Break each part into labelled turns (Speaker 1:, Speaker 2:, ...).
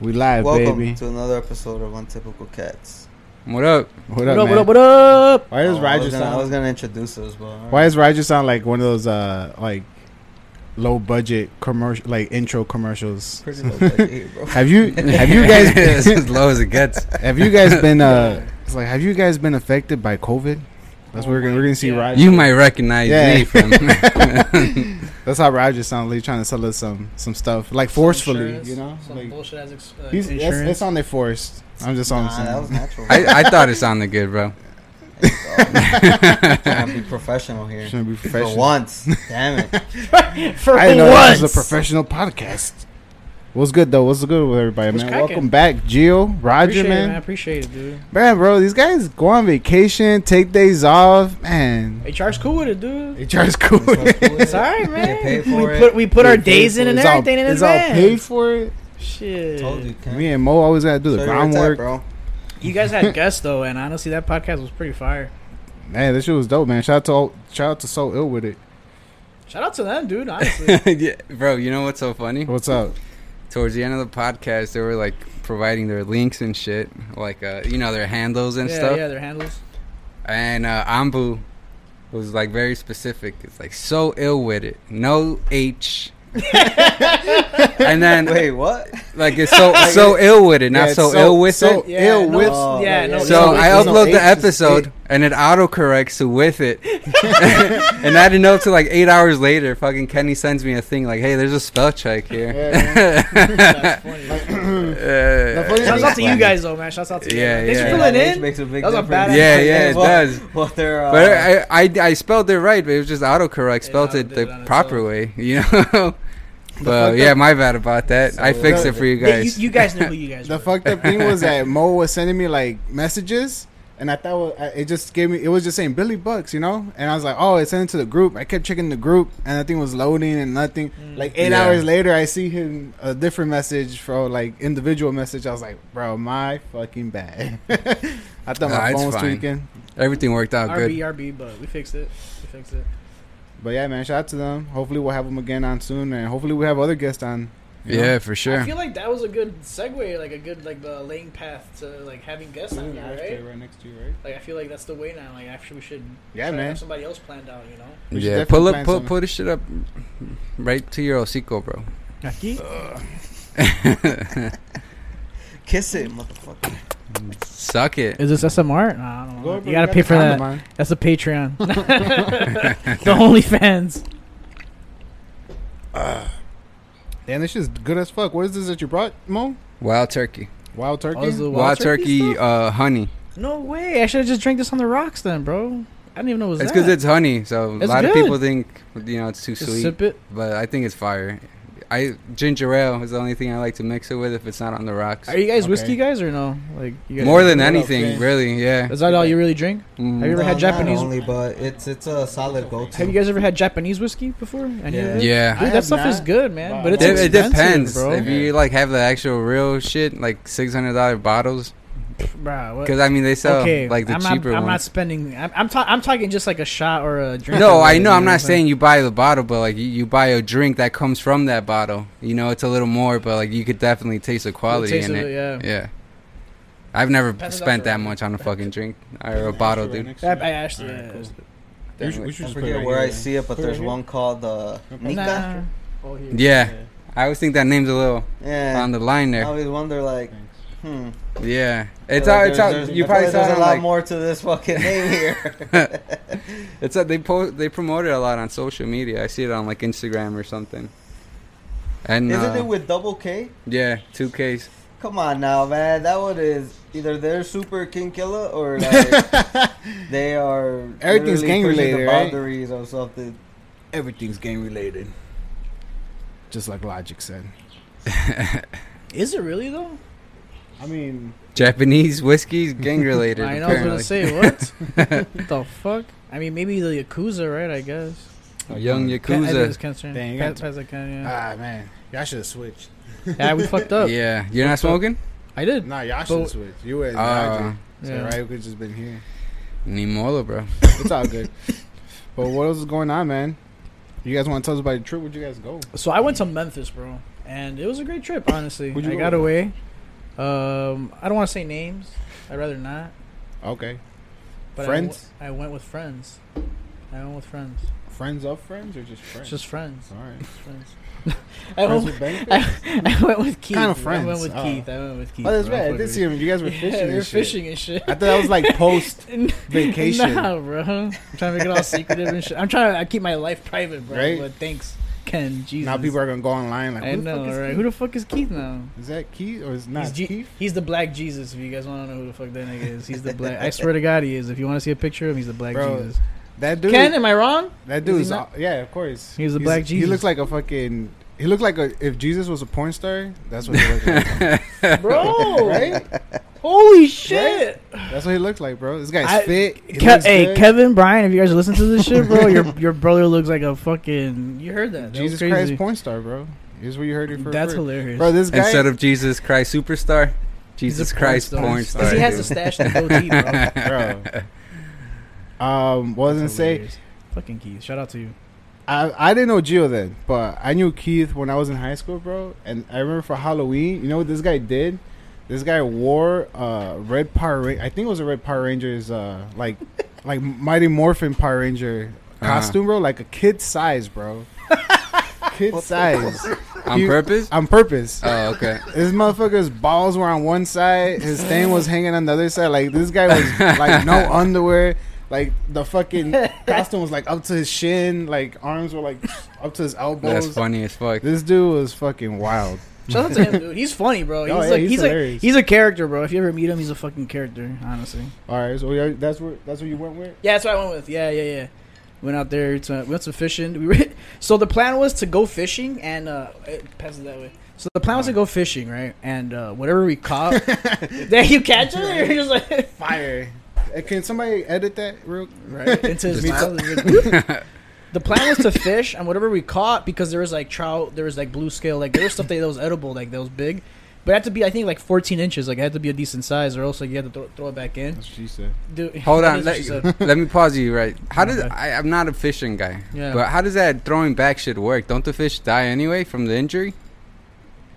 Speaker 1: We live,
Speaker 2: Welcome
Speaker 1: baby.
Speaker 2: to another episode of Untypical Cats.
Speaker 3: What up?
Speaker 1: What
Speaker 3: What
Speaker 1: up,
Speaker 3: up?
Speaker 1: man?
Speaker 3: What up? What up?
Speaker 1: Why does
Speaker 2: Oh, I
Speaker 1: Roger
Speaker 2: was gonna, I was
Speaker 1: sound?
Speaker 2: gonna introduce us, but uh,
Speaker 1: Why does Roger sound like one of those uh like low budget commercial like intro commercials?
Speaker 2: pretty low budget here, bro.
Speaker 1: Have you have you
Speaker 3: it's
Speaker 1: guys
Speaker 3: as low as it gets.
Speaker 1: have you guys been uh it's like have you guys been affected by COVID? That's what we're gonna we're gonna see
Speaker 4: God.
Speaker 1: Roger.
Speaker 3: You might recognize
Speaker 1: Yeah.
Speaker 3: me from.
Speaker 1: That's how Roger sounds. Like he's trying to sell us some some stuff like forcefully,
Speaker 4: Insurance,
Speaker 1: you know.
Speaker 4: Some
Speaker 1: Like
Speaker 4: bullshit as ex- uh,
Speaker 1: he's it's,
Speaker 4: insurance.
Speaker 1: it's on their forced. I'm just on.
Speaker 2: Nah, that was natural.
Speaker 3: I, I thought it sounded good, bro.
Speaker 2: I trying to be professional here.
Speaker 1: Shouldn't be
Speaker 2: For
Speaker 1: professional.
Speaker 2: once, damn it.
Speaker 4: For
Speaker 1: I didn't know
Speaker 4: once.
Speaker 1: this was a professional podcast. What's good though? What's good with everybody,
Speaker 4: What's
Speaker 1: man?
Speaker 4: cracking?
Speaker 1: Welcome back, Gio, Roger,
Speaker 4: appreciate it,
Speaker 1: man.
Speaker 4: man. I appreciate it, dude.
Speaker 1: Man, bro, these guys go on vacation, take days off, man.
Speaker 4: HR's cool with it, dude.
Speaker 1: HR's cool.
Speaker 4: It's alright,
Speaker 2: Get paid
Speaker 4: man.
Speaker 2: for
Speaker 4: We
Speaker 2: it.
Speaker 4: put we put
Speaker 2: Get
Speaker 4: our
Speaker 2: paid
Speaker 4: days
Speaker 2: for
Speaker 4: in
Speaker 2: it.
Speaker 4: and
Speaker 1: it's all,
Speaker 4: everything in
Speaker 1: it's all
Speaker 4: advance.
Speaker 1: paid for it.
Speaker 4: Shit.
Speaker 2: Told you, Ken.
Speaker 1: Me and Mo always gotta do
Speaker 2: Show
Speaker 1: the
Speaker 2: your tap,
Speaker 1: groundwork.
Speaker 2: bro.
Speaker 4: You guys had guests though, and honestly, that podcast was pretty fire.
Speaker 1: Man, this shit was dope, man. Shout out to all- shout out to So Ill with it.
Speaker 4: Shout out to them, dude. Honestly,
Speaker 3: yeah, bro, you know what's so funny?
Speaker 1: What's up?
Speaker 3: Towards the end of the podcast, they were like providing their links and shit, like uh, you know their handles and
Speaker 4: yeah,
Speaker 3: stuff.
Speaker 4: yeah, their handles.
Speaker 3: And uh, Ambu was like very specific. It's like so ill with it, no H. and then
Speaker 2: Wait, what?
Speaker 3: like it's so so ill with it,
Speaker 1: Yeah,
Speaker 3: not
Speaker 1: it's
Speaker 3: so, ill with
Speaker 1: so
Speaker 3: it.
Speaker 4: Yeah,
Speaker 1: ill
Speaker 4: no,
Speaker 1: with.
Speaker 2: Oh,
Speaker 4: yeah,
Speaker 2: yeah,
Speaker 4: no.
Speaker 2: yeah.
Speaker 3: So
Speaker 4: no,
Speaker 3: I
Speaker 1: it's no
Speaker 3: upload the
Speaker 1: H, it's
Speaker 3: episode
Speaker 1: it.
Speaker 3: and it autocorrects to with it. and I didn't know till like eight hours later, fucking Kenny sends me a thing like, hey, there's a spell check here.
Speaker 4: That's funny.
Speaker 3: Uh,
Speaker 1: funny
Speaker 4: Shouts out to you
Speaker 1: Funny.
Speaker 4: guys though, man. Shouts out to you.
Speaker 3: Yeah,
Speaker 4: guys. Thanks
Speaker 3: yeah.
Speaker 4: for
Speaker 2: That
Speaker 4: filling
Speaker 2: age
Speaker 4: in.
Speaker 2: Makes a big
Speaker 4: That was a
Speaker 2: difference.
Speaker 4: badass
Speaker 3: Yeah, yeah, it
Speaker 2: Well-
Speaker 3: does.
Speaker 2: Well, they're, uh,
Speaker 3: But I, I, I spelled it right, but it was just autocorrect spelled
Speaker 4: Yeah,
Speaker 3: it
Speaker 4: did it
Speaker 3: the
Speaker 4: on its
Speaker 3: proper
Speaker 4: own.
Speaker 3: way, you know?
Speaker 1: fucked up-
Speaker 3: but yeah, my bad about that. I
Speaker 2: So-
Speaker 3: fixed it for you
Speaker 4: Yeah, you,
Speaker 3: guys.
Speaker 4: you guys knew who you guys
Speaker 1: The
Speaker 4: were.
Speaker 1: fucked up thing was that Mo was sending me like messages, and I thought it was- it just gave me. It was just saying Billy Bucks, you know. And I was like, oh, it's sent it to the group. I kept checking the group, and that thing was loading and nothing.
Speaker 4: Mm.
Speaker 1: Like eight
Speaker 3: Yeah.
Speaker 1: hours later, I see him a different message for like individual message. I was like, bro, my fucking bad. I thought
Speaker 3: Nah,
Speaker 1: my
Speaker 3: it's
Speaker 1: phone was
Speaker 3: fine.
Speaker 1: tweaking.
Speaker 3: Everything worked out
Speaker 4: RB,
Speaker 3: good.
Speaker 4: RB, but we fixed it. We fixed it.
Speaker 1: But yeah, man, shout out to them. Hopefully, we'll have them again on soon, and hopefully, we have other guests on. you know?
Speaker 3: Yeah, for
Speaker 4: I
Speaker 3: sure.
Speaker 4: feel like that was a good segue, like a good like the lane path to like having guests on here, right? Like I feel like that's the way now. Like actually, we should
Speaker 1: Yeah,
Speaker 4: try to
Speaker 1: man.
Speaker 4: have somebody else planned out. You know,
Speaker 1: We should
Speaker 3: Yeah,
Speaker 1: definitely
Speaker 3: pull
Speaker 1: plan
Speaker 3: up, pull,
Speaker 1: something.
Speaker 3: pull this shit up right to your hocico, bro.
Speaker 2: Kiss it, motherfucker.
Speaker 3: Suck it.
Speaker 4: is this SMR? Nah, I
Speaker 1: Go
Speaker 4: don't know.
Speaker 1: ahead, bro,
Speaker 4: you gotta
Speaker 1: got
Speaker 4: pay
Speaker 1: the
Speaker 4: for
Speaker 1: time
Speaker 4: that.
Speaker 1: of mine.
Speaker 4: That's a Patreon. the OnlyFans.
Speaker 1: Damn, this shit's good as fuck. What is this that you brought, Mo?
Speaker 3: Wild turkey.
Speaker 1: Wild turkey.
Speaker 4: is the
Speaker 3: Wild, turkey, uh, honey.
Speaker 4: No way! I should have just drank this on the rocks then, bro. I didn't even know it was
Speaker 3: It's
Speaker 4: that.
Speaker 3: because it's honey, so
Speaker 4: It's
Speaker 3: a lot of
Speaker 4: good.
Speaker 3: people think you know it's too
Speaker 4: Just
Speaker 3: sweet,
Speaker 4: sip it.
Speaker 3: but I think it's fire. I ginger ale is the only thing I like to mix it with if it's not on the rocks.
Speaker 4: Are you guys
Speaker 1: Okay.
Speaker 4: whiskey guys or no? Like you guys
Speaker 3: More than
Speaker 1: What up,
Speaker 3: anything,
Speaker 1: man?
Speaker 3: really. Yeah.
Speaker 4: Is that all you really drink?
Speaker 3: Mm.
Speaker 4: Have you ever had
Speaker 2: not
Speaker 4: Japanese-
Speaker 2: Only, but it's it's a solid go-to.
Speaker 4: Have you guys ever had Japanese whiskey before? Any of
Speaker 2: Yeah.
Speaker 4: it?
Speaker 3: yeah.
Speaker 1: I
Speaker 4: Dude,
Speaker 1: have
Speaker 4: that stuff is
Speaker 1: not,
Speaker 4: good, man.
Speaker 1: but
Speaker 4: But it's
Speaker 1: I
Speaker 3: It, it
Speaker 1: want
Speaker 4: expensive,
Speaker 3: depends.
Speaker 4: bro.
Speaker 3: If you like have the actual real shit, like six hundred dollar bottles,
Speaker 4: Bruh, what-
Speaker 3: because I mean they sell
Speaker 4: okay,
Speaker 3: like the
Speaker 4: I'm
Speaker 3: cheaper
Speaker 4: not, I'm not
Speaker 3: ones.
Speaker 4: spending. I'm I'm, ta- I'm talking just like a shot or a drink.
Speaker 3: no,
Speaker 4: or
Speaker 3: I
Speaker 4: whatever,
Speaker 3: know.
Speaker 4: you
Speaker 3: I'm
Speaker 4: what
Speaker 3: not saying you buy the bottle, but like you, you buy a drink that comes from that bottle. You know, it's a little more, but like you could definitely taste the
Speaker 4: The
Speaker 3: quality
Speaker 4: taste
Speaker 3: in
Speaker 4: of
Speaker 3: it.
Speaker 4: yeah.
Speaker 3: Yeah. I've never
Speaker 4: Pass it
Speaker 3: spent
Speaker 4: up,
Speaker 3: that
Speaker 4: bro.
Speaker 3: much on a fucking drink or a bottle, dude.
Speaker 1: Next
Speaker 4: I,
Speaker 1: to
Speaker 4: I
Speaker 1: it.
Speaker 4: actually.
Speaker 1: Alright,
Speaker 4: yeah,
Speaker 1: cool.
Speaker 4: it's-
Speaker 1: You should- we should
Speaker 2: I
Speaker 1: just put it
Speaker 2: forget
Speaker 1: right
Speaker 2: where
Speaker 1: here,
Speaker 2: I
Speaker 1: man.
Speaker 2: see it, but
Speaker 1: Put it
Speaker 2: there's
Speaker 1: right here.
Speaker 2: one called uh,
Speaker 1: problem.
Speaker 4: Nah.
Speaker 2: Nika.
Speaker 4: Oh, here.
Speaker 3: Yeah. I always think that name's a little
Speaker 2: Yeah.
Speaker 3: on the line
Speaker 2: I
Speaker 3: there.
Speaker 2: always wonder, like, hmm.
Speaker 3: Yeah. It's
Speaker 2: Like,
Speaker 3: out. It's
Speaker 2: there's- there's-
Speaker 3: out. You
Speaker 2: I feel
Speaker 3: probably
Speaker 2: like
Speaker 3: saw it
Speaker 2: there's a
Speaker 3: on,
Speaker 2: lot
Speaker 3: like.
Speaker 2: more to this fucking name here.
Speaker 3: It's out. They po- They promote it a lot on social media. I see it on like Instagram or something. And
Speaker 2: Isn't
Speaker 3: uh,
Speaker 2: it with double K?
Speaker 3: yeah, two Ks.
Speaker 2: Come on now, man. That one is either they're super king killer or like they are.
Speaker 1: Everything's
Speaker 2: literally
Speaker 1: gang
Speaker 2: pushing
Speaker 1: related,
Speaker 2: the
Speaker 1: right?
Speaker 2: boundaries or something.
Speaker 1: Everything's game related. Just like Logic said.
Speaker 4: Is it really though?
Speaker 1: I mean,
Speaker 3: Japanese whiskey's gang related.
Speaker 4: I know. I was
Speaker 3: apparently.
Speaker 4: gonna say what? what the fuck? I mean, maybe the yakuza, right? I guess.
Speaker 3: A young
Speaker 4: Ken- I think it's
Speaker 3: yakuza.
Speaker 4: Kenstern.
Speaker 1: Dang, you
Speaker 4: Pa-
Speaker 1: got-
Speaker 4: pass that Ken, yeah.
Speaker 1: ah man, y'all should have switched.
Speaker 4: yeah, we fucked up.
Speaker 3: Yeah, you're not smoking.
Speaker 4: I did.
Speaker 1: Nah, y'all should have
Speaker 4: But-
Speaker 1: switched. You and
Speaker 3: Uh,
Speaker 1: Logic. So,
Speaker 4: Yeah.
Speaker 1: right, we could just been here.
Speaker 3: ni modo, bro.
Speaker 1: It's all good. but what else is going on, man? You guys want to tell us about your trip? Where'd you guys go?
Speaker 4: So I went to Memphis, bro, and it was a great trip. Honestly,
Speaker 1: Where'd you
Speaker 4: I
Speaker 1: go
Speaker 4: got
Speaker 1: with?
Speaker 4: away. Um, I don't want to say names. I'd rather not.
Speaker 1: Okay.
Speaker 4: But
Speaker 1: Friends?
Speaker 4: I, w- I went with friends. I went with friends.
Speaker 1: Friends of friends or just friends?
Speaker 4: Just friends.
Speaker 1: all right.
Speaker 4: Just friends. I,
Speaker 1: Friends
Speaker 4: went,
Speaker 1: with benefits.
Speaker 4: I, I went with Keith.
Speaker 1: Kind of
Speaker 4: I
Speaker 1: friends.
Speaker 4: went with
Speaker 1: Oh.
Speaker 4: Keith. I went with Keith.
Speaker 1: Oh, that's
Speaker 4: bro.
Speaker 1: right. I did see him. You guys were
Speaker 4: Yeah,
Speaker 1: fishing.
Speaker 4: we
Speaker 1: and
Speaker 4: were
Speaker 1: shit.
Speaker 4: fishing and shit.
Speaker 1: I thought that was like post vacation.
Speaker 4: Nah, bro. I'm trying to make it all secretive and shit. I'm trying to I keep my life private, bro.
Speaker 1: Right?
Speaker 4: But thanks, Ken. Jesus.
Speaker 1: Now people are gonna go online like, who
Speaker 4: I
Speaker 1: the
Speaker 4: know,
Speaker 1: fuck is
Speaker 4: right?
Speaker 1: Keith?
Speaker 4: Who the fuck is Keith now?
Speaker 1: Is that Keith or is it
Speaker 4: He's,
Speaker 1: not
Speaker 4: Je-
Speaker 1: Keith?
Speaker 4: he's the black Jesus. If you guys want to know who the fuck that nigga is, he's the black. I swear to God, he is. If you want to see a picture of him, he's the black
Speaker 1: Bro,
Speaker 4: Jesus.
Speaker 1: That dude.
Speaker 4: Ken, am I wrong?
Speaker 1: that
Speaker 4: is
Speaker 1: dude
Speaker 4: he
Speaker 1: is,
Speaker 4: not-
Speaker 1: all- yeah, of course.
Speaker 4: He's a black
Speaker 1: He
Speaker 4: Jesus.
Speaker 1: looks like a fucking. He looked like a if Jesus was a porn star. That's what he looked like.
Speaker 4: Bro,
Speaker 1: right?
Speaker 4: Holy shit!
Speaker 1: That's what he looked like, bro. This guy's
Speaker 4: I-
Speaker 1: fit. He
Speaker 4: Ke-
Speaker 1: looks
Speaker 4: hey,
Speaker 1: good.
Speaker 4: Kevin, Brian, if you guys are listening to this shit, bro, your your brother looks like a fucking. You heard that? that was
Speaker 1: Jesus
Speaker 4: crazy.
Speaker 1: Christ porn star, bro. Here's where you heard it for
Speaker 4: That's
Speaker 1: first.
Speaker 4: hilarious.
Speaker 1: Bro, this guy.
Speaker 3: Instead of Jesus Christ superstar,
Speaker 4: He's a
Speaker 3: Jesus Christ
Speaker 4: star.
Speaker 3: porn
Speaker 4: 'Cause
Speaker 3: star.
Speaker 4: He has to
Speaker 3: dude.
Speaker 4: stash the goatee, bro. That's
Speaker 1: bro. Um, wasn't say
Speaker 4: hilarious. Fucking Keith, shout out to you.
Speaker 1: I, I didn't know Gio then, but I knew Keith when I was in high school, bro. And I remember for Halloween, you know what this guy did? This guy wore uh red Power. Ra- I think it was a red Power Rangers, uh, like like Mighty Morphin Power Ranger
Speaker 3: Uh-huh.
Speaker 1: costume, bro. Like a kid size, bro. kid size
Speaker 3: Uh-huh. On
Speaker 1: He-
Speaker 3: purpose?
Speaker 1: on purpose.
Speaker 3: Oh, okay.
Speaker 1: This motherfucker's balls were on one side, his thing was hanging on the other side. Like this guy was like no underwear. Like the fucking costume was like up to his shin, like arms were like up to his
Speaker 3: That's
Speaker 1: elbows.
Speaker 3: funny as fuck.
Speaker 1: This dude was fucking wild.
Speaker 4: Shout out to him, dude. He's funny, bro. He's
Speaker 1: Oh, yeah,
Speaker 4: like
Speaker 1: he's
Speaker 4: he's, a
Speaker 1: hilarious.
Speaker 4: he's a character, bro. If you ever meet him, he's a fucking character. Honestly.
Speaker 1: All right, so yeah, that's where that's what you went with.
Speaker 4: Yeah, that's what I went with. Yeah, yeah, yeah. Went out there to went to fishing. We were, so the plan was to go fishing and uh, it passes that way. So the plan was to go fishing, right? And uh, whatever we caught, then you catch it. and You're just like
Speaker 1: Fire. Uh, Can somebody edit that real?
Speaker 4: right into his
Speaker 3: Just-
Speaker 4: mouth. the plan was to fish and whatever we caught because there was like trout, there was like blue scale, like there was stuff that was edible, like that was big. But it had to be, I think, like 14 inches. Like it had to be a decent size, or else like you had to throw, throw it back in.
Speaker 1: That's what she said.
Speaker 4: Dude,
Speaker 3: Hold
Speaker 4: that
Speaker 3: on,
Speaker 4: is what
Speaker 3: let,
Speaker 4: she said.
Speaker 3: let me pause you. Right? How does
Speaker 4: Okay.
Speaker 3: I, I'm not a fishing guy,
Speaker 4: Yeah.
Speaker 3: but how does that throwing back shit work? Don't the fish die anyway from the injury?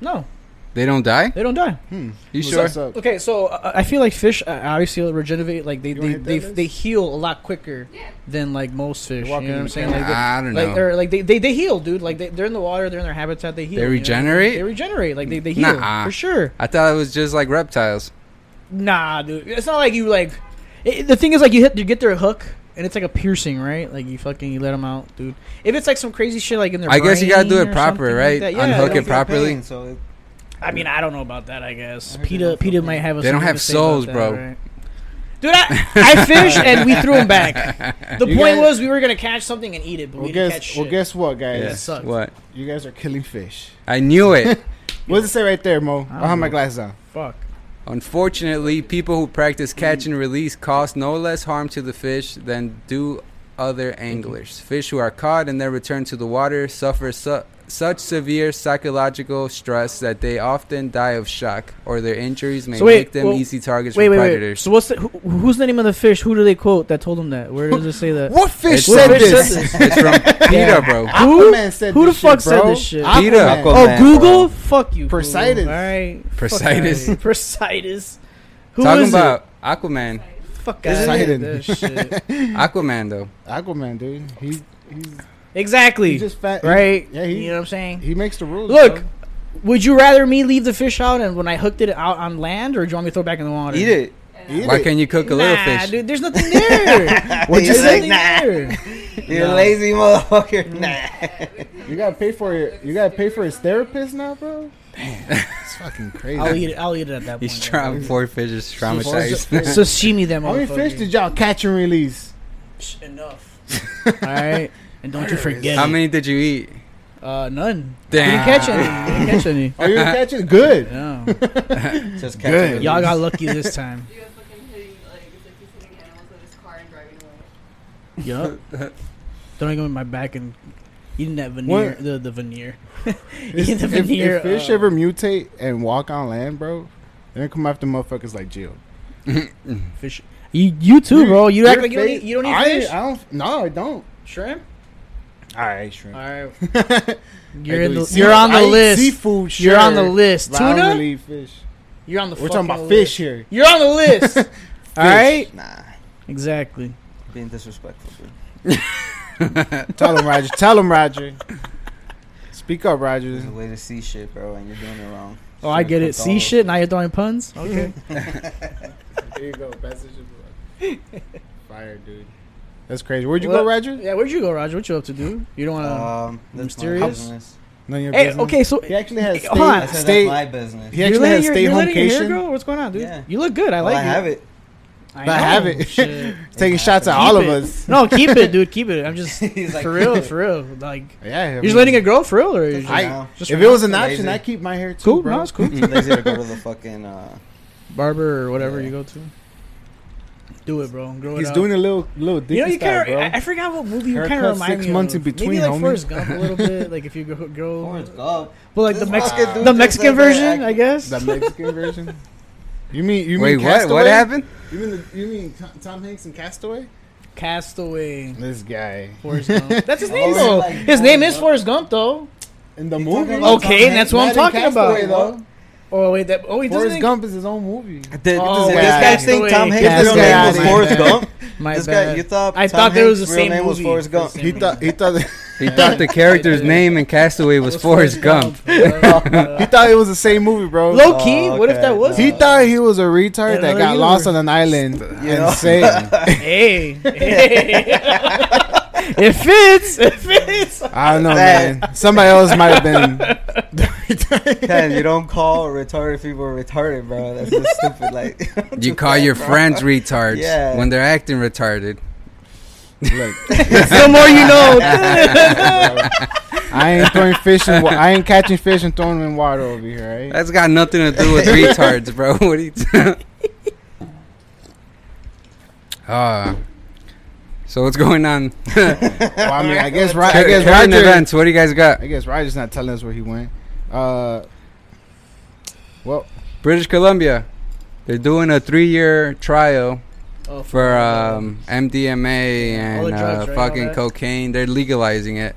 Speaker 4: No,
Speaker 3: They don't die.
Speaker 4: they don't die.
Speaker 1: Hmm.
Speaker 3: You
Speaker 1: What's
Speaker 3: sure?
Speaker 1: up?
Speaker 4: Okay, so uh, I feel like fish uh, obviously regenerate like they
Speaker 1: You
Speaker 4: they,
Speaker 1: wanna hit
Speaker 4: they,
Speaker 1: that,
Speaker 4: they heal a lot quicker than like most fish. You
Speaker 1: walking
Speaker 4: know what
Speaker 1: in
Speaker 4: I'm
Speaker 1: the
Speaker 4: saying?
Speaker 1: camera.
Speaker 4: Like, they,
Speaker 3: I don't
Speaker 4: like
Speaker 3: know.
Speaker 4: they're like they, they, they heal, dude. Like they, they're in the water, they're in their habitat. They heal.
Speaker 3: They
Speaker 4: you know?
Speaker 3: regenerate?
Speaker 4: They regenerate. Like they, they heal
Speaker 3: Nuh-uh.
Speaker 4: for sure.
Speaker 3: I thought it was just like reptiles.
Speaker 4: Nah, dude. It's not like you like. It, the thing is, like you hit you get their hook. And it's like a piercing, right? Like you fucking you let them out, dude. If it's like some crazy shit, like in their
Speaker 3: I guess you gotta do
Speaker 4: brain
Speaker 3: it
Speaker 4: or
Speaker 3: proper,
Speaker 4: something
Speaker 3: right?
Speaker 4: Like that. yeah,
Speaker 3: Unhook it
Speaker 2: They
Speaker 4: like-
Speaker 2: don't feel
Speaker 3: properly.
Speaker 2: pain, so it-
Speaker 4: I mean, I don't know about that. I guess
Speaker 2: I heard they
Speaker 4: Peta
Speaker 2: don't feel
Speaker 4: Peta
Speaker 2: pain.
Speaker 4: might have. A
Speaker 3: They don't
Speaker 4: something
Speaker 3: have
Speaker 4: to say about
Speaker 3: souls,
Speaker 4: that,
Speaker 3: bro.
Speaker 4: right? Dude, I, I fished and we threw them back. The
Speaker 1: You
Speaker 4: point
Speaker 1: guys-
Speaker 4: was we were gonna catch something and eat it, but
Speaker 1: Well,
Speaker 4: we didn't catch
Speaker 1: guess
Speaker 4: shit.
Speaker 1: well, guess what, guys?
Speaker 4: Yeah. sucks.
Speaker 3: What?
Speaker 1: You guys are killing fish.
Speaker 3: I knew it.
Speaker 1: What does it say right there, Mo? I'll have my
Speaker 4: know.
Speaker 1: glasses on.
Speaker 4: Fuck.
Speaker 3: Unfortunately, people who practice catch and release cause no less harm to the fish than do other anglers. Fish who are caught and then returned to the water suffer su- such severe psychological stress that they often die of shock, or their injuries may
Speaker 4: So wait,
Speaker 3: make them
Speaker 4: well,
Speaker 3: easy targets
Speaker 4: Wait,
Speaker 3: for
Speaker 4: wait, wait.
Speaker 3: predators.
Speaker 4: So what's the who, who's the name of the fish? Who do they quote that told them that? Where does it say that?
Speaker 1: What
Speaker 3: It's
Speaker 1: fish said
Speaker 3: from-
Speaker 1: this?
Speaker 3: it's from Peter, bro.
Speaker 4: Who?
Speaker 1: Aquaman said
Speaker 4: Who the
Speaker 1: this shit,
Speaker 4: fuck said
Speaker 1: bro.
Speaker 4: this shit?
Speaker 1: Aquaman.
Speaker 3: Peter.
Speaker 2: Aqua-
Speaker 4: Oh,
Speaker 2: man,
Speaker 4: Google. Fuck you. Google.
Speaker 1: Persidas.
Speaker 4: All right. Fuck
Speaker 3: Persidas.
Speaker 4: outta here. Persidas. Who
Speaker 3: Talking
Speaker 4: is
Speaker 3: about Aquaman.
Speaker 4: it? Fuck
Speaker 1: Isn't
Speaker 4: outta here,
Speaker 1: it?
Speaker 4: that shit.
Speaker 3: Aquaman, though.
Speaker 1: Aquaman, dude. He he's,
Speaker 4: Exactly.
Speaker 1: he just fat.
Speaker 4: right.
Speaker 1: Yeah, he-
Speaker 4: you know what I'm saying.
Speaker 1: He, he makes the rules.
Speaker 4: Look,
Speaker 1: bro.
Speaker 4: would you rather me leave the fish out and when I hooked it out on land, or do you want me to throw it back in the water?
Speaker 2: Eat it.
Speaker 1: Eat
Speaker 3: Why
Speaker 1: it.
Speaker 3: can't you cook a
Speaker 4: nah,
Speaker 3: little fish?
Speaker 4: dude. There's nothing there.
Speaker 2: What'd you
Speaker 4: There's
Speaker 2: say?
Speaker 4: nothing
Speaker 2: Nah.
Speaker 4: there.
Speaker 2: You
Speaker 4: No.
Speaker 2: lazy motherfucker. Nah.
Speaker 1: You gotta pay for it. You gotta pay for his therapist now, bro. Damn, it's fucking crazy.
Speaker 4: I'll eat it. I'll eat it at that point.
Speaker 3: He's trying. Poor fish is traumatized.
Speaker 4: Sashimi them.
Speaker 1: How many fish did y'all catch and release?
Speaker 4: enough? All right, and don't you forget.
Speaker 3: How
Speaker 4: it.
Speaker 3: many did you eat?
Speaker 4: Uh, none.
Speaker 3: Damn.
Speaker 4: You didn't catch any. You didn't catch any.
Speaker 1: Are you gonna catch it? Good.
Speaker 4: No.
Speaker 2: Just
Speaker 1: Good.
Speaker 2: catch and release.
Speaker 4: Y'all got lucky this time.
Speaker 5: You have fucking hitting like it's like he's hitting animals with his car and driving away.
Speaker 4: Yup. Throwing them in my back and eating that veneer.
Speaker 1: What?
Speaker 4: The, the veneer.
Speaker 1: If,
Speaker 4: eating the
Speaker 1: if- if
Speaker 4: veneer.
Speaker 1: fish
Speaker 4: uh,
Speaker 1: ever mutate and walk on land, bro, they're gonna come after motherfuckers like Jill.
Speaker 4: fish. You, you too, bro. You act like you don't
Speaker 1: Your
Speaker 4: eat, you don't
Speaker 1: I,
Speaker 4: eat fish.
Speaker 1: I don't. No, I don't.
Speaker 4: Shrimp.
Speaker 1: All right, shrimp.
Speaker 4: All right.
Speaker 1: I
Speaker 4: You're in
Speaker 1: do
Speaker 4: the,
Speaker 1: eat
Speaker 4: you're on the
Speaker 1: seafood. I eat
Speaker 4: list.
Speaker 1: Seafood.
Speaker 4: You're on the
Speaker 1: sure,
Speaker 4: list.
Speaker 1: but I don't
Speaker 4: Tuna.
Speaker 1: really eat fish.
Speaker 4: You're on the.
Speaker 1: We're talking
Speaker 4: fucking
Speaker 1: about
Speaker 4: list.
Speaker 1: fish here.
Speaker 4: You're on the list. All right.
Speaker 2: Nah,
Speaker 4: Exactly.
Speaker 2: being disrespectful, dude.
Speaker 1: Tell him, Roger. Tell him, Roger. Speak up, Roger.
Speaker 2: There's a way to see shit, bro, and you're doing it wrong.
Speaker 4: Oh, I get it.
Speaker 2: Should've
Speaker 4: See
Speaker 2: put
Speaker 4: shit. Now you're throwing puns. Okay.
Speaker 1: There you go. Passage Fire, dude. That's crazy. Where'd you go,
Speaker 4: What?
Speaker 1: Roger?
Speaker 4: yeah. Where'd you go, Roger? What you up to, dude? You don't
Speaker 2: all-
Speaker 4: want to.
Speaker 2: Um, that's my
Speaker 4: mysterious?
Speaker 2: business.
Speaker 1: None of your
Speaker 4: hey.
Speaker 1: Uh, business?
Speaker 4: Okay. So
Speaker 1: He actually has
Speaker 4: Hold on.
Speaker 2: I
Speaker 1: stay.
Speaker 2: said
Speaker 1: stay
Speaker 2: that's my business.
Speaker 1: he
Speaker 4: you're
Speaker 1: actually
Speaker 4: letting
Speaker 1: has
Speaker 4: your,
Speaker 1: stay
Speaker 4: you're
Speaker 1: home
Speaker 4: letting your hair
Speaker 1: cation.
Speaker 4: grow? What's going on, dude?
Speaker 2: Yeah.
Speaker 4: You look good. I
Speaker 2: Well,
Speaker 4: like
Speaker 2: I
Speaker 4: it.
Speaker 2: have it.
Speaker 4: I,
Speaker 1: But I have it.
Speaker 4: Shit.
Speaker 1: Taking shots at
Speaker 4: Keep
Speaker 1: all of
Speaker 4: it.
Speaker 1: us.
Speaker 4: No, keep it, dude. Keep it. I'm just
Speaker 2: He's like,
Speaker 4: for real. For real. Like
Speaker 1: Yeah.
Speaker 4: you're just letting it grow for real, or is
Speaker 1: I-
Speaker 2: Now,
Speaker 4: just
Speaker 1: if
Speaker 4: for
Speaker 1: it was an
Speaker 2: now.
Speaker 1: option,
Speaker 2: Lazy.
Speaker 1: I keep my hair too,
Speaker 4: cool?
Speaker 1: bro.
Speaker 4: No, it's cool.
Speaker 2: I'm too lazy to go to the fucking. Uh,
Speaker 4: Barber or whatever
Speaker 2: Yeah.
Speaker 4: you go to. Do it, bro. Grow it
Speaker 1: He's
Speaker 4: out.
Speaker 1: doing a little, little dicky
Speaker 4: You know, you
Speaker 1: style,
Speaker 4: kind
Speaker 1: bro.
Speaker 4: of. I, I forgot what movie you
Speaker 1: Haircut
Speaker 4: kind of remind
Speaker 1: six
Speaker 4: me
Speaker 1: months
Speaker 4: of.
Speaker 1: in between,
Speaker 4: Maybe like
Speaker 1: homie.
Speaker 4: Forrest Gump a little bit. Like if you go, grow,
Speaker 2: Forrest Gump.
Speaker 4: but like the
Speaker 2: This
Speaker 4: Mex-
Speaker 2: fucking dude
Speaker 4: the
Speaker 2: just
Speaker 4: Mexican
Speaker 2: said that
Speaker 4: version,
Speaker 2: I-
Speaker 4: I guess.
Speaker 1: the Mexican version. You mean you
Speaker 3: Wait,
Speaker 1: mean
Speaker 3: what? What
Speaker 1: Castaway?
Speaker 3: happened?
Speaker 1: You mean the, you mean Tom- Tom Hanks and Castaway?
Speaker 4: Castaway.
Speaker 1: This guy
Speaker 4: Forrest Gump. That's his
Speaker 2: Oh,
Speaker 4: name
Speaker 2: yeah,
Speaker 4: though.
Speaker 2: like
Speaker 4: his name is
Speaker 2: Forrest Gump.
Speaker 4: Forrest Gump though.
Speaker 1: in the
Speaker 2: You talking
Speaker 1: movie.
Speaker 2: about
Speaker 4: Okay, Tom and that's Hanks? what
Speaker 1: Not
Speaker 4: I'm
Speaker 1: in
Speaker 4: talking about.
Speaker 1: Castaway, though.
Speaker 4: Oh wait, that. Oh wait, doesn't
Speaker 1: Forrest
Speaker 4: it-
Speaker 1: Gump is his own movie.
Speaker 2: Did, does
Speaker 4: Oh,
Speaker 1: this
Speaker 2: this
Speaker 1: guy
Speaker 2: guy think
Speaker 4: Castaway.
Speaker 2: Tom Hanks' real
Speaker 1: Castaway.
Speaker 2: name was
Speaker 1: My
Speaker 2: Forrest
Speaker 1: bad.
Speaker 2: Gump?
Speaker 4: My
Speaker 2: This
Speaker 4: bad.
Speaker 2: guy, you thought
Speaker 4: I
Speaker 2: Tom
Speaker 4: thought there was
Speaker 2: Hanks'
Speaker 4: the
Speaker 2: real
Speaker 4: same
Speaker 2: name was
Speaker 4: movie.
Speaker 2: Forrest Gump.
Speaker 4: Same
Speaker 1: He thought he thought
Speaker 3: He thought the character's name in Castaway was Forrest Gump.
Speaker 1: he thought it was the same movie, bro.
Speaker 4: Low key,
Speaker 2: Oh,
Speaker 4: what if
Speaker 2: okay,
Speaker 4: that was?
Speaker 1: He
Speaker 4: it?
Speaker 1: thought he was a retard
Speaker 4: Yeah,
Speaker 1: that
Speaker 4: no,
Speaker 1: got
Speaker 4: you
Speaker 1: lost
Speaker 4: were-
Speaker 1: on an island
Speaker 2: You
Speaker 1: and
Speaker 2: know?
Speaker 1: saved.
Speaker 4: Hey, hey. it fits. It fits.
Speaker 1: I don't know,
Speaker 2: Man.
Speaker 1: man. Somebody else might have been.
Speaker 2: Ken, you don't call retarded people retarded, bro. That's just stupid. Like, don't
Speaker 3: You
Speaker 2: do
Speaker 3: call
Speaker 2: that,
Speaker 3: your
Speaker 2: bro.
Speaker 3: friends retards
Speaker 2: Yeah.
Speaker 3: when they're acting retarded.
Speaker 1: Look,
Speaker 4: The more you know.
Speaker 1: I ain't throwing fish in. Wa- I ain't catching fish and throwing them in water over here, right?
Speaker 3: That's got nothing to do with retards, bro. What are you? T- uh, so what's going on?
Speaker 1: Well, I mean, I guess Ro- I
Speaker 3: Cur-
Speaker 1: guess
Speaker 3: current
Speaker 1: Roger.
Speaker 3: events. What do you guys got?
Speaker 1: I guess Roger's not telling us where he went. Uh, well,
Speaker 3: British Columbia. They're doing a three-year trial
Speaker 4: Oh,
Speaker 3: for um, MDMA
Speaker 4: All the
Speaker 3: and
Speaker 4: drugs,
Speaker 3: uh,
Speaker 4: right? All
Speaker 3: fucking
Speaker 4: that.
Speaker 3: cocaine. They're legalizing it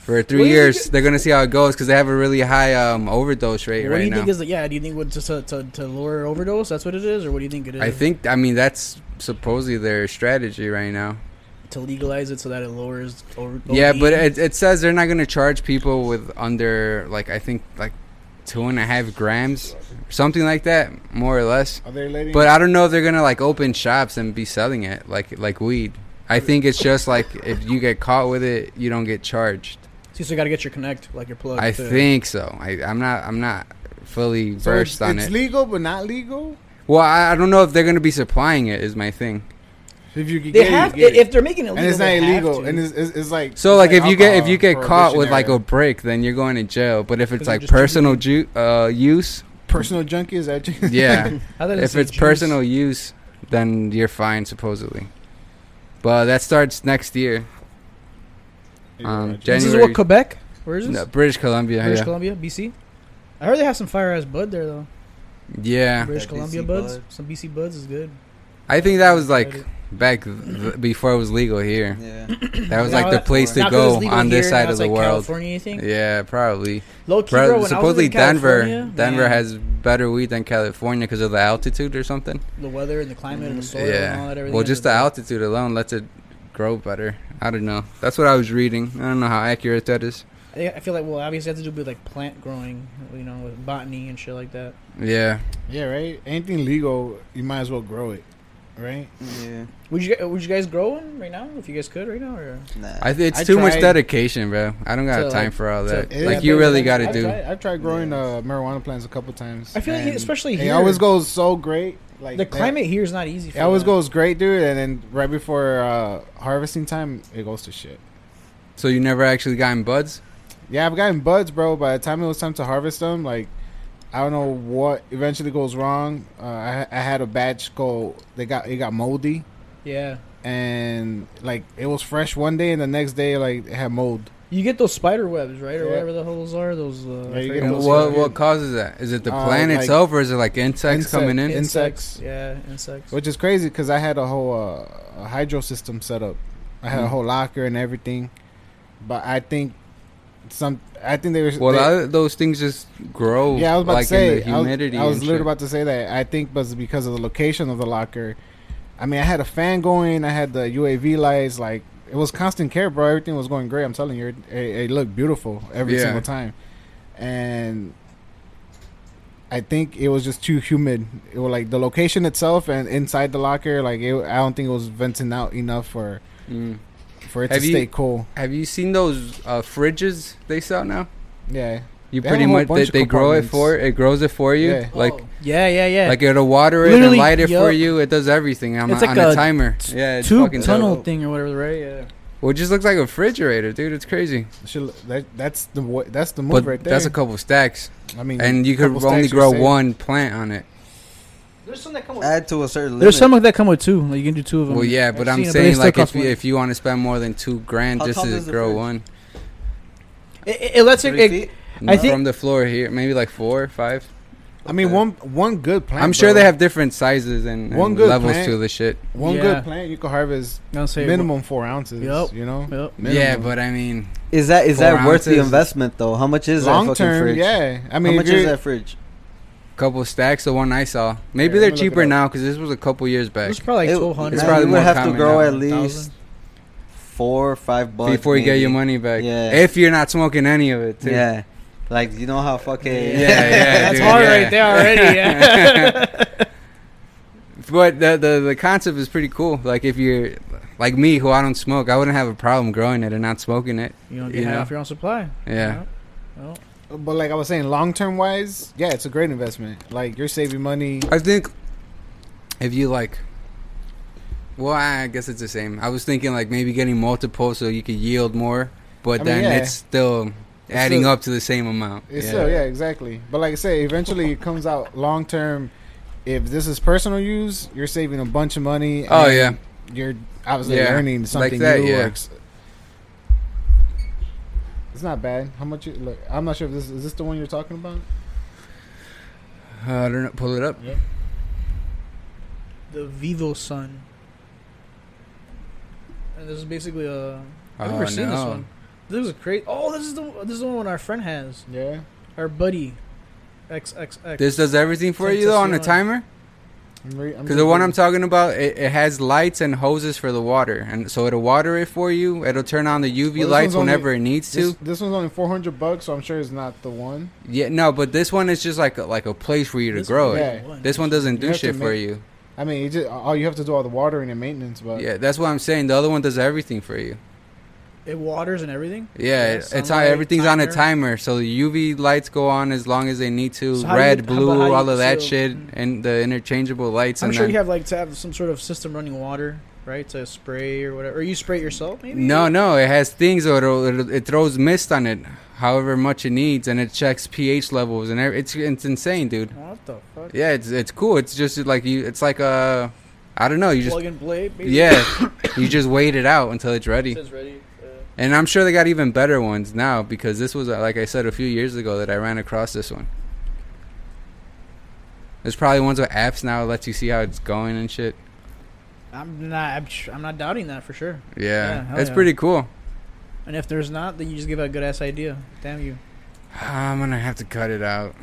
Speaker 3: for three
Speaker 4: What do you
Speaker 3: years.
Speaker 4: think-
Speaker 3: They're gonna see how it goes because they have a really high um, overdose rate
Speaker 4: What
Speaker 3: right
Speaker 4: do you
Speaker 3: now.
Speaker 4: think is the, yeah? Do you think what to, to to to lower overdose? That's what it is, or what do you think it is?
Speaker 3: I think. I mean, that's supposedly their strategy right now.
Speaker 4: to legalize it so that it lowers E? over.
Speaker 3: Yeah,
Speaker 4: OD.
Speaker 3: but it, it says they're not gonna charge people with under like I think like two and a half grams, something like that, more or less.
Speaker 1: are they letting?
Speaker 3: But I don't know if they're gonna like open shops and be selling it like like weed. I think it's just like if you get caught with it, you don't get charged.
Speaker 4: See, so you got to get your connect, like your plug.
Speaker 3: I
Speaker 4: to-
Speaker 3: think so. I, I'm not. I'm not fully
Speaker 1: uh, so
Speaker 3: versed
Speaker 1: it's,
Speaker 3: on
Speaker 1: it's
Speaker 3: it.
Speaker 1: legal, but not legal.
Speaker 3: well, I, I don't know if they're gonna be supplying it. Is my thing.
Speaker 1: If you could
Speaker 4: They
Speaker 1: get
Speaker 4: have
Speaker 1: it, you get
Speaker 4: to, if they're making it
Speaker 1: and
Speaker 4: illegal.
Speaker 1: it's not
Speaker 4: they have
Speaker 1: illegal,
Speaker 4: to.
Speaker 1: and it's, it's, it's like
Speaker 3: So
Speaker 1: it's
Speaker 3: like, if you get if
Speaker 1: alcohol
Speaker 3: you get caught with like a
Speaker 1: prohibition
Speaker 3: break, then you're going to jail. But if it's
Speaker 4: Because you're
Speaker 3: like
Speaker 4: just cheating.
Speaker 3: personal ju- uh, use,
Speaker 1: area. personal junkie is that you-
Speaker 3: yeah.
Speaker 4: I thought it
Speaker 3: if
Speaker 4: said
Speaker 3: it's
Speaker 4: juice.
Speaker 3: personal use, then you're fine supposedly. But that starts next year. Um,
Speaker 1: Roger.
Speaker 4: This is
Speaker 3: January-
Speaker 4: what Quebec. Where is this?
Speaker 3: No, British Columbia.
Speaker 4: British
Speaker 3: yeah.
Speaker 4: Columbia, BC. I heard they have some fire ass bud there though.
Speaker 3: yeah.
Speaker 4: British
Speaker 2: That
Speaker 4: Columbia
Speaker 2: BC
Speaker 4: buds,
Speaker 2: bud.
Speaker 4: some BC buds is good.
Speaker 3: I think that was like
Speaker 4: Right.
Speaker 3: back th- before it was legal here.
Speaker 2: Yeah.
Speaker 3: That was
Speaker 4: Yeah,
Speaker 3: like the
Speaker 4: that's
Speaker 3: place to
Speaker 4: Not 'cause it's
Speaker 3: go
Speaker 4: legal
Speaker 3: on this
Speaker 4: here,
Speaker 3: side
Speaker 4: now
Speaker 3: of
Speaker 4: it's,
Speaker 3: the
Speaker 4: like,
Speaker 3: world.
Speaker 4: California, you think?
Speaker 3: Yeah, probably.
Speaker 4: Low key,
Speaker 3: Pro-
Speaker 4: bro, when
Speaker 3: supposedly
Speaker 4: I was in
Speaker 3: Denver,
Speaker 4: California,
Speaker 3: Denver
Speaker 4: man,
Speaker 3: has better weed than California because of the altitude or something.
Speaker 4: the weather and the climate and the soil and all that.
Speaker 3: Mm, yeah.
Speaker 4: Everything
Speaker 3: Well,
Speaker 4: is
Speaker 3: just the altitude alone lets it grow better. I don't know. That's what I was reading. I don't know how accurate that is.
Speaker 4: I think- I feel like well, obviously it has to do with like plant growing, you know, with botany and shit like that.
Speaker 3: Yeah.
Speaker 1: yeah, right. Anything legal, you might as well grow it, right?
Speaker 2: Yeah.
Speaker 4: Would you gu- would you guys grow one right now if you guys could right now? Or?
Speaker 2: Nah.
Speaker 3: I th- it's
Speaker 1: I
Speaker 3: too much
Speaker 1: tried-
Speaker 3: dedication, bro. I don't got
Speaker 4: To,
Speaker 3: time
Speaker 4: like,
Speaker 3: for all
Speaker 4: to-
Speaker 3: that.
Speaker 1: Yeah,
Speaker 3: like you
Speaker 1: but
Speaker 3: really
Speaker 1: I've-
Speaker 3: got to
Speaker 1: I've
Speaker 3: do.
Speaker 1: tried, I've tried growing
Speaker 2: Yeah.
Speaker 1: uh, marijuana plants a couple times.
Speaker 4: I feel like
Speaker 1: and
Speaker 4: especially
Speaker 1: it
Speaker 4: here,
Speaker 1: always goes so great. Like
Speaker 4: the
Speaker 1: that-
Speaker 4: climate here is not easy. For
Speaker 1: It always
Speaker 4: that.
Speaker 1: goes great, dude, and then right before uh, harvesting time, it goes to shit.
Speaker 3: So you never actually gotten buds?
Speaker 1: Yeah, I've gotten buds, bro. By the time it was time to harvest them, like I don't know what eventually goes wrong. Uh, I, I had a batch go; they got it got moldy,
Speaker 4: Yeah,
Speaker 1: and like it was fresh one day, and the next day like it had mold.
Speaker 4: you get those spider webs, right, or
Speaker 1: Yeah.
Speaker 4: whatever the holes are. Those uh,
Speaker 1: Yeah, you
Speaker 4: I
Speaker 1: get
Speaker 4: forget
Speaker 1: those
Speaker 4: what-
Speaker 1: was
Speaker 3: what
Speaker 1: good.
Speaker 3: what causes that? Is it the
Speaker 1: Uh,
Speaker 3: plant
Speaker 1: like-
Speaker 3: itself, or is it like insects
Speaker 1: Insect-
Speaker 3: coming in?
Speaker 1: in-
Speaker 4: insects.
Speaker 1: Insects.
Speaker 4: Yeah, insects.
Speaker 1: Which is crazy because I had a whole uh, a hydro system set up. I had a
Speaker 3: Mhm.
Speaker 1: whole locker and everything, but I think some. I think they were.
Speaker 3: Well,
Speaker 1: they-
Speaker 3: a lot of those things just grow.
Speaker 1: yeah, I was about
Speaker 3: like
Speaker 1: to say.
Speaker 3: in the
Speaker 1: I was-
Speaker 3: humidity.
Speaker 1: I was,
Speaker 3: and
Speaker 1: literally
Speaker 3: shit.
Speaker 1: about to say that. I think was because of the location of the locker. I mean, I had a fan going. I had the UAV lights. Like it was constant care, bro. Everything was going great. I'm telling you, it, it looked beautiful every
Speaker 3: Yeah.
Speaker 1: single time. And I think it was just too humid. It was like the location itself and inside the locker. Like it, I don't think it was venting out enough for
Speaker 3: Mm.
Speaker 1: for it
Speaker 3: Have
Speaker 1: to
Speaker 3: you-
Speaker 1: stay cool.
Speaker 3: Have you seen those uh, fridges they sell now?
Speaker 1: Yeah.
Speaker 3: You
Speaker 1: They have
Speaker 3: pretty
Speaker 1: a whole
Speaker 3: much they,
Speaker 1: bunch of
Speaker 3: they grow it
Speaker 1: compartments.
Speaker 3: for it grows it for you.
Speaker 1: Yeah.
Speaker 3: Like
Speaker 4: Oh, yeah, yeah, yeah.
Speaker 3: like it'll water it and
Speaker 4: Literally,
Speaker 3: light it for
Speaker 4: yup.
Speaker 3: you. It does everything on,
Speaker 4: It's
Speaker 3: a,
Speaker 4: like
Speaker 3: on a,
Speaker 4: a
Speaker 3: timer. Yeah, it's
Speaker 4: tube
Speaker 3: fucking dope.
Speaker 4: tunnel thing or whatever, right? Yeah.
Speaker 3: Well, it just looks like a refrigerator, dude. It's crazy.
Speaker 1: Should, that, that's the wa- that's the move
Speaker 3: But
Speaker 1: right there.
Speaker 3: that's a couple stacks,
Speaker 1: I mean,
Speaker 3: and you could
Speaker 1: couple
Speaker 3: only
Speaker 1: stacks, you
Speaker 3: grow
Speaker 1: say.
Speaker 3: one plant on it.
Speaker 4: There's some that come
Speaker 2: Add to a certain limit.
Speaker 4: There's some that come with two. Like you can do two of them.
Speaker 3: Well, yeah,
Speaker 4: I've
Speaker 3: but I'm
Speaker 4: seen it, it
Speaker 3: saying
Speaker 4: still
Speaker 3: like if
Speaker 4: costs
Speaker 3: you,
Speaker 4: money.
Speaker 3: if you want to spend more than two grand
Speaker 2: How
Speaker 3: just
Speaker 2: tall
Speaker 3: to
Speaker 2: is the
Speaker 3: grow
Speaker 2: fridge?
Speaker 3: one
Speaker 4: it, it, it lets it,
Speaker 2: Three
Speaker 4: it
Speaker 2: feet?
Speaker 4: I think-
Speaker 3: from the floor here, maybe like four, five.
Speaker 1: I mean,
Speaker 2: Okay.
Speaker 1: one one good plant.
Speaker 3: I'm sure
Speaker 1: bro.
Speaker 3: they have different sizes and, and
Speaker 1: One good
Speaker 3: levels
Speaker 1: plant.
Speaker 3: to the shit.
Speaker 1: one
Speaker 4: Yeah.
Speaker 1: good plant. You could harvest
Speaker 4: I'll say
Speaker 1: minimum four ounces.
Speaker 4: Yup.
Speaker 1: You know,
Speaker 4: Yep.
Speaker 3: Yeah,
Speaker 1: Minimum.
Speaker 3: but I mean,
Speaker 2: Is that is
Speaker 3: Four
Speaker 2: that worth the
Speaker 3: ounces.
Speaker 2: investment though? How much is that
Speaker 1: long
Speaker 2: fucking
Speaker 1: term.
Speaker 2: fridge?
Speaker 1: Yeah, I mean,
Speaker 2: How
Speaker 1: if
Speaker 2: much is
Speaker 1: you're-
Speaker 2: that fridge?
Speaker 3: couple stacks. The one I saw, maybe
Speaker 1: Yeah,
Speaker 3: they're
Speaker 1: let me look it
Speaker 3: cheaper
Speaker 1: up.
Speaker 3: now because this was a couple years back.
Speaker 4: It's probably
Speaker 2: It-
Speaker 4: like twelve hundred.
Speaker 3: it's probably
Speaker 2: you
Speaker 3: more
Speaker 2: would have to
Speaker 3: common
Speaker 2: grow
Speaker 3: now.
Speaker 2: at least four or five bucks
Speaker 3: Before you get your
Speaker 2: maybe.
Speaker 3: money back,
Speaker 2: Yeah.
Speaker 3: if you're not smoking any of it, too.
Speaker 2: Yeah, like you know how fucking
Speaker 3: Yeah, yeah,
Speaker 4: That's
Speaker 3: dude,
Speaker 4: hard
Speaker 3: yeah.
Speaker 4: right there already. Yeah.
Speaker 3: But the, the the concept is pretty cool. Like if you're like me, who I don't smoke, I wouldn't have a problem growing it and not smoking it.
Speaker 4: you don't
Speaker 3: You
Speaker 4: get
Speaker 3: know?
Speaker 4: half your own supply.
Speaker 3: Yeah.
Speaker 4: Well,
Speaker 1: but like I was saying, long term wise, yeah, it's a great investment. Like you're saving money.
Speaker 3: I think if you like, well, I guess it's the same. I was thinking like maybe getting multiple so you could yield more, but
Speaker 1: I mean,
Speaker 3: then
Speaker 1: yeah.
Speaker 3: it's still adding
Speaker 1: still-
Speaker 3: up to the same amount.
Speaker 1: It's still, yeah, exactly. But like I say, eventually it comes out long term. If this is personal use, you're saving a bunch of money.
Speaker 3: Oh
Speaker 1: and
Speaker 3: yeah,
Speaker 1: you're obviously
Speaker 3: Yeah,
Speaker 1: learning
Speaker 3: like
Speaker 1: something
Speaker 3: that,
Speaker 1: new.
Speaker 3: yeah.
Speaker 1: or ex- it's not bad. How much? You, look, I'm not sure if this is this the one you're talking about.
Speaker 3: uh, I don't know. Pull it up.
Speaker 4: the Vivo Sun. And this is basically a. I've
Speaker 3: Oh,
Speaker 4: never seen this
Speaker 3: no.
Speaker 4: one. This is crazy. Oh, this is the this is the one our friend has.
Speaker 1: Yeah.
Speaker 4: Our buddy, XXX.
Speaker 3: This does everything for
Speaker 4: Take
Speaker 3: you
Speaker 4: the
Speaker 3: though on a
Speaker 4: CO2.
Speaker 3: timer. Because the one I'm talking about, it, it has lights and hoses for the water, and so it'll water it for you. It'll turn on the UV
Speaker 1: Well, this
Speaker 3: lights
Speaker 1: one's only-
Speaker 3: whenever it needs to.
Speaker 1: This, this one's only 400 bucks, so I'm sure it's not the one.
Speaker 3: Yeah, no, but this one is just like a, like a place for you to
Speaker 4: This
Speaker 3: grow
Speaker 4: one-
Speaker 3: it.
Speaker 1: yeah.
Speaker 3: This one doesn't do
Speaker 1: have to
Speaker 3: shit for
Speaker 1: make-
Speaker 3: you.
Speaker 1: I mean, you just, all you have to do all the watering and maintenance, but
Speaker 3: Yeah, that's what I'm saying. The other one does everything for you.
Speaker 4: It waters and everything.
Speaker 3: Yeah,
Speaker 4: Yeah,
Speaker 3: it- it's how
Speaker 4: sunlight,
Speaker 3: everything's on a
Speaker 4: timer.
Speaker 3: timer, so the UV lights go on as long as they need to.
Speaker 4: So how do you-
Speaker 3: Red,
Speaker 4: how- but
Speaker 3: blue,
Speaker 4: how do
Speaker 3: all
Speaker 4: you-
Speaker 3: of that
Speaker 4: so-
Speaker 3: shit,
Speaker 4: mm.
Speaker 3: and the interchangeable lights.
Speaker 4: I'm
Speaker 3: and
Speaker 4: sure
Speaker 3: then,
Speaker 4: you have like to have some sort of system running water, right? To spray or whatever. Or you spray it yourself, maybe.
Speaker 3: No, no, it has things or it'll, it'll, it throws mist on it, however much it needs, and it checks pH levels and every, it's it's insane, dude.
Speaker 4: What the fuck?
Speaker 3: Yeah, it's it's cool. It's just like you. It's like uh, I don't know. You just
Speaker 4: Plug and play. Basically.
Speaker 3: yeah, you just wait it out until it's ready.
Speaker 4: Says ready. uh,
Speaker 3: And I'm sure they got even better ones now because this was, uh, like I said, a few years ago that I ran across this one. There's probably ones with apps now that lets you see how it's going and shit.
Speaker 4: I'm not. I'm, sh- I'm not doubting that for sure. Yeah,
Speaker 3: Yeah,
Speaker 4: hell
Speaker 3: that's
Speaker 4: yeah.
Speaker 3: pretty cool.
Speaker 4: And if there's not, then you just give a good ass idea. Damn you.
Speaker 3: I'm gonna have to cut it out.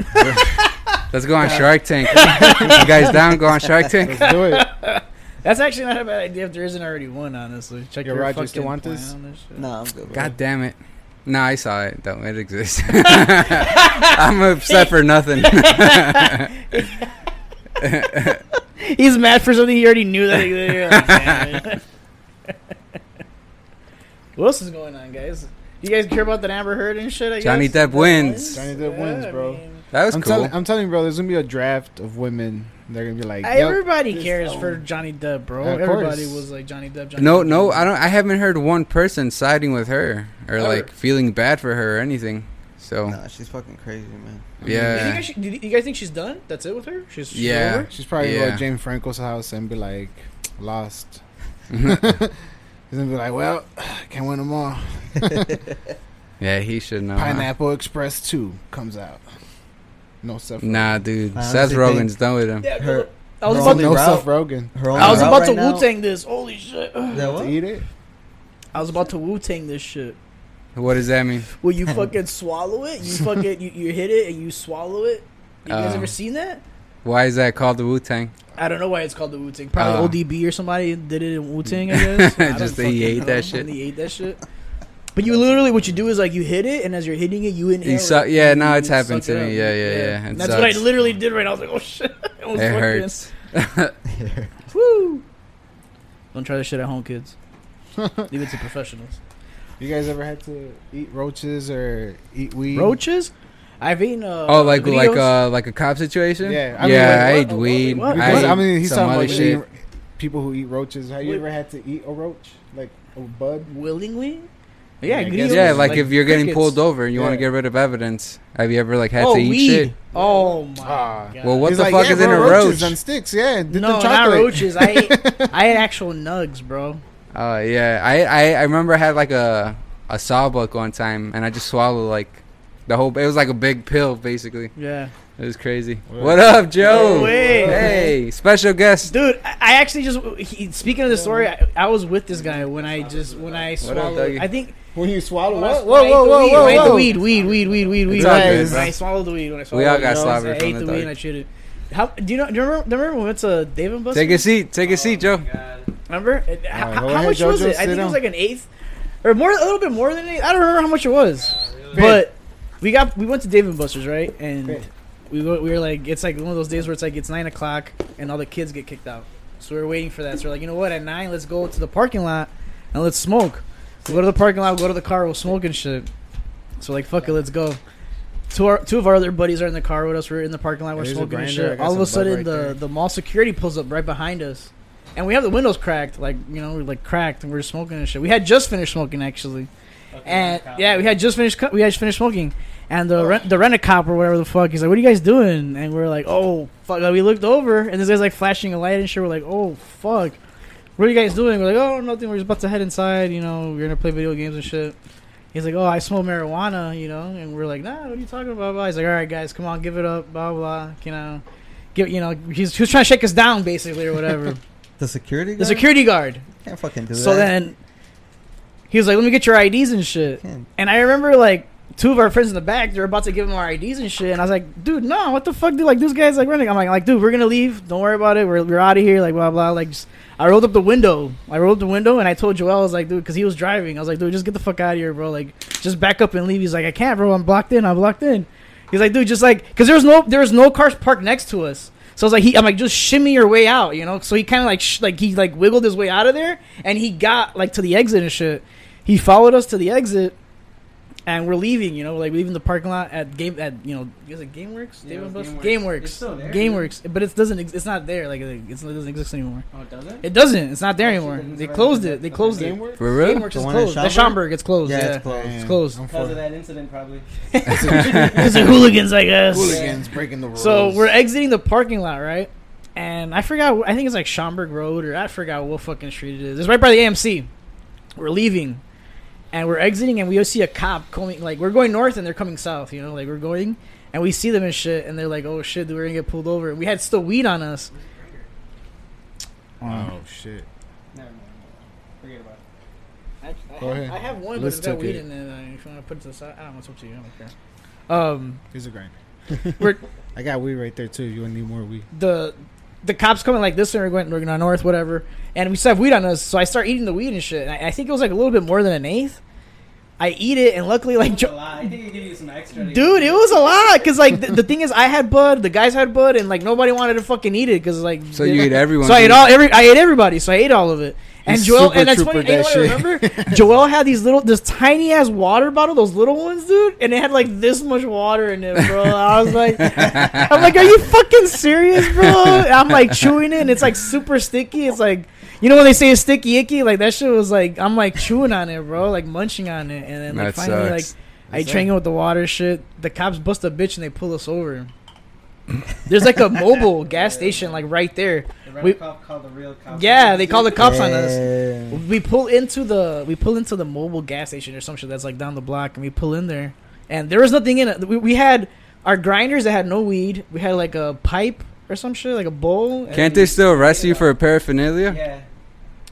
Speaker 3: Let's go on Shark Tank. you guys down? Go on Shark Tank.
Speaker 1: let's do it.
Speaker 4: That's actually not a bad idea if there isn't already one. Honestly, check
Speaker 1: Yo,
Speaker 4: your
Speaker 1: Roger, you still
Speaker 4: fucking
Speaker 1: want
Speaker 4: plan
Speaker 1: this?
Speaker 4: on this shit.
Speaker 2: No, I'm good. bro.
Speaker 3: God damn it. No, I saw it. Don't it exists. I'm upset for nothing.
Speaker 4: He's mad for something he already knew that. He, you're like, "Damn it." what else is going on, guys? You guys care about that Amber Heard and shit? I
Speaker 3: Johnny
Speaker 4: guess?
Speaker 3: Depp wins.
Speaker 1: Johnny Depp wins, bro.
Speaker 4: mean,
Speaker 3: That was
Speaker 1: I'm,
Speaker 3: cool.
Speaker 1: telling, I'm telling you, bro, there's gonna be a draft of women. They're gonna be like, yep,
Speaker 4: Everybody cares for Johnny Depp, bro.
Speaker 1: Of course.
Speaker 4: Everybody was like Johnny Depp. Johnny
Speaker 3: no,
Speaker 4: Depp,
Speaker 3: no,
Speaker 4: Johnny
Speaker 3: I don't. I haven't heard one person siding with her or
Speaker 4: Ever.
Speaker 3: like feeling bad for her or anything. So
Speaker 2: Nah, she's fucking crazy, man.
Speaker 4: Depp. You, think I
Speaker 3: yeah,
Speaker 4: should- do you- you guys think she's done? That's it with her? She's she's
Speaker 3: Yeah.
Speaker 4: over?
Speaker 1: she's probably
Speaker 3: Yeah.
Speaker 1: go to James Franco's house and be like, lost. He's gonna be like, well, can't win them
Speaker 3: Uh-huh.
Speaker 1: all.
Speaker 3: yeah, he should know. huh?
Speaker 1: Pineapple Express Two comes out. No Seth.
Speaker 3: Nah, dude,
Speaker 2: I
Speaker 3: Seth
Speaker 2: honestly
Speaker 3: Rogen's done with him.
Speaker 4: Yeah,
Speaker 2: Her-
Speaker 4: I was
Speaker 2: her
Speaker 4: about
Speaker 1: Rogen.
Speaker 2: only
Speaker 4: to,
Speaker 1: No
Speaker 2: route-
Speaker 1: Seth Rogen.
Speaker 2: Her only
Speaker 4: I was
Speaker 2: route
Speaker 4: about
Speaker 2: right
Speaker 4: to
Speaker 2: now-
Speaker 4: Wu Tang this. Holy shit!
Speaker 2: That
Speaker 1: To
Speaker 2: what?
Speaker 1: eat it.
Speaker 4: I was about to Wu Tang this shit.
Speaker 3: What does that mean?
Speaker 4: Well, you fucking swallow it. You fucking you, you hit it and you swallow it. You guys
Speaker 3: Oh.
Speaker 4: ever seen that?
Speaker 3: Why is that called the Wu Tang?
Speaker 4: I don't know why it's called the Wu Tang.
Speaker 3: Oh.
Speaker 4: Probably ODB or somebody did it in Wu Tang. I guess. I don't
Speaker 3: Just that
Speaker 4: fucking
Speaker 3: he ate
Speaker 4: know.
Speaker 3: that shit.
Speaker 4: He ate that shit. But you literally what you do is like you hit it, and as you're hitting it, you inhale.
Speaker 3: You
Speaker 4: it.
Speaker 3: suck- yeah, no,
Speaker 4: You
Speaker 3: it's happened
Speaker 4: suck it
Speaker 3: to me.
Speaker 4: up.
Speaker 3: Yeah, yeah, yeah. It
Speaker 4: And That's what I
Speaker 3: sucks.
Speaker 4: literally did. Right, now. I was like, oh shit, it, was
Speaker 3: It
Speaker 4: fucking-
Speaker 3: hurts.
Speaker 4: Woo! Don't try this shit at home, kids. Leave it to professionals.
Speaker 1: You guys ever had to eat roaches or eat weed?
Speaker 4: Roaches? I've eaten. Uh,
Speaker 3: Mm. Oh, like
Speaker 4: videos.
Speaker 3: like uh like a cop situation.
Speaker 1: Yeah,
Speaker 3: I
Speaker 1: I mean,
Speaker 3: yeah.
Speaker 1: like,
Speaker 3: I
Speaker 4: what-
Speaker 3: ate
Speaker 4: what-
Speaker 3: weed.
Speaker 4: what-
Speaker 1: Because I,
Speaker 3: ate
Speaker 1: mean, he's
Speaker 3: some
Speaker 1: talking
Speaker 3: other
Speaker 1: about
Speaker 3: shit.
Speaker 1: eating, people who eat roaches. Have you ever had to eat a roach, like a bud?
Speaker 4: willingly.
Speaker 1: Yeah,
Speaker 4: Yeah,
Speaker 1: I
Speaker 4: videos,
Speaker 1: guess-
Speaker 3: Yeah, like, if you're getting
Speaker 4: crickets.
Speaker 3: pulled over and you want to
Speaker 1: Yeah.
Speaker 3: get rid of evidence, have you ever like had
Speaker 4: oh,
Speaker 3: to eat
Speaker 4: weed.
Speaker 3: shit?
Speaker 4: Oh my
Speaker 1: Ah.
Speaker 4: god.
Speaker 3: Well, what
Speaker 1: He's
Speaker 3: the
Speaker 1: like,
Speaker 3: fuck
Speaker 1: yeah,
Speaker 3: is in
Speaker 1: bro,
Speaker 3: a
Speaker 1: roaches
Speaker 3: roach?
Speaker 1: on sticks? Yeah, dip
Speaker 4: no,
Speaker 1: in
Speaker 4: not
Speaker 1: chocolate.
Speaker 4: roaches. I ate, I had actual nugs, bro.
Speaker 3: Oh yeah, I, I I remember I had like a a sawbuck one time, and I just swallowed like the whole. It was like a big pill, basically.
Speaker 4: Yeah,
Speaker 3: It was crazy.
Speaker 1: Whoa.
Speaker 3: What up, Joe?
Speaker 4: No way.
Speaker 3: Hey, special guest.
Speaker 4: dude. I, I actually just he, speaking of the story, I, I was with this guy when I just when I swallowed.
Speaker 3: Dougie?
Speaker 4: I think
Speaker 1: When you swallow,
Speaker 4: when I-
Speaker 1: what?
Speaker 4: when I
Speaker 1: Whoa,
Speaker 4: ate
Speaker 1: whoa,
Speaker 4: the
Speaker 1: whoa,
Speaker 4: weed,
Speaker 1: whoa,
Speaker 4: when I ate the
Speaker 1: whoa!
Speaker 4: weed, weed, weed, weed, weed, weed.
Speaker 3: It's all good,
Speaker 4: When
Speaker 3: bro.
Speaker 4: I swallowed the weed. When I swallowed
Speaker 3: all
Speaker 4: the
Speaker 3: got
Speaker 4: nugs,
Speaker 3: slobbered
Speaker 4: I
Speaker 3: from
Speaker 4: ate
Speaker 3: the
Speaker 4: the weed
Speaker 3: Dougie.
Speaker 4: and I cheated. How do you know? Do you remember? do you remember when we went to Dave and Buster's?
Speaker 3: Take a seat. Take a seat, Joe.
Speaker 4: Oh, Remember? It- h-
Speaker 1: right,
Speaker 4: how
Speaker 1: go ahead,
Speaker 4: much was
Speaker 1: Jojo,
Speaker 4: it? I
Speaker 1: sit
Speaker 4: think it was
Speaker 1: down.
Speaker 4: like an eighth, or more, a little bit more than an eighth. I don't remember how much it was, but we got we went to Dave and Buster's, right? And
Speaker 1: Fifth.
Speaker 4: we went, we were like, it's like one of those days where it's like it's nine o'clock and all the kids get kicked out, so we are waiting for that. So we're like, you know what? At nine, let's go to the parking lot and let's smoke. We'll go to the parking lot, we'll go to the car, we'll smoke and shit. So like, fuck it, let's go. Two, our, two of our other buddies are in the car with us. We're in the parking lot. We're
Speaker 1: There's a
Speaker 4: smoking and
Speaker 1: grinder. I
Speaker 4: shit.
Speaker 1: got
Speaker 4: All of a
Speaker 1: some bud
Speaker 4: sudden,
Speaker 1: right
Speaker 4: the
Speaker 1: there.
Speaker 4: the mall security pulls up right behind us, and we have the windows cracked, like you know, like cracked, and we're smoking and shit. We had just finished smoking actually, and yeah, we had just finished co- we had just finished smoking, and the rent the rent a cop or whatever the fuck, he's like, "What are you guys doing?" And we're like, "Oh fuck!" Like, we looked over, and this guy's like flashing a light and shit. We're like, "Oh fuck." What are you guys doing? We're like, oh, nothing. We're just about to head inside. You know, we're gonna play video games and shit. He's like, oh, I smell marijuana, you know, and we're like, nah, what are you talking about? Blah. He's like, all right, guys, come on, give it up, blah blah. You know, give, you know, he's, he was trying to shake us down basically or whatever.
Speaker 2: The security guard?
Speaker 4: the security guard.
Speaker 2: Can't fucking do
Speaker 4: So
Speaker 2: that.
Speaker 4: then he was like, let me get your IDs and shit.
Speaker 2: Can't.
Speaker 4: And I remember like two of our friends in the back, they're about to give him our IDs and shit. And I was like, dude, no, what the fuck, dude? Like, this guy's like running. I'm like, like, dude, we're gonna leave. Don't worry about it. We're we're out of here. Like, blah blah. Like, just, I rolled up the window. I rolled up the window and I told Joel, I was like, dude, because he was driving. I was like, dude, just get the fuck out of here, bro. Like, just back up and leave. He's like, I can't, bro. I'm blocked in. I'm blocked in. He's like, dude, just like, because there was no there was no cars parked next to us. So I was like, he, I'm like, just shimmy your way out, you know. So he kind of like, sh- like he like wiggled his way out of there, and he got like to the exit and shit. He followed us to the exit, and we're leaving. You know, like we're leaving the parking lot at game at you know is it GameWorks?
Speaker 6: Yeah, it was
Speaker 4: GameWorks.
Speaker 6: GameWorks.
Speaker 4: GameWorks.
Speaker 6: It's still there,
Speaker 4: GameWorks. But it doesn't. Ex- it's not there. Like it's, it doesn't exist anymore.
Speaker 6: Oh, does it?
Speaker 4: It doesn't. It's not there
Speaker 6: Oh, shit,
Speaker 4: anymore.
Speaker 6: then it's
Speaker 4: They
Speaker 6: right
Speaker 4: closed
Speaker 6: there.
Speaker 4: it. They
Speaker 6: That's
Speaker 4: closed it.
Speaker 1: Game work?
Speaker 3: For real?
Speaker 4: GameWorks
Speaker 2: The
Speaker 4: is
Speaker 2: one in
Speaker 4: closed. The
Speaker 2: Schaumburg?
Speaker 4: Schaumburg. It's closed.
Speaker 2: yeah,
Speaker 4: Oh, Yeah.
Speaker 2: it's closed.
Speaker 4: It's closed.
Speaker 1: I'm
Speaker 6: Because of
Speaker 1: for
Speaker 6: that incident, probably.
Speaker 4: Because of hooligans, I guess.
Speaker 1: hooligans breaking the rules.
Speaker 4: So we're exiting the parking lot, right? And I forgot. I think it's like Schaumburg Road, or I forgot what fucking street it is. It's right by the AMC. We're leaving, and we're exiting, and we see a cop coming. Like we're going north, and they're coming south. You know, like we're going, and we see them and shit, and they're like, "Oh shit, dude, we're gonna get pulled over." And we had still weed on us.
Speaker 1: Oh shit!
Speaker 6: Never mind. Forget about it.
Speaker 4: I, I,
Speaker 1: Go
Speaker 4: have,
Speaker 1: ahead.
Speaker 4: I have one, but
Speaker 1: Let's
Speaker 4: it's got
Speaker 1: take
Speaker 4: weed
Speaker 1: it.
Speaker 4: in it. uh, If you want to put it to the side, I don't know. It's up to you. I don't care. Um,
Speaker 1: Here's a grinder.
Speaker 4: We're-
Speaker 1: I got weed right there too. If you want to need more weed,
Speaker 4: the the cops coming like this and we're going we're going north whatever and we still have weed on us so i start eating the weed and shit and I, I think it was like a little bit more than an eighth i eat it and luckily like
Speaker 6: It's a
Speaker 4: jo-
Speaker 6: lot. I think they give you some extra. to
Speaker 4: dude
Speaker 6: get-
Speaker 4: it was a lot because like the, the thing is i had bud the guys had bud and like nobody wanted to fucking eat it because like
Speaker 3: So
Speaker 4: they-
Speaker 3: you ate everyone.
Speaker 4: so I ate
Speaker 3: dude.
Speaker 4: all every I ate everybody. So I ate all of it. And
Speaker 1: He's
Speaker 4: Joel
Speaker 1: super
Speaker 4: and that's funny.
Speaker 1: troopered
Speaker 4: You know
Speaker 1: that
Speaker 4: what I remember? Joel had these little, this tiny ass water bottle, those little ones, dude, and it had like this much water in it, bro. I was like, I'm like, are you fucking serious, bro? And I'm like chewing it, and it's like super sticky. It's like, you know when they say it's sticky icky, like that shit was like, I'm like chewing on it, bro, like munching on it, and then like
Speaker 3: That
Speaker 4: finally
Speaker 3: sucks.
Speaker 4: like. I drank it with the water shit. The cops bust a bitch and they pull us over. There's like a mobile gas station like right there.
Speaker 6: The red
Speaker 4: we-
Speaker 6: cop called the real cop.
Speaker 4: Yeah, they call the cops on us.
Speaker 2: Damn.
Speaker 4: We pull into the we pull into the mobile gas station or some shit that's like down the block, and we pull in there, and there was nothing in it. We, we had our grinders that had no weed. We had like a pipe or some shit, like a bowl. and-
Speaker 3: Can't they still arrest you for paraphernalia?
Speaker 6: Yeah.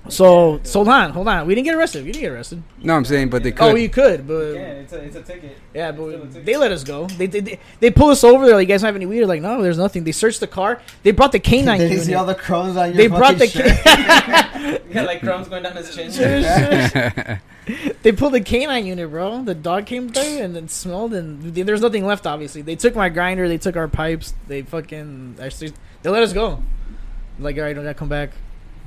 Speaker 4: So, so hold on, hold on. We didn't get arrested. We didn't get arrested.
Speaker 3: No, I'm saying, but they could.
Speaker 4: Oh, you could, but
Speaker 6: Yeah, it's a, it's a ticket.
Speaker 4: yeah, but
Speaker 6: Still a
Speaker 4: we-
Speaker 6: ticket.
Speaker 4: they let us go. They they, they, they pull us over. They're like, "You guys don't have any weed?" We're like, "No, there's nothing." They searched the car. They brought the canine
Speaker 2: Did you see all
Speaker 4: unit.
Speaker 2: the crumbs on your
Speaker 4: They brought the
Speaker 2: fucking shirt?
Speaker 4: ca-
Speaker 6: You got like crumbs going down his chin.
Speaker 4: they pulled the canine unit, bro. The dog came through and then smelled, and th- there's nothing left. Obviously, they took my grinder. They took our pipes. They fucking actually they let us go. Like, all right, don't gotta come back.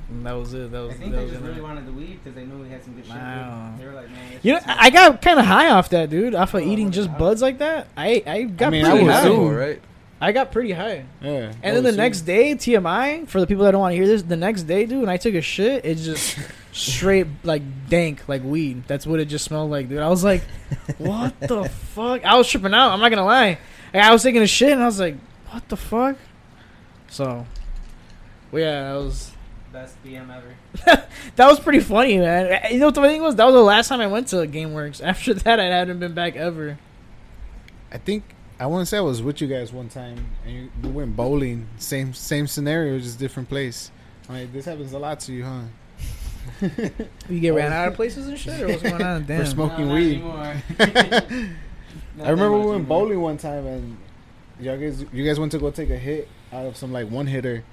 Speaker 4: And that was it. That
Speaker 6: I
Speaker 4: was.
Speaker 6: think
Speaker 4: that
Speaker 6: they
Speaker 4: was
Speaker 6: just
Speaker 4: it.
Speaker 6: really wanted the weed because they knew we had some good shit. dude.
Speaker 4: Wow.
Speaker 6: They were like, man, this
Speaker 4: You know,
Speaker 6: shit's-
Speaker 4: I got kind of high off that, dude. Off of
Speaker 6: Oh,
Speaker 4: eating just buds like that, I I got
Speaker 1: mean, I
Speaker 4: pretty
Speaker 1: would
Speaker 4: high.
Speaker 1: too.
Speaker 3: right?
Speaker 4: I got pretty high.
Speaker 1: Yeah. Oh,
Speaker 4: And then the next day, TMI for the people that don't want to hear this. The next day, dude, when I took a shit, it just straight like dank, like weed. That's what it just smelled like, dude. I was like, what the fuck? I was tripping out. I'm not gonna lie. Like, I was taking a shit and I was like, what the fuck? So, well, yeah, that was
Speaker 6: best BM ever.
Speaker 4: that was pretty funny, man. You know what the thing was? That was the last time I went to GameWorks. After that, I hadn't been back ever.
Speaker 1: I think I want to say I was with you guys one time, and you, we went bowling. Same same scenario, just different place. I'm like, this happens a lot to you, huh?
Speaker 4: You get ran out of places and shit, or what's going on? Damn.
Speaker 1: For smoking
Speaker 6: No, not
Speaker 1: weed.
Speaker 6: anymore. Not
Speaker 1: I remember we
Speaker 6: that much
Speaker 1: went
Speaker 6: anymore.
Speaker 1: bowling one time, and y'all guys, you guys went to go take a hit out of some like one hitter,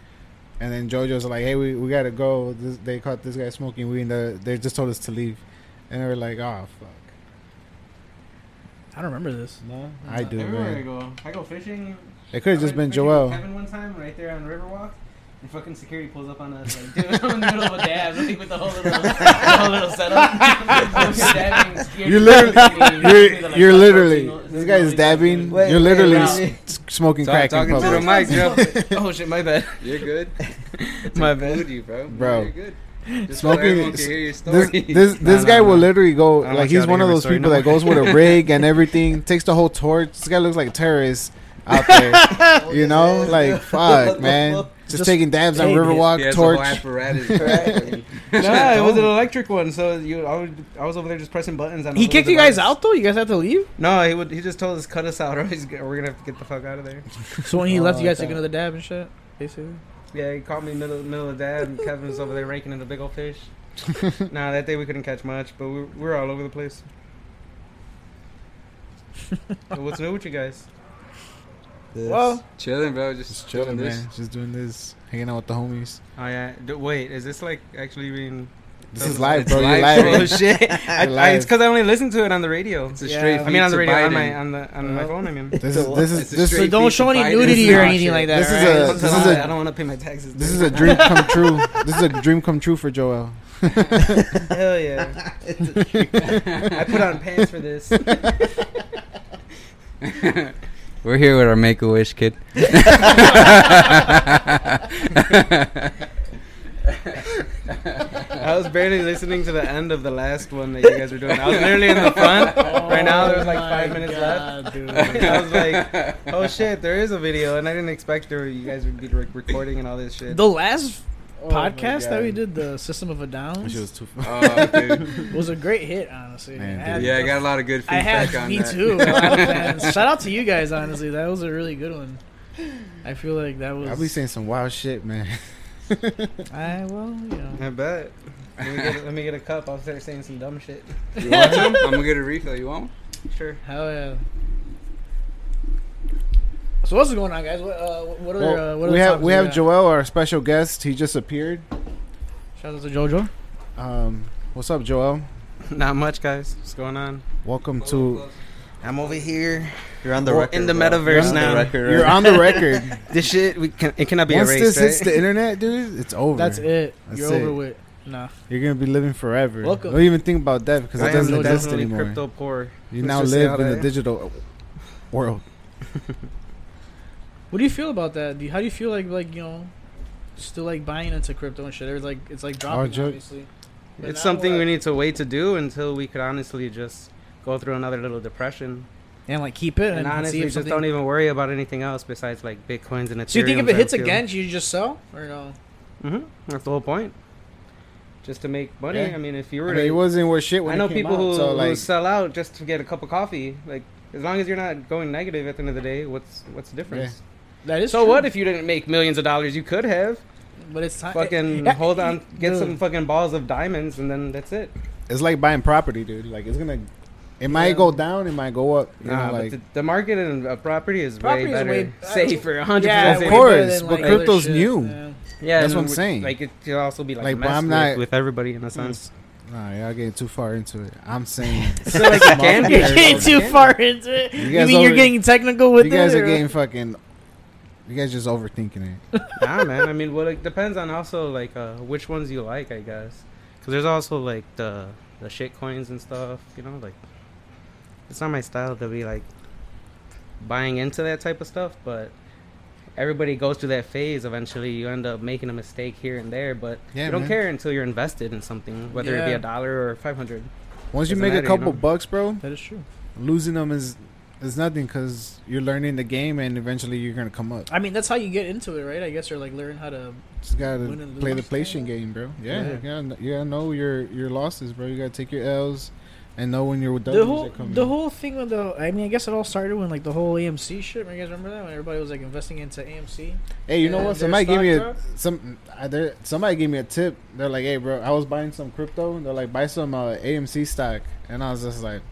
Speaker 1: and then JoJo's like, "Hey, we, we gotta go." This, they caught this guy smoking weed. And they- they just told us to leave, and we were like, "Oh fuck,
Speaker 4: I don't remember this.
Speaker 1: no, I do,
Speaker 6: Everywhere I
Speaker 1: man."
Speaker 6: go, I go fishing.
Speaker 1: It could
Speaker 6: I
Speaker 1: have just been
Speaker 6: went fishing
Speaker 1: Joel.
Speaker 6: with Kevin one time, right there on Riverwalk, and fucking security pulls up on us like, dude, I'm in the middle of a dab, like with the whole little, the whole little setup. We're dabbing, security
Speaker 1: You're literally-
Speaker 6: pulls up on me,
Speaker 1: You're,
Speaker 6: they're like,
Speaker 1: you're
Speaker 6: "Oh,
Speaker 1: literally
Speaker 6: no, no,
Speaker 1: this
Speaker 6: no,
Speaker 1: guy
Speaker 6: no,
Speaker 1: is
Speaker 6: no,
Speaker 1: dabbing.
Speaker 6: no, no,
Speaker 2: Wait,
Speaker 1: you're literally
Speaker 2: wait,
Speaker 1: s-
Speaker 2: wait.
Speaker 1: s- smoking
Speaker 3: Talk-
Speaker 1: crack in
Speaker 3: talking to the
Speaker 1: public.
Speaker 3: mic, Joe.
Speaker 6: no." Oh shit, my bad.
Speaker 3: You're good.
Speaker 6: My bad.
Speaker 3: Include you, bro.
Speaker 1: Bro.
Speaker 3: You're good. Just so
Speaker 1: Smoking
Speaker 3: everyone
Speaker 1: is-
Speaker 3: can hear your story.
Speaker 1: This this,
Speaker 6: Nah,
Speaker 1: this
Speaker 6: nah,
Speaker 1: guy
Speaker 6: nah.
Speaker 1: will literally go
Speaker 6: I don't
Speaker 1: like
Speaker 6: want
Speaker 1: he's
Speaker 6: y'all to
Speaker 1: one of
Speaker 6: hear my
Speaker 1: those
Speaker 6: story
Speaker 1: people
Speaker 6: no
Speaker 1: that goes with a rig and everything, takes the whole torch. This guy looks like a terrorist out there. you know, like fuck, man. Just,
Speaker 4: Just-
Speaker 1: taking dabs on
Speaker 4: Hey,
Speaker 3: He
Speaker 1: Riverwalk
Speaker 3: has a whole
Speaker 1: torch.
Speaker 3: apparatus.
Speaker 2: Right.
Speaker 6: Nah, it was an electric one, so you, I was, I was over there just pressing buttons. On a
Speaker 4: He
Speaker 6: little
Speaker 4: kicked you guys
Speaker 6: device.
Speaker 4: out though. You guys had to leave.
Speaker 6: No, he would. He just told us cut us out, or he's, g- we're gonna have to get the fuck out of there.
Speaker 4: So when he
Speaker 1: Oh,
Speaker 4: left, you guys
Speaker 1: okay.
Speaker 4: took another dab and shit. Basically,
Speaker 6: Yeah, he caught me middle middle of dab, and Kevin was over there ranking in the big old fish. nah, that day we couldn't catch much, but we, we were all over the place. So what's new with you guys?
Speaker 4: well,
Speaker 3: Chilling, bro. Just,
Speaker 1: Just chilling,
Speaker 3: doing this.
Speaker 1: man. Just doing this, hanging out with the homies.
Speaker 6: Oh yeah, d- wait, is this like actually being?
Speaker 1: This is live, bro.
Speaker 3: It's
Speaker 1: You're
Speaker 3: live,
Speaker 1: live.
Speaker 3: bro.
Speaker 6: Oh shit! I, I, Ah, it's because I only listen to it on the radio.
Speaker 3: It's a
Speaker 4: Yeah.
Speaker 3: straight.
Speaker 4: I
Speaker 6: I mean, on the
Speaker 3: feed to
Speaker 6: radio, on my
Speaker 3: Biden.
Speaker 6: on the on my
Speaker 4: Uh,
Speaker 6: phone. I mean,
Speaker 1: This is this is
Speaker 3: It's a
Speaker 1: this
Speaker 3: straight
Speaker 1: is
Speaker 4: so don't
Speaker 3: feed
Speaker 4: show
Speaker 3: to
Speaker 4: any
Speaker 3: Biden.
Speaker 4: nudity
Speaker 3: This
Speaker 4: or
Speaker 3: is
Speaker 4: anything
Speaker 3: not
Speaker 4: like
Speaker 3: shit.
Speaker 4: that.
Speaker 1: This is
Speaker 4: right?
Speaker 1: a-
Speaker 6: Sometimes
Speaker 1: this
Speaker 6: I
Speaker 1: is
Speaker 6: don't-
Speaker 1: a-
Speaker 6: I don't want to pay my taxes.
Speaker 1: this is a dream come true. This is a dream come true for Joel.
Speaker 6: Hell yeah! I put on pants for this.
Speaker 3: We're here with our Make a Wish kid.
Speaker 6: I was barely listening to the end of the last one that you guys were doing. I was literally in the front. right now, there was like
Speaker 4: Oh
Speaker 6: five
Speaker 4: my
Speaker 6: minutes
Speaker 4: God,
Speaker 6: left.
Speaker 4: dude.
Speaker 6: I was like, oh shit, there is a video, and I didn't expect there you guys would be like, recording and all this shit.
Speaker 4: the last
Speaker 1: Oh my
Speaker 4: podcast that
Speaker 1: God.
Speaker 4: we did, the System of a Down,
Speaker 1: Which was
Speaker 4: was,
Speaker 1: too.
Speaker 3: oh, dude.
Speaker 4: a great hit. Honestly,
Speaker 1: Man, dude.
Speaker 4: I had-
Speaker 3: Yeah, I got a lot of good
Speaker 4: I
Speaker 3: feedback
Speaker 4: had
Speaker 3: on
Speaker 4: me
Speaker 3: that.
Speaker 4: too. a lot of fans. Shout out to you guys. Honestly, that was a really good one. I feel like that was.
Speaker 1: I'll be saying some wild shit, man.
Speaker 4: I well, you know.
Speaker 6: I bet. Let me, get, let me get a cup. I'll start saying some dumb shit.
Speaker 3: You want some? I'm gonna get a refill. You want? one?
Speaker 6: Sure.
Speaker 4: Hell yeah. So what's going on, guys? What, uh, what other?
Speaker 1: Well,
Speaker 4: uh, what
Speaker 1: we
Speaker 4: other
Speaker 1: have
Speaker 4: topics
Speaker 1: we have
Speaker 4: got?
Speaker 1: Joel, our special guest. He just appeared.
Speaker 4: Shout out to JoJo.
Speaker 1: Um, what's up, Joel?
Speaker 6: Not much, guys. What's going on?
Speaker 1: Welcome to.
Speaker 6: I'm over here
Speaker 2: You're on the
Speaker 6: We're
Speaker 2: record.
Speaker 6: in the
Speaker 2: bro.
Speaker 6: metaverse
Speaker 2: You're on the
Speaker 6: now.
Speaker 2: record,
Speaker 1: You're
Speaker 2: right?
Speaker 1: on the record.
Speaker 6: this shit. We can, it cannot be
Speaker 1: Once
Speaker 6: erased.
Speaker 1: this hits
Speaker 6: right?
Speaker 1: the internet, dude, it's over.
Speaker 4: That's it.
Speaker 1: That's
Speaker 4: You're over
Speaker 1: it.
Speaker 4: with. Nah.
Speaker 1: You're gonna be living forever.
Speaker 4: Welcome.
Speaker 1: Don't even think about death because
Speaker 6: I
Speaker 1: it
Speaker 6: am
Speaker 1: doesn't exist
Speaker 6: definitely
Speaker 1: anymore.
Speaker 6: crypto poor.
Speaker 1: You
Speaker 6: Let's
Speaker 1: now
Speaker 6: just say
Speaker 1: live in
Speaker 6: that.
Speaker 1: the digital world.
Speaker 4: What do you feel about that? Do you, how do you feel like like you know, still like buying into crypto and shit? There's like it's like dropping
Speaker 1: Oh, Joe-
Speaker 4: obviously. But
Speaker 6: it's
Speaker 4: now
Speaker 6: something
Speaker 4: what?
Speaker 6: we need to wait to do until we could honestly just go through another little depression.
Speaker 4: and like keep it and,
Speaker 6: And
Speaker 4: see
Speaker 6: honestly,
Speaker 4: if
Speaker 6: just
Speaker 4: something.
Speaker 6: don't even worry about anything else besides like bitcoins and Ethereum.
Speaker 4: so you think if it hits again, you just sell or no?
Speaker 6: hmm that's the whole point. Just to make money.
Speaker 1: Yeah.
Speaker 6: I mean, if you
Speaker 1: I
Speaker 6: were,
Speaker 1: mean, it
Speaker 6: to,
Speaker 1: wasn't worth shit when
Speaker 6: I know
Speaker 1: it came
Speaker 6: people
Speaker 1: out,
Speaker 6: who,
Speaker 1: so,
Speaker 6: who
Speaker 1: like,
Speaker 6: sell out just to get a cup of coffee. Like, as long as you're not going negative at the end of the day, what's what's the difference?
Speaker 4: That is
Speaker 6: So
Speaker 4: true.
Speaker 6: what if you didn't make millions of dollars? You could have.
Speaker 4: but it's time.
Speaker 6: Fucking
Speaker 4: Yeah,
Speaker 6: hold on, get
Speaker 4: dude.
Speaker 6: some fucking balls of diamonds, and then that's it.
Speaker 1: It's like buying property, dude. Like it's gonna, it might
Speaker 6: Yeah.
Speaker 1: go down, it might go up. You
Speaker 6: Nah,
Speaker 1: know,
Speaker 6: but
Speaker 1: like
Speaker 6: the, the market in a property is
Speaker 4: Property
Speaker 6: way
Speaker 4: is
Speaker 6: better,
Speaker 4: way-
Speaker 6: safer, hundred
Speaker 4: Yeah,
Speaker 1: of
Speaker 4: way
Speaker 6: percent.
Speaker 1: course,
Speaker 4: better than,
Speaker 1: but
Speaker 4: like, other
Speaker 1: crypto's
Speaker 4: shit,
Speaker 1: new.
Speaker 4: yeah.
Speaker 6: Yeah,
Speaker 1: That's
Speaker 6: and
Speaker 1: what I'm
Speaker 6: we-
Speaker 1: saying.
Speaker 6: Like it could also be like,
Speaker 1: Like, but
Speaker 6: messed
Speaker 1: I'm
Speaker 6: with,
Speaker 1: not-
Speaker 6: with everybody in a sense.
Speaker 1: nah, y'all getting too far into it. I'm saying
Speaker 6: So like it can
Speaker 4: You're getting
Speaker 6: get
Speaker 4: too far into it.
Speaker 1: You
Speaker 4: You,
Speaker 1: guys
Speaker 4: mean you're
Speaker 1: over-
Speaker 4: getting technical with
Speaker 1: you guys
Speaker 4: it?
Speaker 1: are
Speaker 4: or-
Speaker 1: getting fucking. You guys just overthinking it.
Speaker 6: nah, man. I mean, well, it depends on also like uh, which ones you like, I guess. Because there's also like the the shit coins and stuff. You know, like it's not my style to be like buying into that type of stuff, but. Everybody goes through that phase. Eventually, you end up making a mistake here and there, but
Speaker 1: Yeah,
Speaker 6: you don't
Speaker 1: man.
Speaker 6: care until you're invested in something, whether it be
Speaker 4: Yeah.
Speaker 6: a dollar or five hundred.
Speaker 1: Once you
Speaker 6: Doesn't
Speaker 1: make a
Speaker 6: matter, you
Speaker 1: couple
Speaker 6: know?
Speaker 1: bucks, bro,
Speaker 4: That is true.
Speaker 1: losing them is is nothing because you're learning the game and eventually you're gonna come up.
Speaker 4: I mean, that's how you get into it, right? I guess you're like learn how to.
Speaker 1: Just gotta
Speaker 4: Win and
Speaker 1: play the
Speaker 4: lose.
Speaker 1: PlayStation game, bro. Yeah,
Speaker 6: Yeah.
Speaker 1: You, gotta, kn- you gotta know your your losses, bro. You gotta take your L's and know when your W's
Speaker 4: The whole
Speaker 1: are coming.
Speaker 4: the whole thing with the. I mean, I guess it all started when like the whole AMC shit. You guys remember that when everybody was like investing into AMC?
Speaker 1: Hey, you know
Speaker 4: Yeah,
Speaker 1: what?
Speaker 4: their
Speaker 1: Somebody gave me a
Speaker 4: stocks
Speaker 1: some. I, there, somebody gave me a tip. They're like, "Hey, bro, I was buying some crypto. And they're like, buy some uh, AMC stock." And I was just like,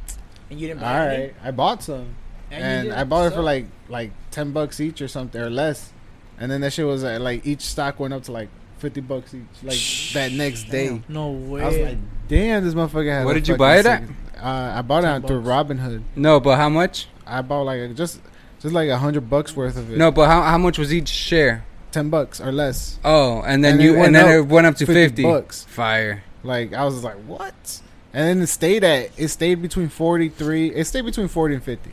Speaker 4: And
Speaker 1: "All
Speaker 4: you didn't buy anything?
Speaker 1: right, I bought some,
Speaker 4: you
Speaker 1: and,
Speaker 4: did
Speaker 1: I bought it for
Speaker 4: suck.
Speaker 1: like like ten bucks each or something or less." And then that shit was at, like each stock went up to like fifty bucks each, like that next day.
Speaker 4: No way.
Speaker 1: I was like, "Damn, this motherfucker had."
Speaker 3: What
Speaker 1: a
Speaker 3: did you
Speaker 1: fucking
Speaker 3: buy it at?
Speaker 1: sick- Uh, I bought it
Speaker 4: 10
Speaker 1: on- through Robinhood.
Speaker 3: No, but how much?
Speaker 1: I bought like a- just just like a hundred bucks worth of it.
Speaker 3: No, but how, how much was each share?
Speaker 1: ten bucks or less.
Speaker 3: Oh, and then
Speaker 1: And it
Speaker 3: you
Speaker 1: went
Speaker 3: and then
Speaker 1: up
Speaker 3: it went up to
Speaker 1: 50
Speaker 3: fifty.
Speaker 1: bucks.
Speaker 3: Fire.
Speaker 1: Like I was like, what? And then it stayed at it stayed between forty three. It stayed between forty and fifty.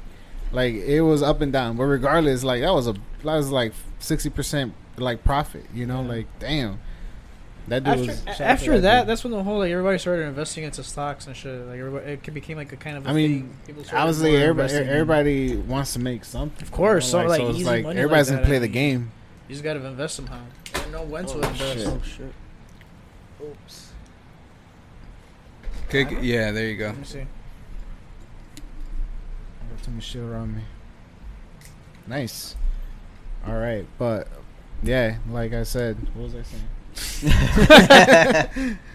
Speaker 1: Like it was up and down, but regardless, like that was a that was like sixty percent like profit. You know, like damn, that dude
Speaker 4: after,
Speaker 1: was.
Speaker 4: a- after that, that's when the whole like everybody started investing into stocks and shit. Like everybody, it could- became like a kind of. I
Speaker 1: I mean,
Speaker 4: People started
Speaker 1: Obviously,
Speaker 4: more
Speaker 1: everybody
Speaker 4: investing in-
Speaker 1: everybody wants to make something.
Speaker 4: Of course, so, like,
Speaker 1: it's
Speaker 4: easy
Speaker 1: like
Speaker 4: money like
Speaker 1: everybody's
Speaker 4: that,
Speaker 1: gonna
Speaker 4: I
Speaker 1: play the
Speaker 4: mean.
Speaker 1: game.
Speaker 4: you just got to invest somehow. You know when to
Speaker 6: Oh,
Speaker 4: invest.
Speaker 1: shit. Oh,
Speaker 4: shit.
Speaker 6: Oops.
Speaker 3: Kick, yeah, there you go.
Speaker 4: Let me see.
Speaker 1: I got too much shit around me. Nice. All right, but yeah, like I said, what was I saying?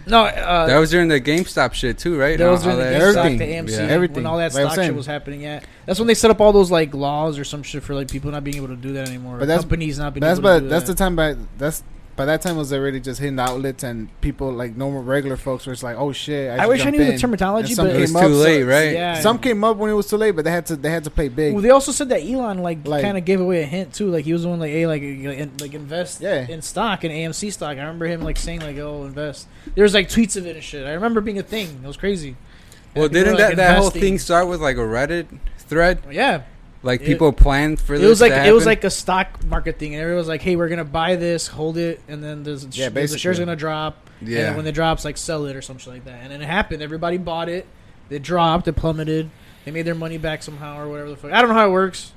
Speaker 4: No, uh,
Speaker 3: That was during the GameStop shit too, right?
Speaker 4: That was
Speaker 3: All
Speaker 4: during the
Speaker 1: that-
Speaker 4: GameStop,
Speaker 1: Everything.
Speaker 4: the AMC,
Speaker 3: Yeah.
Speaker 1: Everything.
Speaker 4: when all that
Speaker 1: Like I'm
Speaker 4: stock
Speaker 1: saying.
Speaker 4: shit was happening. Yeah, that's when they set up all those like laws or some shit for like people not being able to do that anymore.
Speaker 1: But that's-
Speaker 4: companies not being
Speaker 1: That's
Speaker 4: able to
Speaker 1: but
Speaker 4: do
Speaker 1: that's the
Speaker 4: that.
Speaker 1: time by that's by that time it was already just hitting the outlets and people like normal regular folks were just like, oh shit.
Speaker 4: I wish I
Speaker 1: should
Speaker 4: knew
Speaker 1: jump
Speaker 4: the
Speaker 1: in."
Speaker 4: terminology,
Speaker 1: And some
Speaker 4: but
Speaker 3: It was
Speaker 1: came
Speaker 3: too
Speaker 1: up, so-
Speaker 3: late, right?
Speaker 4: yeah.
Speaker 1: Some came up when it was too late, but they had to they had to play big.
Speaker 4: Well, they also said that Elon like,
Speaker 1: Like-
Speaker 4: kind of gave away a hint too. Like he was the one like, hey, like you know, in, like invest
Speaker 1: Yeah.
Speaker 4: in stock in AMC stock. I remember him like saying like, oh, invest. There was like tweets of it and shit. I remember being a thing. It was crazy.
Speaker 3: Well,
Speaker 4: And people
Speaker 3: didn't
Speaker 4: were,
Speaker 3: that
Speaker 4: like,
Speaker 3: that whole
Speaker 4: investing.
Speaker 3: thing start with like a Reddit thread?
Speaker 4: Yeah,
Speaker 3: Like
Speaker 4: It-
Speaker 3: people planned for
Speaker 4: it
Speaker 3: this.
Speaker 4: was like
Speaker 3: to
Speaker 4: it was
Speaker 3: happen?
Speaker 4: like a stock market thing, and everyone was like, "Hey, we're gonna buy this, hold it, and then there's,
Speaker 1: Yeah,
Speaker 4: the shares
Speaker 1: basically.
Speaker 4: are gonna drop, and
Speaker 3: yeah.
Speaker 4: then when it drops, like sell it or something like that." And then it happened. Everybody bought it. It dropped. It plummeted. They made their money back somehow or whatever the fuck. I don't know how it works.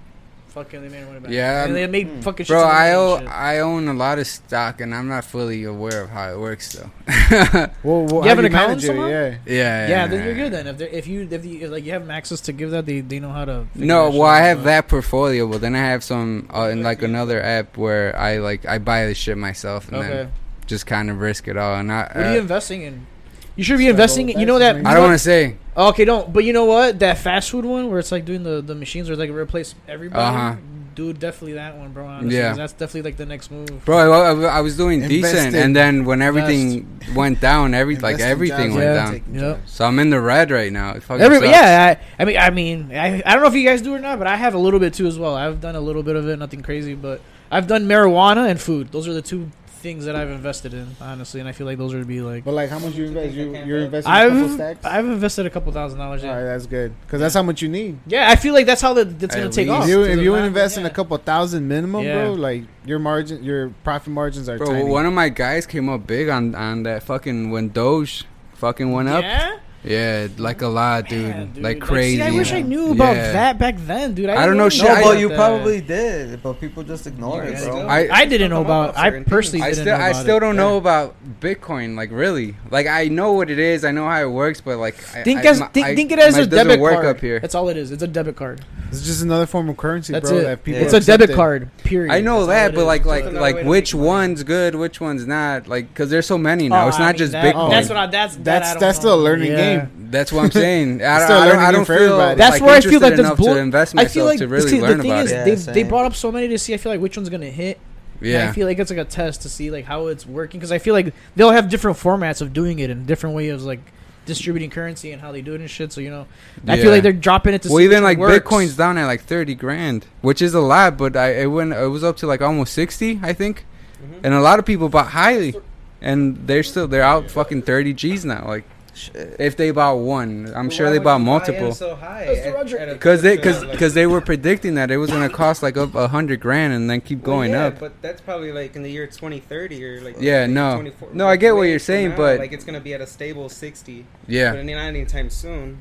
Speaker 4: Fucking, they made their money back.
Speaker 3: Yeah, um,
Speaker 4: and they made
Speaker 6: mm.
Speaker 4: fucking.
Speaker 3: Bro,
Speaker 4: shit ton of
Speaker 3: I
Speaker 4: money
Speaker 3: own
Speaker 4: and shit.
Speaker 3: I own a lot of stock, and I'm not fully aware of how it works though. yeah,
Speaker 1: Well, well,
Speaker 4: You have
Speaker 1: how
Speaker 4: an
Speaker 1: manage
Speaker 4: accountant
Speaker 1: it,
Speaker 4: somehow?
Speaker 1: Yeah.
Speaker 3: yeah,
Speaker 4: Yeah, then you're good then. If they're- if you if you like you have access to give that, they they know how to. figure
Speaker 3: No,
Speaker 4: that shit
Speaker 3: well, I
Speaker 4: out.
Speaker 3: have that portfolio, but then I have some uh, in like another app where I like I buy the shit myself and
Speaker 4: Okay.
Speaker 3: then just kind of risk it all. And I,
Speaker 4: What are you
Speaker 3: uh,
Speaker 4: investing in? You should be
Speaker 1: Struggle
Speaker 4: investing. in You know that.
Speaker 1: investing,
Speaker 3: I don't want to say.
Speaker 4: Okay, don't. But you know what? That fast food one where it's like doing the, the machines where it's like replace everybody.
Speaker 3: Uh-huh.
Speaker 4: Dude, definitely that one, bro. Honestly,
Speaker 3: Yeah.
Speaker 4: 'cause that's definitely like the next move.
Speaker 3: Bro, I, I- I was doing decent,
Speaker 1: Invested.
Speaker 3: and then when everything went down, every like
Speaker 1: Invest in
Speaker 3: everything
Speaker 1: jobs
Speaker 3: went
Speaker 1: and
Speaker 4: Yeah.
Speaker 3: down.
Speaker 1: taking
Speaker 4: Yep.
Speaker 1: jobs.
Speaker 3: So I'm in the red right now. It fucking
Speaker 4: Every,
Speaker 3: sucks.
Speaker 4: yeah, I, I mean, I mean, I, I don't know if you guys do or not, but I have a little bit too as well. I've done a little bit of it, nothing crazy, but I've done marijuana and food. Those are the two things that I've invested in, honestly, and I feel like those would be like.
Speaker 1: But like, how much you invest? You you're investing a couple
Speaker 4: I've
Speaker 1: stacks.
Speaker 4: I've invested a couple thousand dollars.
Speaker 1: All
Speaker 4: Yeah,
Speaker 1: right, that's good because that's how much you need.
Speaker 4: yeah, I feel like that's how the, that's gonna
Speaker 3: At
Speaker 4: take
Speaker 3: least.
Speaker 4: off.
Speaker 1: If you,
Speaker 4: to
Speaker 1: if
Speaker 4: the
Speaker 1: you
Speaker 4: max,
Speaker 1: invest in
Speaker 4: yeah.
Speaker 1: a couple thousand minimum,
Speaker 4: Yeah.
Speaker 1: bro, like your margin, your profit margins are
Speaker 3: Bro,
Speaker 1: tiny.
Speaker 3: one of my guys came up big on on that fucking when Doge fucking went up.
Speaker 4: yeah?
Speaker 3: Yeah, like a lot, dude.
Speaker 4: Man, dude.
Speaker 3: Like crazy.
Speaker 4: see, I wish I knew about
Speaker 3: Yeah.
Speaker 4: that back then, dude. I,
Speaker 3: I don't know shit.
Speaker 4: about
Speaker 3: I-
Speaker 2: No, but you
Speaker 4: that.
Speaker 2: probably did, but people just ignore
Speaker 6: Yeah,
Speaker 2: it,
Speaker 6: they
Speaker 2: bro.
Speaker 6: do.
Speaker 3: I-
Speaker 4: I didn't know
Speaker 6: Come
Speaker 4: about.
Speaker 6: up,
Speaker 4: I
Speaker 6: certain
Speaker 4: personally
Speaker 3: I
Speaker 4: didn't
Speaker 3: still
Speaker 4: know
Speaker 3: I
Speaker 4: about
Speaker 3: still
Speaker 4: it.
Speaker 3: don't know about Bitcoin, like really. Like I know what it is, I know how it works, but like I-
Speaker 4: Think
Speaker 3: I,
Speaker 4: as
Speaker 3: my-
Speaker 4: think,
Speaker 3: I-
Speaker 4: think it as
Speaker 3: my-
Speaker 4: a
Speaker 3: doesn't
Speaker 4: debit
Speaker 3: work
Speaker 4: card.
Speaker 3: up here.
Speaker 4: That's all it is. It's a debit card.
Speaker 1: It's just another form of currency,
Speaker 4: That's
Speaker 1: bro.
Speaker 4: it.
Speaker 1: That people
Speaker 4: it's a
Speaker 1: accept
Speaker 4: debit
Speaker 1: it.
Speaker 4: card. Period.
Speaker 3: I know
Speaker 4: That's
Speaker 3: that,
Speaker 4: all
Speaker 3: but
Speaker 4: it
Speaker 3: like,
Speaker 4: is.
Speaker 3: like,
Speaker 6: It's another way
Speaker 3: like,
Speaker 6: to
Speaker 3: which
Speaker 6: make money.
Speaker 3: one's good, which one's not? Like, because there's so many now.
Speaker 4: Oh,
Speaker 3: it's
Speaker 4: I
Speaker 3: not
Speaker 4: mean,
Speaker 3: just
Speaker 4: that-
Speaker 3: Bitcoin.
Speaker 4: That's
Speaker 3: That's
Speaker 4: what
Speaker 3: what,
Speaker 4: I. That's that I
Speaker 1: That's
Speaker 4: don't
Speaker 1: that's
Speaker 4: know.
Speaker 1: still a learning
Speaker 4: Yeah.
Speaker 1: game.
Speaker 3: I'm saying. I, I
Speaker 1: It's still a
Speaker 3: don't,
Speaker 1: learning
Speaker 3: I
Speaker 1: game
Speaker 3: don't
Speaker 1: for
Speaker 3: feel.
Speaker 1: everybody.
Speaker 4: That's
Speaker 3: like,
Speaker 4: where I feel
Speaker 3: interested
Speaker 4: like this
Speaker 3: enough
Speaker 4: bull-
Speaker 3: to invest
Speaker 4: I
Speaker 3: myself
Speaker 4: feel like
Speaker 3: to really
Speaker 4: see, the
Speaker 3: learn
Speaker 4: thing
Speaker 3: about
Speaker 4: is,
Speaker 3: it.
Speaker 2: Yeah,
Speaker 4: they they
Speaker 2: same.
Speaker 4: brought up so many to see. I feel like which one's gonna hit. Yeah. I
Speaker 3: Yeah,
Speaker 4: feel like it's like a test to see like how it's working because I feel like they'll have different formats of doing it and different ways of like distributing currency and how they do it and shit. So you know, I feel
Speaker 3: Yeah.
Speaker 4: like they're dropping it to.
Speaker 3: well,
Speaker 4: see
Speaker 3: even like
Speaker 4: which one works.
Speaker 3: Bitcoin's down at like thirty grand, which is a lot, but I it went it was up to like almost sixty, I think,
Speaker 6: Mhm.
Speaker 3: and a lot of people bought highly, and they're still they're out fucking thirty G's now. Like
Speaker 2: Shit.
Speaker 3: if they bought one, I'm sure they bought multiple.
Speaker 4: Mr. Roderick.
Speaker 3: Cause they, cause, cause they were predicting that it was gonna cost like up a hundred grand and then keep going up.
Speaker 6: But that's probably like in the year 2030 or like
Speaker 3: Yeah,
Speaker 6: the year
Speaker 3: no.
Speaker 6: 24
Speaker 3: No, I get what
Speaker 6: way
Speaker 3: you're
Speaker 6: from
Speaker 3: saying,
Speaker 6: now,
Speaker 3: but-
Speaker 6: like it's gonna be at a stable 60. But
Speaker 3: Yeah,
Speaker 6: I mean, not anytime soon.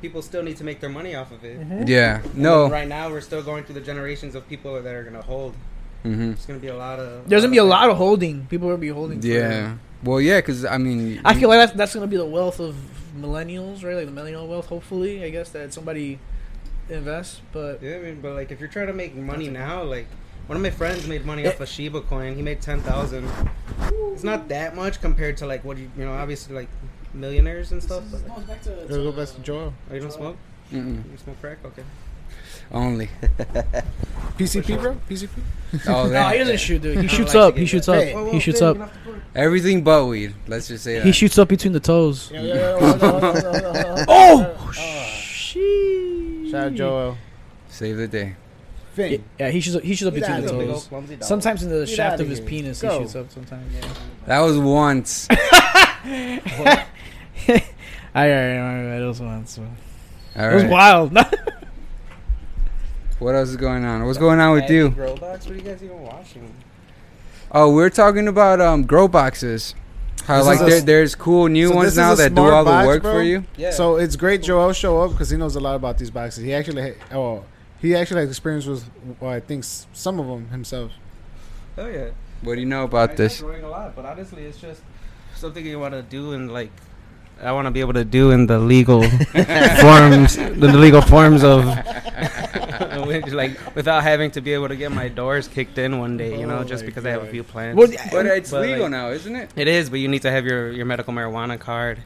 Speaker 6: People still need to make their money off of it.
Speaker 4: Mm-hmm.
Speaker 3: yeah,
Speaker 6: And then
Speaker 3: no.
Speaker 6: Right now, we're still going through the generations of people that are gonna hold.
Speaker 3: hmm
Speaker 6: There's gonna be a lot of.
Speaker 4: There's gonna be a lot of holding. People will be holding. for-
Speaker 3: Yeah, well, yeah, cause I mean,
Speaker 4: I feel like that's that's gonna be the wealth of millennials, right? Like the millennial wealth. Hopefully, I guess that somebody invests, but
Speaker 6: Yeah, I mean, but like if you're trying to make money now, like one of my friends made money off a Shiba coin. He made ten thousand. It's not that much compared to like what you you know, obviously like millionaires and stuff. But like,
Speaker 1: Let's go back to Joel.
Speaker 6: oh, you don't smoke?
Speaker 3: mm-mm,
Speaker 6: You smoke crack? Okay.
Speaker 3: only.
Speaker 1: PCP, bro. PCP.
Speaker 3: Oh,
Speaker 4: no, he
Speaker 3: that.
Speaker 4: doesn't shoot, dude. He
Speaker 6: don't
Speaker 4: shoots
Speaker 6: like to
Speaker 4: up.
Speaker 6: get
Speaker 4: He
Speaker 6: that.
Speaker 4: shoots up.
Speaker 1: Hey,
Speaker 6: Whoa,
Speaker 4: he
Speaker 6: whoa,
Speaker 4: shoots
Speaker 6: Finn,
Speaker 4: up.
Speaker 6: you don't have to put it.
Speaker 3: Everything but weed. Let's just say that.
Speaker 4: He shoots up between the toes.
Speaker 1: Oh,
Speaker 4: Sheesh.
Speaker 1: shout out Joel.
Speaker 3: Save the day.
Speaker 1: Finn.
Speaker 4: Yeah, he shoots up. He shoots up
Speaker 1: Get
Speaker 4: between
Speaker 1: outta
Speaker 4: the
Speaker 6: It's a big old
Speaker 4: toes.
Speaker 6: clumsy dog.
Speaker 4: Sometimes in the
Speaker 1: Get
Speaker 4: shaft
Speaker 1: outta
Speaker 4: of his
Speaker 1: here.
Speaker 4: penis,
Speaker 1: Go.
Speaker 4: he shoots up. Sometimes. Yeah.
Speaker 3: That was once.
Speaker 4: I remember those ones.
Speaker 3: All
Speaker 4: It was
Speaker 3: right.
Speaker 4: wild.
Speaker 3: What else is going on? What's going on with
Speaker 6: Hey,
Speaker 3: you?
Speaker 6: Roblox? What are you guys even watching?
Speaker 3: Oh, we are talking about um grow boxes. How
Speaker 1: This
Speaker 3: like
Speaker 1: is a
Speaker 3: there,
Speaker 1: s-
Speaker 3: there's cool new
Speaker 1: so this
Speaker 3: ones
Speaker 1: is
Speaker 3: now
Speaker 1: a
Speaker 3: that do
Speaker 1: smart
Speaker 3: all the
Speaker 1: box,
Speaker 3: work
Speaker 1: bro?
Speaker 3: for you.
Speaker 6: Yeah.
Speaker 1: So it's great Joel show up because he knows a lot about these boxes. He actually, ha- oh, he actually has experience with, well, I think, s- some of them himself.
Speaker 6: oh yeah.
Speaker 3: What do you know
Speaker 6: I
Speaker 3: about
Speaker 6: enjoy
Speaker 3: this?
Speaker 6: drawing a lot, but honestly, it's just something you want to do and like. I want to be able to do in the legal forms, the legal forms of, which, like without having to be able to get my doors kicked in one day, you know,
Speaker 1: Oh
Speaker 6: just
Speaker 1: my
Speaker 6: because I have a
Speaker 1: God.
Speaker 6: few plans.
Speaker 4: Well,
Speaker 3: But it's
Speaker 6: But,
Speaker 3: legal
Speaker 6: like-
Speaker 3: now, isn't it?
Speaker 6: It is, but you need to have your, your medical marijuana card,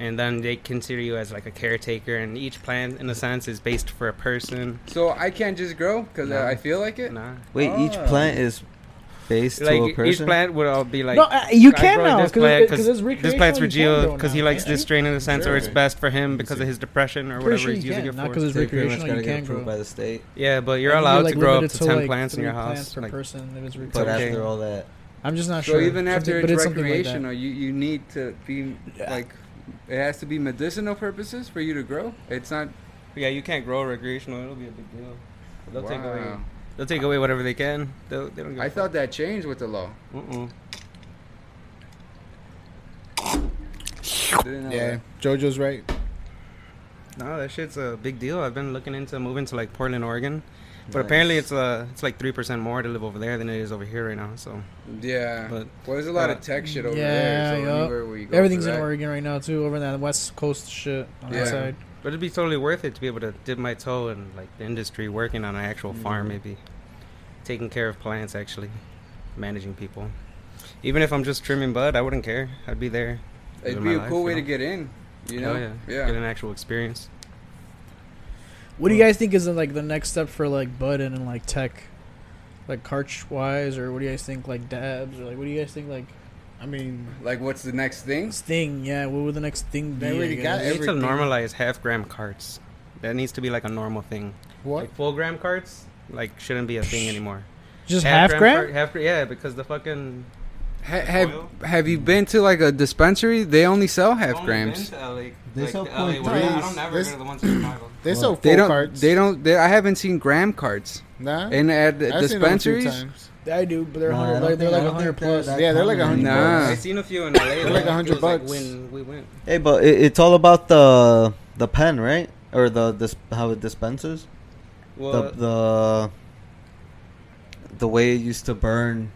Speaker 6: and then they consider you as like a caretaker. And each plan, in a sense, is based for a person.
Speaker 3: So I can't just grow because
Speaker 6: No.
Speaker 3: I feel like it.
Speaker 6: Nah.
Speaker 2: Wait, each
Speaker 3: Oh.
Speaker 2: plant is based to a
Speaker 6: Like each
Speaker 2: person.
Speaker 6: plant would all be like.
Speaker 4: no, uh, you
Speaker 6: I
Speaker 4: can
Speaker 6: grow
Speaker 4: now
Speaker 6: this plant
Speaker 4: because it's
Speaker 6: This plant's
Speaker 4: recreational,
Speaker 6: for
Speaker 4: you can
Speaker 6: Gio
Speaker 4: grow
Speaker 6: because he
Speaker 4: now,
Speaker 6: likes
Speaker 4: can't you?
Speaker 6: this strain in a sense, or it's
Speaker 1: Sure.
Speaker 6: best for him because of his depression or whatever
Speaker 4: Pretty sure
Speaker 6: he's
Speaker 4: you
Speaker 6: using
Speaker 4: can,
Speaker 6: it
Speaker 4: not
Speaker 6: for.
Speaker 4: because it's
Speaker 2: They pretty much
Speaker 4: recreational.
Speaker 2: gotta
Speaker 4: You
Speaker 2: get
Speaker 4: can
Speaker 2: approved
Speaker 4: grow.
Speaker 2: by the state.
Speaker 6: yeah, but you're
Speaker 4: I think
Speaker 6: allowed
Speaker 4: like,
Speaker 6: to grow up
Speaker 4: limited
Speaker 6: to ten
Speaker 4: like,
Speaker 6: plants in
Speaker 4: three
Speaker 6: your
Speaker 4: plants
Speaker 6: house.
Speaker 4: per
Speaker 6: like-
Speaker 4: person. If it's
Speaker 2: But
Speaker 4: recreational,
Speaker 6: okay.
Speaker 2: after all that,
Speaker 4: I'm just not
Speaker 3: So
Speaker 4: sure.
Speaker 3: even after
Speaker 4: Something-
Speaker 3: it's,
Speaker 4: something like that.
Speaker 3: recreational, you you need to be like it has to be medicinal purposes for you to grow. It's not.
Speaker 6: yeah, you can't grow recreational. It'll be a big deal. They'll take away.
Speaker 3: Wow.
Speaker 6: They'll take away whatever they can. They'll, they don't. Give
Speaker 3: I
Speaker 6: a
Speaker 3: thought that changed with the law.
Speaker 6: fuck. Mm-mm.
Speaker 3: Didn't know
Speaker 1: Yeah, JoJo's right.
Speaker 6: No, that shit's a big deal. I've been looking into moving to like Portland, Oregon, but apparently
Speaker 2: Nice.
Speaker 6: it's uh it's like three percent more to live over there than it is over here right now. So
Speaker 3: that. Yeah.
Speaker 6: But-
Speaker 3: well, there's a lot
Speaker 6: uh,
Speaker 3: of tech shit over
Speaker 4: yeah,
Speaker 3: there. So
Speaker 4: yup.
Speaker 3: anywhere where you go for
Speaker 4: Everything's in
Speaker 3: that.
Speaker 4: Oregon right now too, over in that West Coast shit on
Speaker 3: Yeah.
Speaker 4: that side.
Speaker 6: But it'd be totally worth it to be able to dip my toe in like the industry, working on an actual farm, maybe taking care of plants, actually managing people. Even if I'm just trimming bud, I wouldn't care. I'd be there.
Speaker 3: It'd
Speaker 6: living
Speaker 3: be
Speaker 6: my
Speaker 3: a
Speaker 6: life,
Speaker 3: cool
Speaker 6: you
Speaker 3: way to
Speaker 6: know?
Speaker 3: get in. You know.
Speaker 6: Hell yeah. get an actual experience.
Speaker 4: What do you guys think is like the next step for like Bud and, and like tech, like cartridge wise, or what do you guys think like dabs or like what do you guys think like
Speaker 1: I mean,
Speaker 3: Like, what's the next thing?
Speaker 4: thing? Yeah, what would the next thing be?
Speaker 1: They already got
Speaker 4: I guess?
Speaker 6: They need to
Speaker 1: everything.
Speaker 6: normalize half gram carts. That needs to be like a normal thing.
Speaker 1: what?
Speaker 6: Like full gram carts, like shouldn't be a thing anymore.
Speaker 4: Just half, gram.
Speaker 6: cart- half gram, yeah, because the fucking Oh,
Speaker 3: Ha- have
Speaker 6: Oil?
Speaker 3: Have you been to like a dispensary? They only sell half
Speaker 6: Only been
Speaker 3: grams.
Speaker 6: to LA,
Speaker 2: They
Speaker 6: uh, like,
Speaker 2: sell
Speaker 6: the LA
Speaker 2: point
Speaker 6: one. I
Speaker 1: threes.
Speaker 6: don't ever
Speaker 1: This-
Speaker 6: go to the ones in Chicago.
Speaker 1: They sell full
Speaker 3: They don't.
Speaker 1: cards.
Speaker 3: They don't. They, I haven't seen gram cards.
Speaker 1: Nah.
Speaker 3: And at the
Speaker 1: I've seen them a few
Speaker 3: dispensaries,
Speaker 1: times.
Speaker 4: I do, but they're
Speaker 2: Nah, I
Speaker 4: 100,
Speaker 2: don't
Speaker 4: like, they're
Speaker 2: think-
Speaker 4: like
Speaker 2: I don't
Speaker 4: 100
Speaker 2: think they're
Speaker 4: plus.
Speaker 2: that
Speaker 1: Yeah, they're like
Speaker 2: common
Speaker 1: 100
Speaker 3: Nah.
Speaker 6: I
Speaker 2: anymore.
Speaker 6: seen a few in LA.
Speaker 1: They're like
Speaker 6: but it
Speaker 1: 100
Speaker 6: was, like,
Speaker 1: bucks.
Speaker 6: when we went.
Speaker 2: Hey, but it, it's all about the the pen, right? Or the this how it dispenses
Speaker 6: Well,
Speaker 2: the the the way it used to burn.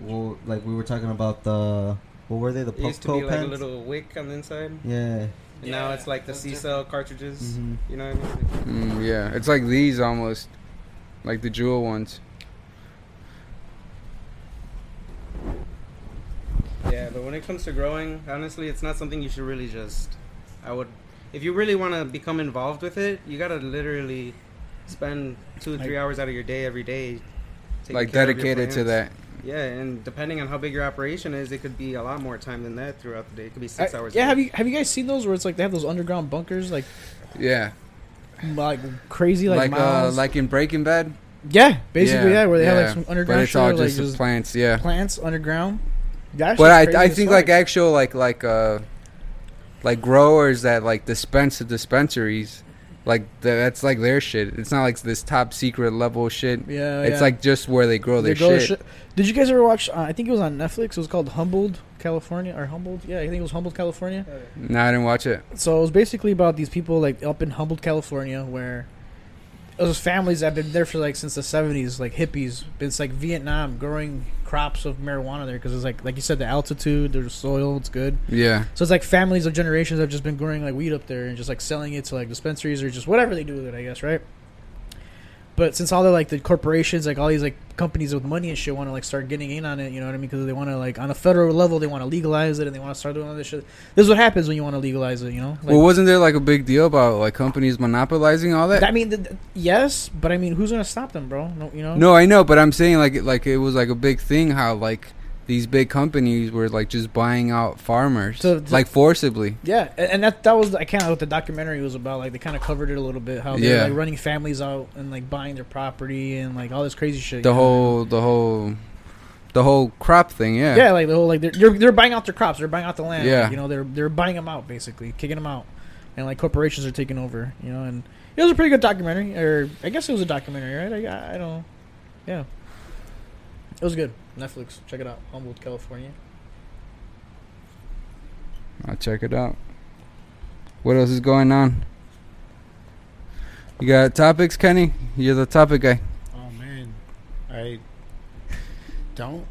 Speaker 2: Well, like we were talking about the what were they the
Speaker 6: it used to
Speaker 2: Puffco
Speaker 6: be like a
Speaker 2: pens?
Speaker 6: little wick on the inside.
Speaker 2: Yeah,
Speaker 6: And now
Speaker 4: Yeah,
Speaker 6: it's like the
Speaker 4: that's
Speaker 6: C cell cartridges.
Speaker 4: Mm-hmm.
Speaker 1: Mhm.
Speaker 6: You know what I mean?
Speaker 3: Mm, yeah, it's like these almost, like the jewel ones.
Speaker 6: Yeah, but when it comes to growing, honestly, it's not something you should really just. I would, if you really want to become involved with it, you gotta literally spend two to three hours out of your day every day. taking
Speaker 3: Like
Speaker 6: care of your
Speaker 3: dedicated to that.
Speaker 6: plants. Yeah, and depending on how big your operation is, it could be a lot more time than that throughout the day. It could be six
Speaker 4: I-
Speaker 6: hours. a
Speaker 4: yeah,
Speaker 6: day.
Speaker 4: have you have you guys seen those where it's like they have those underground bunkers like
Speaker 3: Yeah,
Speaker 4: like crazy like,
Speaker 3: like uh,
Speaker 4: miles?
Speaker 3: like in Breaking Bad.
Speaker 4: yeah, basically yeah,
Speaker 3: Yeah,
Speaker 4: where they have
Speaker 3: yeah.
Speaker 4: like some
Speaker 3: But
Speaker 4: underground
Speaker 3: it's
Speaker 4: shit,
Speaker 3: all
Speaker 4: with, like
Speaker 3: just, the
Speaker 4: just
Speaker 3: plants. Yeah.
Speaker 4: plants underground. That
Speaker 3: But
Speaker 4: shit's
Speaker 3: I
Speaker 4: crazy
Speaker 3: I
Speaker 4: as
Speaker 3: think
Speaker 4: fuck.
Speaker 3: like actual like like uh like growers that like dispense to dispensaries. Like tha- that's like their shit. It's not like this top secret level shit.
Speaker 4: yeah,
Speaker 3: it's
Speaker 4: Oh, yeah.
Speaker 3: like just where they grow their
Speaker 4: They grow their
Speaker 3: Oh, shit.
Speaker 4: shit. Did you guys ever watch? Uh, I think it was on Netflix. It was called Humboldt, California, or Humboldt. Yeah, I think it was Humboldt, California.
Speaker 3: No, I didn't watch it.
Speaker 4: So it was basically about these people like up in Humboldt, California, where it was families that have been there for like since the seventies, like hippies. It's like Vietnam growing crops of marijuana there because it's like like you said, the altitude, the soil, it's good.
Speaker 3: Yeah.
Speaker 4: So it's like families of generations have just been growing like weed up there and just like selling it to like dispensaries or just whatever they do with it, I guess, right? But since all the like the corporations, like all these like companies with money and shit, want to like start getting in on it, you know what I mean? Because they want to like on a federal level, they want to legalize it and they want to start doing all this shit. This is what happens when you want to legalize it, you know? Like,
Speaker 3: well, wasn't there like a big deal about like companies monopolizing all that?
Speaker 4: I mean, th- th- yes, but I mean, who's gonna stop them, bro? No, you know?
Speaker 3: No, I know, but I'm saying like it- like it was like a big thing how like these big companies were like just buying out farmers
Speaker 4: So th-
Speaker 3: like forcibly.
Speaker 4: Yeah, a- and that that was I kind of what the documentary was about. Like they kind of covered it a little bit, how they're
Speaker 3: Yeah.
Speaker 4: like running families out and like buying their property and like all this crazy shit.
Speaker 3: The
Speaker 4: you know?
Speaker 3: whole the whole the whole crop thing. Yeah.
Speaker 4: Yeah, like the whole like they're they're, they're buying out their crops, they're buying out the land.
Speaker 3: Yeah.
Speaker 4: like, you know they're they're buying them out basically, kicking them out, and like corporations are taking over. You know, and it was a pretty good documentary, or I guess it was a documentary, right? I, I don't, yeah, it was good. Netflix, check it out, Humboldt, California.
Speaker 3: I'll check it out. What else is going on? You got topics, Kenny? You're the topic guy.
Speaker 1: Oh man, I don't.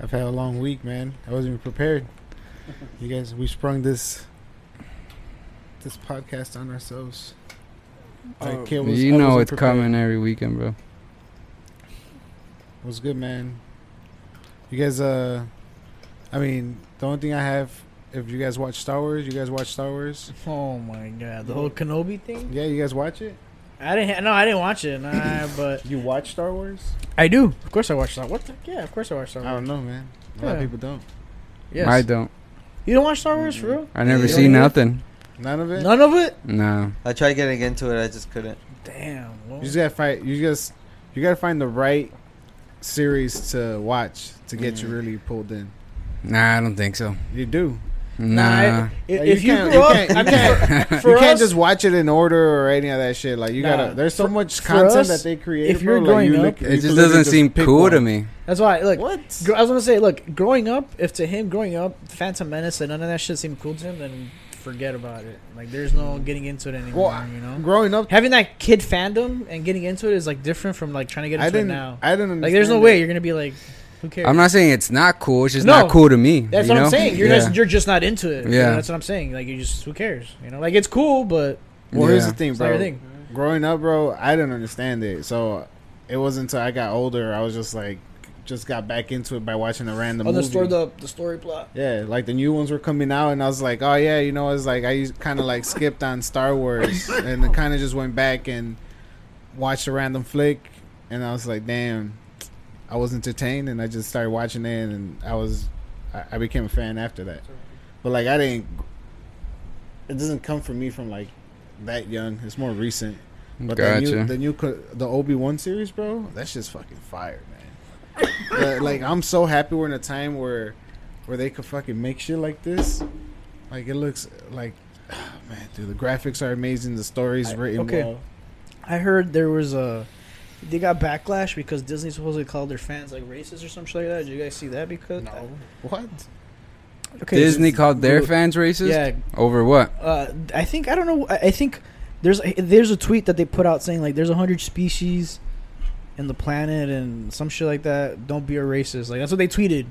Speaker 1: I've had a long week, man. I wasn't even prepared. You guys, we sprung this this podcast on ourselves.
Speaker 4: Oh.
Speaker 1: Kid was-
Speaker 3: You
Speaker 1: I
Speaker 3: know
Speaker 1: wasn't
Speaker 3: it's
Speaker 1: prepared.
Speaker 3: coming every weekend, bro.
Speaker 1: It was good, man. You guys, uh, I mean, the only thing I have, if you guys watch Star Wars, you guys watch Star Wars.
Speaker 4: Oh my god, the whole Kenobi thing.
Speaker 1: Yeah, you guys watch it.
Speaker 4: I didn't ha- no, I didn't watch it, nah, but
Speaker 1: You watch Star Wars?
Speaker 4: I do. Of course, I watched Star. What? The- yeah, of course, I watched Star
Speaker 1: I don't
Speaker 4: Wars.
Speaker 1: know, man. A lot of
Speaker 4: Yeah.
Speaker 1: people don't.
Speaker 4: Yes.
Speaker 3: I don't.
Speaker 4: you don't watch Star Wars for real?
Speaker 3: I never see
Speaker 2: You don't
Speaker 3: seen
Speaker 4: either?
Speaker 3: nothing.
Speaker 1: None of it.
Speaker 4: None of it.
Speaker 3: No.
Speaker 2: I tried getting into it. I just couldn't.
Speaker 4: Damn. well,
Speaker 1: You just gotta find. You just you gotta find the right series to watch to get
Speaker 4: Mm.
Speaker 1: you really pulled in.
Speaker 3: Nah, I don't think so.
Speaker 1: You do.
Speaker 4: nah,
Speaker 3: Nah.
Speaker 4: I- if,
Speaker 1: Like,
Speaker 4: if you,
Speaker 1: can't-
Speaker 4: grew up,
Speaker 1: can't- you
Speaker 4: I mean,
Speaker 1: can't-
Speaker 4: for
Speaker 1: you can't
Speaker 4: us-
Speaker 1: just watch it in order or any of that shit. Like you
Speaker 4: Nah.
Speaker 1: gotta. There's so
Speaker 4: For-
Speaker 1: much
Speaker 4: for
Speaker 1: content
Speaker 4: us,
Speaker 1: that they create.
Speaker 4: if you're
Speaker 1: bro, like,
Speaker 4: growing
Speaker 1: you
Speaker 4: up-
Speaker 3: it
Speaker 1: look- you
Speaker 3: just
Speaker 1: literally
Speaker 3: doesn't seem
Speaker 1: pick
Speaker 3: cool to
Speaker 1: one.
Speaker 3: me.
Speaker 4: That's why, look,
Speaker 1: What?
Speaker 4: gr- I was gonna say, look, growing up, if to him growing up, Phantom Menace and none of that shit seemed cool to him, then forget about it. Like, there's no getting into it anymore.
Speaker 1: Mm. Well,
Speaker 4: you know,
Speaker 1: Growing up,
Speaker 4: having that kid fandom and getting into it is like different from like trying to get
Speaker 1: I
Speaker 4: into it
Speaker 1: didn't.
Speaker 4: now.
Speaker 1: I didn't.
Speaker 4: Like, there's no
Speaker 1: understand
Speaker 4: way
Speaker 1: it.
Speaker 4: you're gonna be like, who cares?
Speaker 3: I'm not saying it's not cool. It's just
Speaker 4: No.
Speaker 3: not cool to me.
Speaker 4: that's
Speaker 3: you
Speaker 4: what
Speaker 3: know?
Speaker 4: I'm saying. You're
Speaker 3: yeah.
Speaker 4: just you're just not into it. You know,
Speaker 3: Yeah.
Speaker 4: that's what I'm saying. Like, you just who cares? You know, like it's cool, but
Speaker 1: Well, here's
Speaker 3: Yeah.
Speaker 1: the thing,
Speaker 4: it's not your
Speaker 1: bro.
Speaker 4: thing.
Speaker 1: Growing up, bro, I didn't understand it. So it wasn't until I got older I was just like, just got back into it by watching a random.
Speaker 4: Oh, the
Speaker 1: movie.
Speaker 4: story, the the story plot.
Speaker 1: Yeah, like the new ones were coming out, and I was like, oh yeah, you know, it's like I kind of like skipped on Star Wars, and I kind of just went back and watched a random flick, and I was like, damn, I was entertained, and I just started watching it, and I was, I, I became a fan after that. But like, I didn't. It doesn't come from me from like that young. It's more recent. But
Speaker 3: Gotcha.
Speaker 1: the new, the new, the Obi Wan series, bro, that's just fucking fire, man. The- like, I'm so happy we're in a time where, where they could fucking make shit like this. Like, it looks like, man, dude, the graphics are amazing. The story's
Speaker 4: I-
Speaker 1: written
Speaker 4: okay.
Speaker 1: well.
Speaker 4: I heard there was a they got backlash because Disney supposedly called their fans like racist or some shit like that. Did you guys see that? Because
Speaker 1: No, what?
Speaker 4: okay,
Speaker 3: Disney called their
Speaker 4: Google-
Speaker 3: fans racist
Speaker 4: Yeah,
Speaker 3: over what?
Speaker 4: uh, I think I don't know. I I think there's there's a tweet that they put out saying like there's a hundred species in the planet and some shit
Speaker 3: Oh,
Speaker 4: like that. Don't be a racist. Like that's what they tweeted.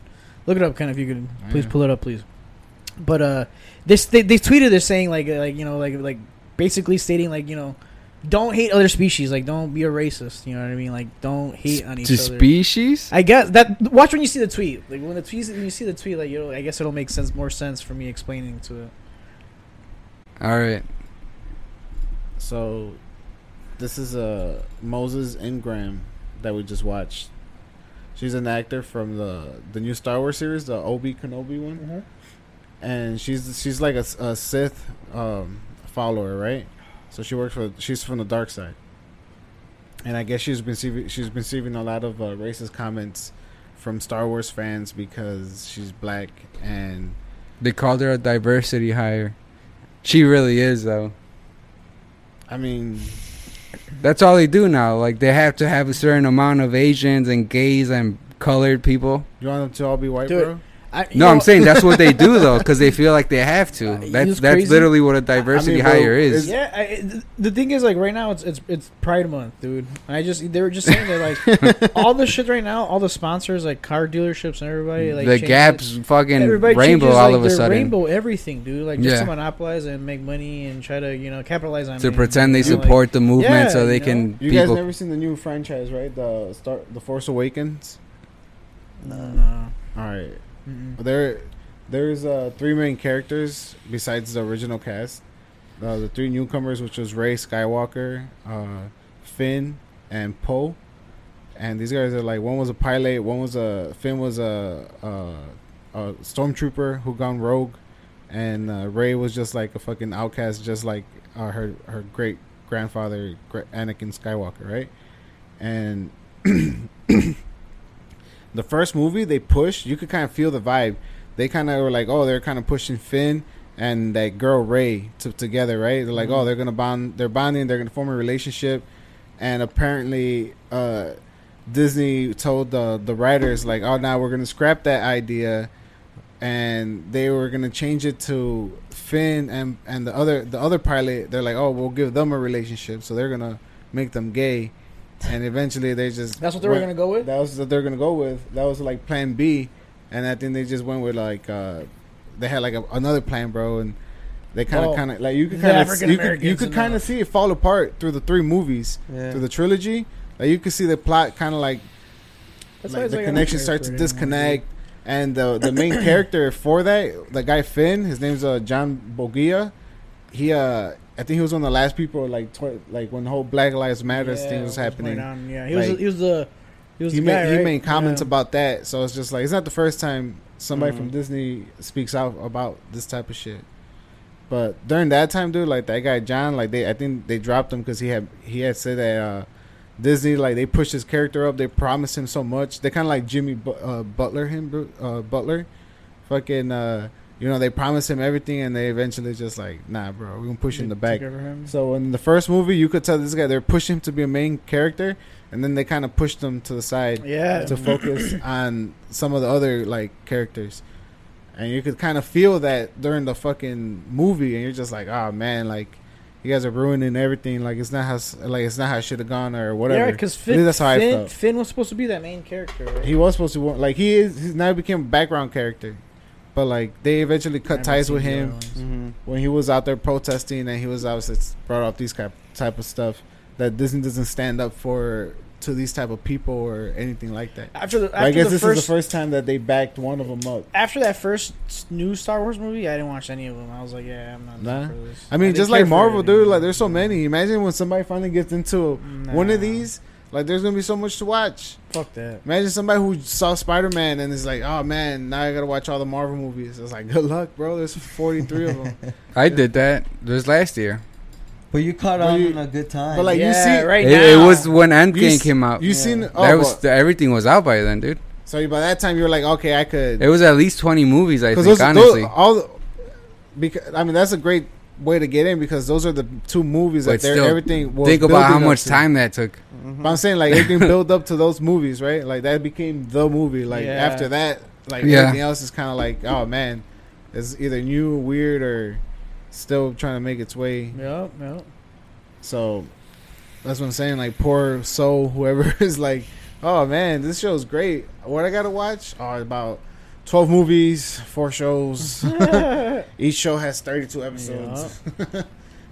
Speaker 4: Look it up, Ken, if you can please
Speaker 1: Yeah.
Speaker 4: pull it up, please. But uh, this they, they tweeted this saying like uh, like you know like like basically stating like you know don't hate other species like don't be a racist you know what I mean like don't hate on each
Speaker 3: to
Speaker 4: other.
Speaker 3: species?
Speaker 4: I guess that watch when you see the tweet like when the tweet when you see the tweet like you know I guess it'll make sense more sense for me explaining to it.
Speaker 3: All right.
Speaker 1: So, this is uh, Moses Ingram that we just watched. She's an actor from the the new Star Wars series, the Obi Kenobi one, and she's she's like a, s- a Sith um, follower, right? So she works for she's from the dark side, and I guess she's been receiving, she's been receiving a lot of uh, racist comments from Star Wars fans because she's black and
Speaker 3: They called her a diversity hire. She really is though.
Speaker 1: I mean
Speaker 3: That's all they do now. Like they have to have a certain amount of Asians and gays and colored people.
Speaker 1: you want them to all be white,
Speaker 4: Dude,
Speaker 1: bro?
Speaker 4: I, you
Speaker 3: No,
Speaker 4: know-
Speaker 3: I'm saying that's what they do though, because they feel like they have to.
Speaker 4: Uh, you
Speaker 3: That's
Speaker 4: was
Speaker 3: that's
Speaker 4: crazy.
Speaker 3: literally what a diversity
Speaker 1: I mean, bro,
Speaker 3: hire is.
Speaker 4: Yeah, I, it- the thing is, like right now, it's it's it's Pride Month, dude. And I just they were just saying that like all the shit right now, all the sponsors like car dealerships and everybody like
Speaker 3: Mm, the
Speaker 4: changes-
Speaker 3: gaps fucking
Speaker 4: everybody
Speaker 3: rainbow
Speaker 4: changes,
Speaker 3: all
Speaker 4: like,
Speaker 3: of a
Speaker 4: their
Speaker 3: sudden
Speaker 4: rainbow everything, dude. Like just
Speaker 3: Yeah.
Speaker 4: to monopolize and make money and try to you know capitalize on
Speaker 3: to
Speaker 4: it,
Speaker 3: pretend they
Speaker 4: you know, like-
Speaker 3: support the movement
Speaker 4: Yeah,
Speaker 3: so they
Speaker 4: you
Speaker 3: can
Speaker 1: You guys
Speaker 3: people.
Speaker 1: never seen the new franchise, right? The Star, the Force Awakens.
Speaker 4: no.
Speaker 1: All right,
Speaker 4: Mm-mm.
Speaker 1: there, there's uh, three main characters besides the original cast. Uh, the three newcomers, which was Ray Skywalker, uh, Finn, and Poe, and these guys are like one was a pilot, one was a Finn was a, a, a stormtrooper who gone rogue, and uh, Ray was just like a fucking outcast, just like uh, her her great grandfather Anakin Skywalker, right? And the first movie they pushed, you could kind of feel the vibe. They kind of were like, oh, they're kind of pushing Finn and that girl Ray to, together, right? They're like,
Speaker 4: Mm-hmm.
Speaker 1: oh, they're gonna bond, they're bonding, they're gonna form a relationship, and apparently, uh, Disney told the the writers like, oh, now we're gonna scrap that idea, and they were gonna change it to Finn and and the other the other pilot. They're like, oh, we'll give them a relationship, so they're gonna make them gay, and eventually they just
Speaker 4: That's what they were
Speaker 1: went-
Speaker 4: gonna go with.
Speaker 1: that was what they're gonna go with. That was like Plan B, and I think they just went with like uh, they had like a, another plan, bro, and they kind of
Speaker 4: Well,
Speaker 1: kind of like you could
Speaker 4: the
Speaker 1: kind of
Speaker 4: African
Speaker 1: you could, you
Speaker 4: Americans
Speaker 1: could
Speaker 4: and
Speaker 1: kind
Speaker 4: all.
Speaker 1: of see it fall apart through the three movies
Speaker 6: Yeah.
Speaker 1: through the trilogy. Like you could see the plot kind of like
Speaker 4: That's why
Speaker 1: like
Speaker 4: it's
Speaker 1: the
Speaker 4: like, I don't
Speaker 1: connection
Speaker 4: care
Speaker 1: starts
Speaker 4: for
Speaker 1: to
Speaker 4: it
Speaker 1: disconnect. And the the main character for that, the guy Finn, his name's uh, John Bogia. He, uh, I think he was one of the last people like tw- like when the whole Black Lives Matter
Speaker 4: anymore.
Speaker 1: thing
Speaker 4: Yeah,
Speaker 1: was
Speaker 4: what's going
Speaker 1: happening
Speaker 4: on, Yeah, he was
Speaker 1: Like,
Speaker 4: he was the he was
Speaker 1: he
Speaker 4: the
Speaker 1: made
Speaker 4: guy,
Speaker 1: he
Speaker 4: right?
Speaker 1: made comments
Speaker 4: Yeah. Mm-hmm.
Speaker 1: about that, so it's just like it's not the first time somebody from
Speaker 6: Mhm.
Speaker 1: Disney speaks out about this type of shit. But during that time, dude, like that guy John, like they I think they dropped him because he had he had said that uh, Disney like they pushed his character up, they promised him so much, they kind of like Jimmy Bu- uh, Butler him bro- uh, Butler, fucking uh, you know they promised him everything and they eventually just like nah, bro, we gonna push you in the
Speaker 4: Took
Speaker 1: back.
Speaker 4: over him.
Speaker 1: So in the first movie, you could tell this guy they're pushing him to be a main character, and then they kind of pushed him to the side
Speaker 4: Yeah.
Speaker 1: to focus on some of the other like characters, and you could kind of feel that during the fucking movie, and you're just like, oh man, like you guys are ruining everything. Like it's not how s- like it's not how it should have gone or whatever.
Speaker 4: Yeah, because
Speaker 1: At
Speaker 4: Finn,
Speaker 1: least that's how I
Speaker 4: Finn,
Speaker 1: felt.
Speaker 4: Finn was supposed to be that main character. Right?
Speaker 1: He was supposed to wa- like he is. He's now he became a background character, but like they eventually
Speaker 4: I
Speaker 1: cut
Speaker 4: haven't
Speaker 1: ties
Speaker 4: seen
Speaker 1: with
Speaker 4: the other
Speaker 1: him
Speaker 4: ones.
Speaker 6: Mm-hmm.
Speaker 1: when he was out there protesting and he was obviously brought up these type, type of stuff that Disney doesn't stand up for to these type of people or anything like that.
Speaker 4: After the, after
Speaker 1: I guess
Speaker 4: the
Speaker 1: this
Speaker 4: first,
Speaker 1: is the first time that they backed one of them up.
Speaker 4: after that first new Star Wars movie, I didn't watch any of them. I was like, yeah, I'm not
Speaker 1: Nah.
Speaker 4: down for this.
Speaker 1: I mean,
Speaker 4: didn't
Speaker 1: just
Speaker 4: care
Speaker 1: like
Speaker 4: for
Speaker 1: Marvel,
Speaker 4: it
Speaker 1: dude.
Speaker 4: anymore.
Speaker 1: Like, there's so many. Imagine when somebody finally gets into one of
Speaker 4: Nah.
Speaker 1: these. Like, there's gonna be so much to watch.
Speaker 4: Fuck that.
Speaker 1: Imagine somebody who saw Spider Man and is like, "Oh man, now I gotta watch all the Marvel movies." It's like, good luck, bro. There's 43 of them.
Speaker 3: I did that. It was last year.
Speaker 2: But you caught
Speaker 1: But
Speaker 2: on
Speaker 1: you-
Speaker 2: in a good time.
Speaker 1: but, like, you
Speaker 4: yeah,
Speaker 1: see-
Speaker 4: right
Speaker 3: It,
Speaker 4: now.
Speaker 3: it was when
Speaker 1: You
Speaker 3: Endgame
Speaker 1: s-
Speaker 3: came out.
Speaker 1: You seen? Oh,
Speaker 3: that was
Speaker 1: but-
Speaker 3: the, everything was out by then, dude.
Speaker 1: so by that time you were like, "Okay, I could."
Speaker 3: It was at least twenty movies. I think
Speaker 1: those,
Speaker 3: honestly.
Speaker 1: those all the- because I mean that's a great way to get in because those are the two movies
Speaker 3: But
Speaker 1: that they're
Speaker 3: still,
Speaker 1: everything was
Speaker 3: Think about how
Speaker 1: building up
Speaker 3: much
Speaker 1: to.
Speaker 3: time that took.
Speaker 1: But I'm saying like everything built up to those movies, right? Like that became the movie. Like
Speaker 4: Yeah.
Speaker 1: after that, like
Speaker 3: Yeah.
Speaker 1: everything else is kind of like oh man, it's either new, weird, or still trying to make its way.
Speaker 4: Yep, yep.
Speaker 1: So that's what I'm saying. Like poor soul, whoever is like, oh man, this show's great. What I gotta watch? Oh, about 12 movies, four shows. Each show has 32 episodes,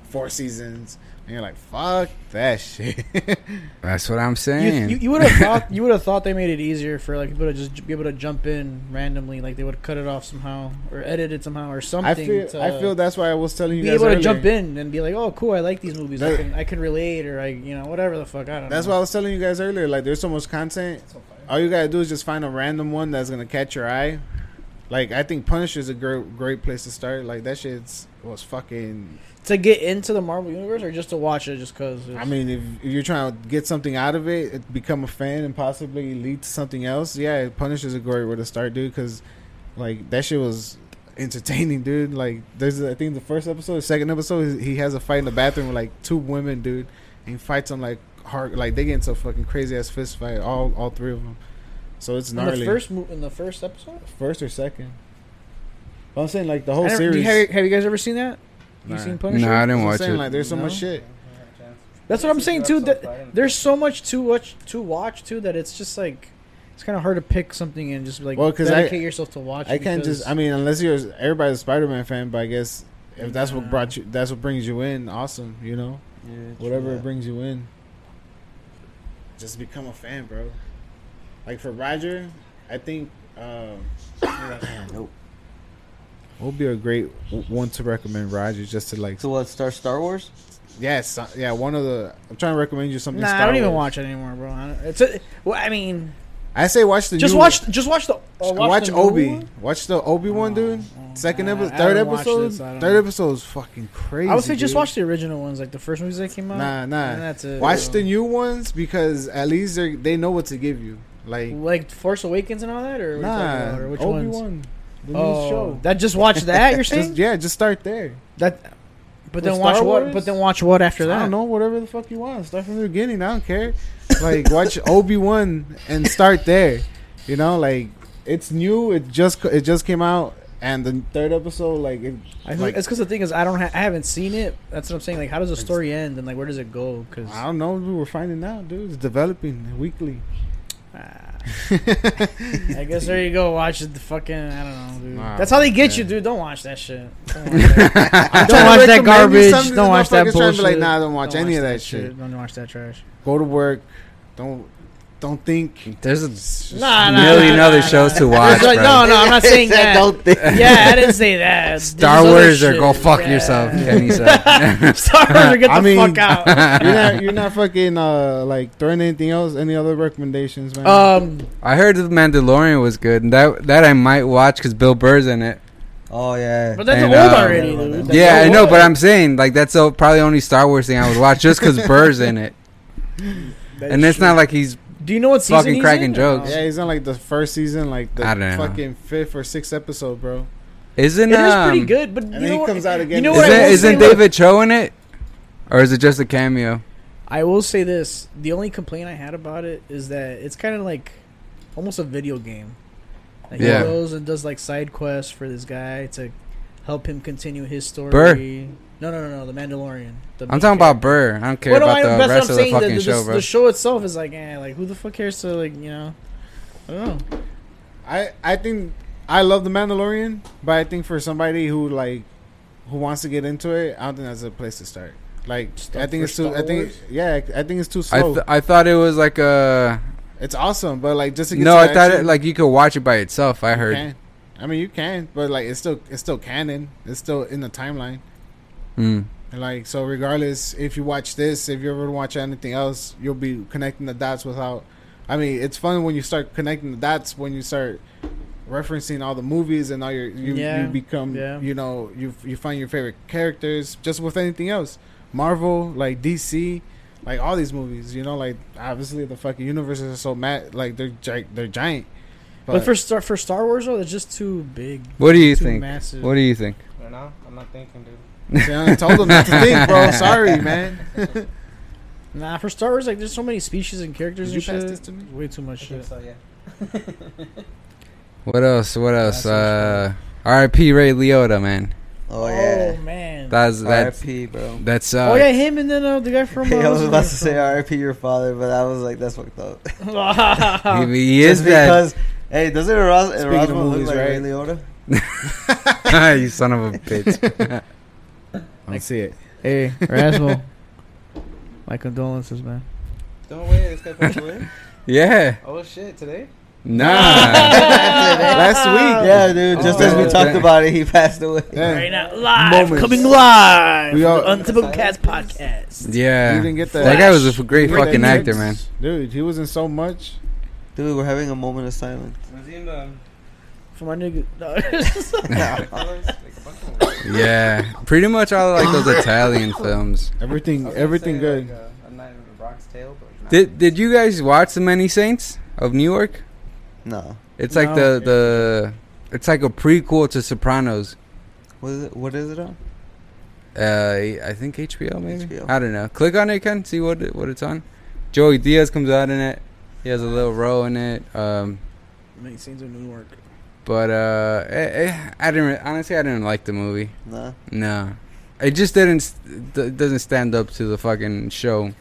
Speaker 1: four seasons. And you're like, fuck that shit.
Speaker 3: That's what I'm
Speaker 4: You,
Speaker 3: saying.
Speaker 4: you, you would have thought you would have thought they made it easier for like people to just be able to jump in randomly, like they would cut it off somehow or edit it somehow or something.
Speaker 1: I feel
Speaker 4: to
Speaker 1: I feel that's why I was telling you
Speaker 4: be
Speaker 1: guys
Speaker 4: able
Speaker 1: earlier.
Speaker 4: to jump in and be like, "Oh, cool, I like these movies. I
Speaker 1: That-
Speaker 4: can I can relate or I you know whatever the fuck I don't
Speaker 1: That's
Speaker 4: know."
Speaker 1: why I was telling you guys earlier. Like, there's so much content. All you gotta do is just find a random one that's gonna catch your eye. Like, I think Punisher is a great great place to start. Like that shit's was fucking.
Speaker 4: to get into the Marvel universe or just to watch it just because.
Speaker 1: I mean, if, if you're trying to get something out of it, it, become a fan and possibly lead to something else. Yeah, Punisher is a great way to start, dude. Because like that shit was entertaining, dude. Like there's I think the first episode, the second episode, he has a fight in the bathroom with like two women, dude, and he fights them like hard, like they get into a fucking crazy ass fist fight, all all three of them. So it's
Speaker 4: in
Speaker 1: gnarly.
Speaker 4: the first mo- in the first episode.
Speaker 1: first or second. But I'm saying like the whole
Speaker 4: I never- do
Speaker 1: series.
Speaker 4: you- have, have you guys ever seen that?
Speaker 1: Nah.
Speaker 4: You seen
Speaker 1: That's
Speaker 4: Punisher?
Speaker 3: Nah, I didn't
Speaker 1: what I'm
Speaker 3: watch
Speaker 1: saying,
Speaker 3: it.
Speaker 1: Like there's so
Speaker 4: No?
Speaker 1: much shit.
Speaker 4: That's what I'm saying too. That
Speaker 2: there's
Speaker 4: there's so much to watch to watch too that it's just like it's kind of hard to pick something and just like
Speaker 1: Well, 'cause I-
Speaker 4: dedicate yourself to watch.
Speaker 1: I can't just. I mean, unless you're everybody's a Spider-Man fan, but I guess if that's what
Speaker 4: Nah.
Speaker 1: brought you, that's what brings you in. Awesome, you know, whatever it brings you in. Just become a fan, bro. Like for Roger, I think. Um,
Speaker 2: Nope.
Speaker 1: Will be a great w- one to recommend, Roger. Just to like,
Speaker 2: So what? Star Star Wars?
Speaker 1: yes, uh, yeah, one of the. I'm trying to recommend you something.
Speaker 4: Nah,
Speaker 1: Star
Speaker 4: I don't even
Speaker 1: Wars.
Speaker 4: watch it anymore, bro. I don't- It's a, well, I mean,
Speaker 1: I say watch the
Speaker 4: just
Speaker 1: new-
Speaker 4: watch, just watch the uh, watch,
Speaker 1: watch
Speaker 4: the new
Speaker 1: Obi.
Speaker 4: one.
Speaker 1: Watch the Obi Wan, dude.
Speaker 4: Oh,
Speaker 1: Second
Speaker 4: I-
Speaker 1: episode,
Speaker 4: I
Speaker 1: third
Speaker 4: haven't watched
Speaker 1: episode,
Speaker 4: this, I don't
Speaker 1: third
Speaker 4: know.
Speaker 1: episode is fucking crazy.
Speaker 4: I would say just
Speaker 1: dude.
Speaker 4: watch the original ones, like the first movies that came out.
Speaker 1: Nah, nah.
Speaker 4: And that's it.
Speaker 1: Watch
Speaker 4: bro.
Speaker 1: the new ones because at least they they know what to give you. Like
Speaker 4: like Force Awakens and all that, or, what are you talking
Speaker 1: nah,
Speaker 4: about, or which
Speaker 1: Obi
Speaker 4: ones?
Speaker 1: Wan, the
Speaker 4: oh,
Speaker 1: new show.
Speaker 4: that just watch that. You're saying
Speaker 1: Just, yeah, just start there.
Speaker 4: that, but
Speaker 1: With
Speaker 4: then
Speaker 1: Star
Speaker 4: watch what?
Speaker 1: Wars?
Speaker 4: But then watch what after that?
Speaker 1: I don't know whatever the fuck you want. Start from the beginning. I don't care. Like watch Obi Wan and start there. You know, like it's new. It just it just came out, and the third episode like it
Speaker 4: I think
Speaker 1: like
Speaker 4: it's because the thing is, I don't, ha- I haven't seen it. That's what I'm saying. Like, how does the story end, and like, where does it go? Because
Speaker 1: I don't know. We were finding out, dude. It's developing weekly.
Speaker 4: ah. I guess there you go. Watch the fucking. I don't know, dude.
Speaker 1: Nah,
Speaker 4: That's how they get
Speaker 1: man.
Speaker 4: you, dude. Don't watch that shit. Don't watch that, Don't watch that
Speaker 1: recommend you
Speaker 4: garbage.
Speaker 1: something,
Speaker 4: Don't
Speaker 1: this
Speaker 4: watch
Speaker 1: motherfucker's trying
Speaker 4: that
Speaker 1: to be
Speaker 4: bullshit.
Speaker 1: like, nah, I don't watch any of that shit.
Speaker 4: Don't watch that trash.
Speaker 1: Go to work. Don't don't think.
Speaker 3: There's a
Speaker 4: Nah, nah,
Speaker 3: million
Speaker 4: nah,
Speaker 3: other
Speaker 4: nah,
Speaker 3: shows to watch.
Speaker 4: It's like,
Speaker 3: bro.
Speaker 4: no, no, I'm not saying that.
Speaker 2: Don't think.
Speaker 4: yeah, I didn't say that.
Speaker 3: Star
Speaker 4: There's other
Speaker 3: Wars or
Speaker 4: shit.
Speaker 3: go fuck
Speaker 4: Yeah.
Speaker 3: yourself, Kenny said.
Speaker 4: Star Wars or get the
Speaker 1: I mean-
Speaker 4: fuck out.
Speaker 1: You're not you're not fucking uh like throwing anything else. Any other recommendations, man?
Speaker 4: Um,
Speaker 3: I heard the Mandalorian was good, and that that I might watch because Bill Burr's in it.
Speaker 2: Oh yeah.
Speaker 4: but that's
Speaker 3: And,
Speaker 4: old
Speaker 3: uh,
Speaker 4: already, dude. That's
Speaker 3: yeah,
Speaker 4: old.
Speaker 3: I know, but I'm saying like that's the probably only Star Wars thing I would watch just because Burr's in it,
Speaker 4: That's
Speaker 3: and it's
Speaker 4: true.
Speaker 3: not like he's
Speaker 4: Do you know what season
Speaker 3: fucking
Speaker 4: he's
Speaker 3: cracking
Speaker 4: in?
Speaker 3: jokes.
Speaker 1: yeah, he's on like the first season, like the
Speaker 3: I don't know.
Speaker 1: fucking fifth or sixth episode, bro.
Speaker 3: isn't
Speaker 4: It is
Speaker 3: um,
Speaker 4: pretty good, but
Speaker 1: And
Speaker 4: you know
Speaker 1: then he
Speaker 4: what-
Speaker 1: comes out again.
Speaker 4: You know what?
Speaker 3: Isn't,
Speaker 4: I will say,
Speaker 3: isn't
Speaker 4: like-
Speaker 3: David Cho in it, or is it just a cameo?
Speaker 4: I will say this: the only complaint I had about it is that it's kind of like almost a video game. Like
Speaker 3: Yeah.
Speaker 4: he goes and does like side quests for this guy to help him continue his story.
Speaker 3: Burr.
Speaker 4: No, no, no, no, the Mandalorian. The
Speaker 3: I'm talking about Burr. I don't care
Speaker 4: Well, no, I-
Speaker 3: about the
Speaker 4: that's what
Speaker 3: rest
Speaker 4: I'm
Speaker 3: of the
Speaker 4: saying,
Speaker 3: fucking show,
Speaker 4: the,
Speaker 3: bro.
Speaker 4: the show itself is like, eh, like who the fuck cares to like you know. I don't know.
Speaker 1: I I think I love the Mandalorian, but I think for somebody who like who wants to get into it, I don't think that's a place to start. Like
Speaker 4: Start
Speaker 1: I think
Speaker 4: for
Speaker 1: it's too.
Speaker 4: Star
Speaker 1: I think
Speaker 4: Wars?
Speaker 1: yeah. I think it's too
Speaker 3: I,
Speaker 1: slow.
Speaker 3: th- I thought it was like a
Speaker 1: it's awesome, but like just to get
Speaker 3: no.
Speaker 1: To
Speaker 3: I
Speaker 1: the
Speaker 3: thought
Speaker 1: action-
Speaker 3: it like you could watch it by itself. I
Speaker 1: You
Speaker 3: heard.
Speaker 1: can. I mean, you can, but like it's still it's still canon. It's still in the timeline.
Speaker 3: Mm.
Speaker 1: And, Like so, regardless if you watch this, if you ever watch anything else, you'll be connecting the dots without. I mean, it's fun when you start connecting the dots when you start referencing all the movies and all your you,
Speaker 4: Yeah.
Speaker 1: you become
Speaker 4: Yeah.
Speaker 1: you know you you find your favorite characters just with anything else, Marvel like DC. Like all these movies, you know, like obviously the fucking universes are so mad, like they're gi- they're giant.
Speaker 4: But, for Star for Star Wars though, it's just too big.
Speaker 3: What do you
Speaker 4: too
Speaker 3: think?
Speaker 4: Massive.
Speaker 3: What do you think?
Speaker 6: Right now, I'm not thinking, dude.
Speaker 1: See, I told him not to think, bro. Sorry, man.
Speaker 4: nah, for Star Wars, like there's so many species and characters
Speaker 1: Did
Speaker 4: and
Speaker 1: you pass
Speaker 4: shit.
Speaker 1: this to me?
Speaker 4: Way too much shit.
Speaker 6: So yeah.
Speaker 3: What else? What else?
Speaker 4: that's
Speaker 3: Uh,
Speaker 4: what
Speaker 3: R.I.P. Ray Liotta, man.
Speaker 2: Oh yeah.
Speaker 4: Oh man.
Speaker 3: That's that's
Speaker 2: R.I.P. Bro.
Speaker 3: that's uh.
Speaker 4: oh yeah, him and then uh, the guy from. Uh,
Speaker 2: Hey, I was about to
Speaker 4: what's his
Speaker 2: say
Speaker 4: name
Speaker 2: R.I.P. your father, but I was like, that's fucked up.
Speaker 4: from?
Speaker 3: He, he is
Speaker 2: Just
Speaker 3: that.
Speaker 2: because Hey, doesn't Eros-
Speaker 1: Speaking of
Speaker 2: Erasmo look
Speaker 1: movies,
Speaker 2: like Ray
Speaker 1: right?
Speaker 2: Liotta?
Speaker 3: Ah, you son of a bitch.
Speaker 1: I don't see it.
Speaker 4: Hey, Rasmo. My condolences, man.
Speaker 6: Don't wait, this guy passed away.
Speaker 3: Yeah.
Speaker 6: Oh shit, today?
Speaker 3: Nah. Last week.
Speaker 2: Yeah, dude. Just
Speaker 6: Oh.
Speaker 2: as we talked about it, he passed away.
Speaker 1: Yeah.
Speaker 4: Right now, live,
Speaker 1: Moments.
Speaker 4: coming live,
Speaker 1: We are-
Speaker 4: on Typical Cats podcast.
Speaker 3: Yeah.
Speaker 1: You didn't get that.
Speaker 3: That guy was a great
Speaker 1: You didn't
Speaker 3: fucking
Speaker 1: get that
Speaker 3: actor, man.
Speaker 1: text? Dude, he was in so much.
Speaker 2: Dude, we're having a moment of silence.
Speaker 6: Was he in the
Speaker 4: For my nigga, no.
Speaker 6: colors? Like a bunch of them.
Speaker 3: Yeah. Pretty much all like those Italian films.
Speaker 1: Everything,
Speaker 6: I was gonna
Speaker 1: everything
Speaker 6: say,
Speaker 1: good.
Speaker 6: Like, uh, a Night in the Bronx Tale, but not.
Speaker 3: Did Did you guys watch The Many Saints of New York?
Speaker 2: No.
Speaker 3: It's like
Speaker 4: No.
Speaker 3: the the it's like a prequel to Sopranos.
Speaker 2: What is it, what is it on?
Speaker 3: Uh, I think HBO maybe.
Speaker 2: HBO.
Speaker 3: I don't know. Click on it, Ken. See what it, what it's on. Joey Diaz comes out in it. He has a little role in it. Um,
Speaker 4: Make scenes in New York.
Speaker 3: but uh, eh, eh, I didn't re- honestly. I didn't like the movie.
Speaker 2: Nah.
Speaker 3: No, it just didn't. st- d- doesn't stand up to the fucking show.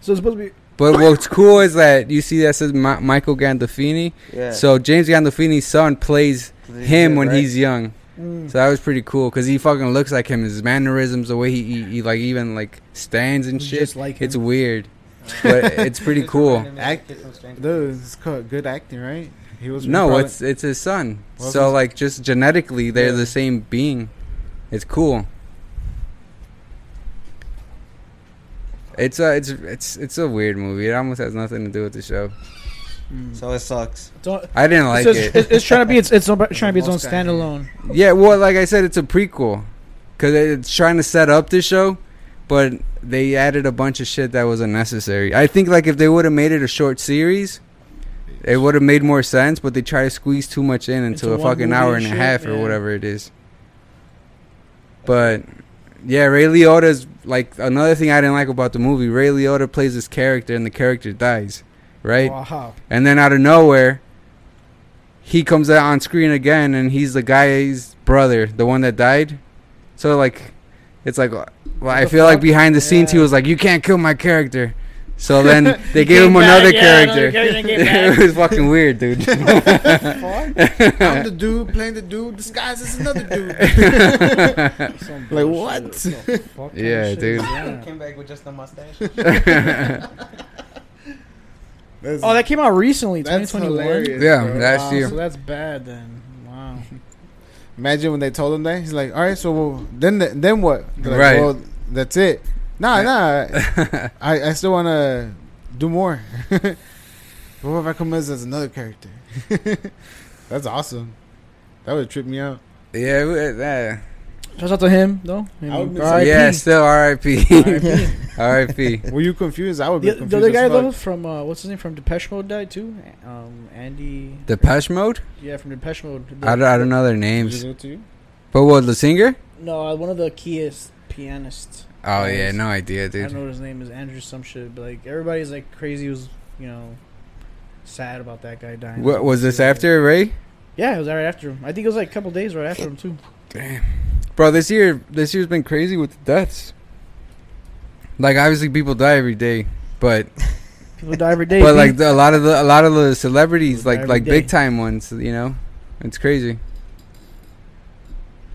Speaker 4: So it's supposed to be.
Speaker 3: But what's cool is that you see that says Ma- Michael Gandolfini.
Speaker 2: Yeah.
Speaker 3: So James Gandolfini's son plays
Speaker 2: Did he
Speaker 3: him
Speaker 2: do it
Speaker 3: when
Speaker 2: right?
Speaker 3: he's young.
Speaker 4: Mm.
Speaker 3: So that was pretty cool because he fucking looks like him. His mannerisms, the way he, he, he like even like stands and
Speaker 4: He's
Speaker 3: shit.
Speaker 4: just like him.
Speaker 3: It's weird, but it's pretty cool.
Speaker 1: Act- Dude, it's called good acting, right? He was
Speaker 3: No,
Speaker 1: probably-
Speaker 3: it's it's his son.
Speaker 1: Well,
Speaker 3: so
Speaker 1: it's-
Speaker 3: like just genetically, they're
Speaker 1: Yeah.
Speaker 3: the same being. It's cool. It's a it's it's it's a weird movie. It almost has nothing to do with the show.
Speaker 2: So it sucks.
Speaker 4: Don't-
Speaker 3: I didn't like
Speaker 4: it's,
Speaker 3: it.
Speaker 4: it's, it's trying to be. It's, it's trying to be its own
Speaker 1: Most guy.
Speaker 4: standalone.
Speaker 3: Yeah, well, like I said, it's a prequel because it's trying to set up the show, but they added a bunch of shit that was unnecessary. I think like if they would have made it a short series, it would have made more sense. But they try to squeeze too much in into,
Speaker 4: Into
Speaker 3: a
Speaker 4: one
Speaker 3: fucking
Speaker 4: movie
Speaker 3: hour
Speaker 4: and
Speaker 3: and a
Speaker 4: shit,
Speaker 3: half or
Speaker 4: yeah.
Speaker 3: whatever it is. But yeah, Ray Liotta's like another thing I didn't like about the movie. Ray Liotta plays this character, and the character dies, right?
Speaker 4: Wow.
Speaker 3: And then out of nowhere, he comes out on screen again, and he's the guy's brother, the one that died. So like, it's like, well, I
Speaker 4: the
Speaker 3: feel like
Speaker 4: fuck?
Speaker 3: behind the scenes he
Speaker 4: Yeah.
Speaker 3: was like, "You can't kill my character." So then they gave him another character. it was fucking weird, dude.
Speaker 1: I'm the dude playing the dude disguised as another dude. Like what?
Speaker 3: yeah, dude.
Speaker 6: Came back with just a mustache.
Speaker 1: That's-
Speaker 4: Oh, that came out recently.
Speaker 1: that's
Speaker 4: 2021.
Speaker 1: hilarious.
Speaker 3: Yeah,
Speaker 1: bro.
Speaker 3: that's
Speaker 4: Wow,
Speaker 3: you.
Speaker 4: so that's bad then. Wow.
Speaker 1: Imagine when they told him that he's like, "All right, so well, then then what?" They're like,
Speaker 3: Right.
Speaker 1: Well, that's it. Nah, nah. I, I still want to do more. what if I come as, as another character? that's awesome. That would trip me out.
Speaker 3: Yeah, it- uh,
Speaker 4: Shouts out to him though. You
Speaker 1: I would
Speaker 4: know,
Speaker 1: miss
Speaker 4: R.I.P.
Speaker 3: yeah. Still R.I.P.
Speaker 1: R.I.P.
Speaker 3: R.I.P.
Speaker 1: Were you confused? I would be
Speaker 4: The,
Speaker 1: confused.
Speaker 4: the other
Speaker 1: as
Speaker 4: guy
Speaker 1: fuck.
Speaker 4: though from uh, what's his name from Depeche Mode died too. Um, Andy.
Speaker 3: Depeche Mode.
Speaker 4: Yeah, from Depeche Mode.
Speaker 3: I don't, I don't know their
Speaker 1: Did
Speaker 4: Mm-hmm.
Speaker 3: names.
Speaker 1: you go to you?
Speaker 3: But what the singer?
Speaker 4: No, uh, one of the keyist pianists.
Speaker 3: Oh yeah, no idea,
Speaker 4: I don't know
Speaker 3: dude.
Speaker 4: what his name is. Andrew some shit. But like everybody's like crazy. Was you know sad about that guy dying.
Speaker 3: What was this after Ray?
Speaker 4: Yeah, it was right after him. I think it was like a couple days right after him too.
Speaker 3: Damn, bro, this year this year's been crazy with the deaths. Like obviously people die every day, but
Speaker 4: People die every day.
Speaker 3: but
Speaker 4: B.
Speaker 3: like the, a lot of the a lot of the celebrities
Speaker 4: People die
Speaker 3: like
Speaker 4: every
Speaker 3: like big
Speaker 4: day.
Speaker 3: time ones, you know, it's crazy.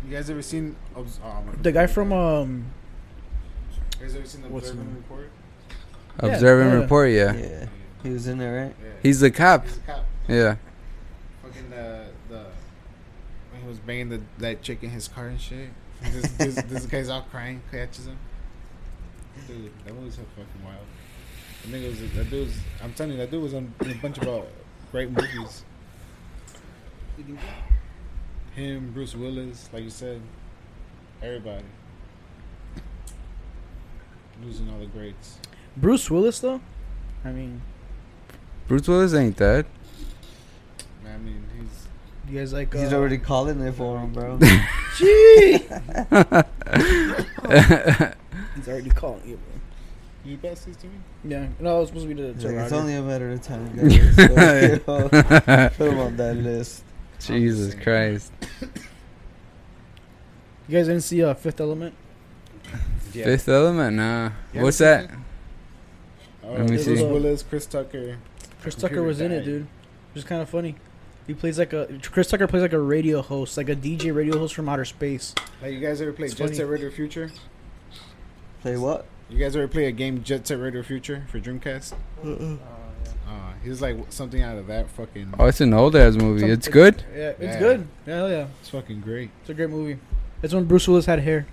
Speaker 1: You guys ever seen oh, oh, my
Speaker 4: the guy
Speaker 1: God.
Speaker 4: from um.
Speaker 1: You guys ever seen the
Speaker 4: what's his
Speaker 1: Observing
Speaker 4: name?
Speaker 1: report? Oh,
Speaker 4: Yeah,
Speaker 3: Observe and
Speaker 4: yeah.
Speaker 3: report, yeah.
Speaker 2: Yeah. He was in there, right?
Speaker 1: Yeah.
Speaker 3: He's the cop,
Speaker 1: He's a cop.
Speaker 3: yeah.
Speaker 1: Fucking the the when he was banging the that chick in his car and shit. This this, this guy's out crying, catches him. Dude, that movie's so fucking wild. That nigga was that dude was, I'm telling you, that dude was on in a bunch of uh, great movies. Him, Bruce Willis, like you said, everybody. Losing all the greats.
Speaker 4: Bruce Willis though. I mean,
Speaker 3: Bruce Willis ain't dead.
Speaker 1: Man, I mean, he's
Speaker 4: you guys like. Uh,
Speaker 2: He's already calling it for him, bro.
Speaker 4: Gee. Oh, He's already calling you.
Speaker 1: you pass this to me.
Speaker 4: Yeah, no, it was supposed to be the.
Speaker 2: He's
Speaker 4: Joe
Speaker 2: like, it's
Speaker 4: Rogan.
Speaker 2: only a matter of time, guys. So, you know, Put him on that list.
Speaker 3: Jesus Christ,
Speaker 4: You guys didn't see uh, Fifth Element?
Speaker 1: Yeah.
Speaker 3: Fifth Element, nah.
Speaker 1: Yeah,
Speaker 3: What's
Speaker 1: this
Speaker 3: that?
Speaker 1: is- Uh,
Speaker 3: Let me
Speaker 1: Bruce
Speaker 4: see.
Speaker 1: Willis, Chris Tucker.
Speaker 4: Chris
Speaker 1: Computer
Speaker 4: Tucker was in
Speaker 1: died.
Speaker 4: it, dude. which is kind of funny. He plays like a Chris Tucker plays like a radio host, like a DJ radio host from outer space.
Speaker 1: Like you guys ever play
Speaker 4: It's
Speaker 1: Jet
Speaker 4: funny.
Speaker 1: Set Radio Future?
Speaker 2: Play what?
Speaker 1: You guys ever play a game Jet Set Radio Future for Dreamcast? Uh, he's like something out of that fucking.
Speaker 4: Uh,
Speaker 3: Oh, it's an old ass movie. It's good.
Speaker 4: Yeah, it's
Speaker 1: Yeah.
Speaker 4: good. Yeah, hell yeah,
Speaker 1: It's fucking great.
Speaker 4: it's a great movie. It's when Bruce Willis had hair.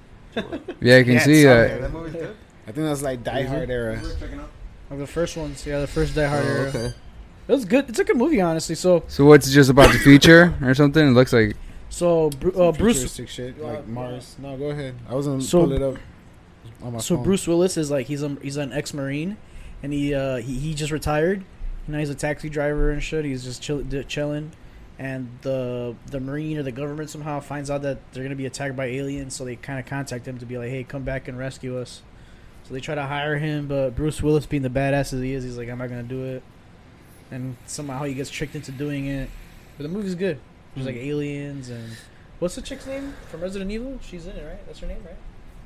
Speaker 3: Yeah, I can
Speaker 1: Yeah, it's
Speaker 3: see uh,
Speaker 1: on
Speaker 3: that.
Speaker 1: there.
Speaker 2: that movie's good.
Speaker 1: I think that's like Die
Speaker 4: Mhm.
Speaker 1: Hard era.
Speaker 4: Like the first ones, yeah, the first Die Hard era.
Speaker 2: okay.
Speaker 4: It was good. It's a good movie, honestly. So,
Speaker 3: So what's just about the future or something? It looks like
Speaker 4: so Bru- uh, Bruce,
Speaker 1: Futuristic shit
Speaker 4: Uh,
Speaker 1: like Mars. No, go ahead. I was gonna
Speaker 4: So-
Speaker 1: pull it up. On my
Speaker 4: so
Speaker 1: phone.
Speaker 4: Bruce Willis is like he's a, he's an ex marine, and he uh he, he just retired. Now he's a taxi driver and shit. He's just chill, d- chilling, and the the marine or the government somehow finds out that they're gonna be attacked by aliens, so they kind of contact him to be like, hey, come back and rescue us. So they try to hire him, but Bruce Willis, being the badass as he is, he's like, I'm not gonna do it, and somehow he gets tricked into doing it. But the movie's good. There's
Speaker 1: Hmm.
Speaker 4: like aliens and what's the chick's name from Resident Evil? She's in it, right? That's her name, right?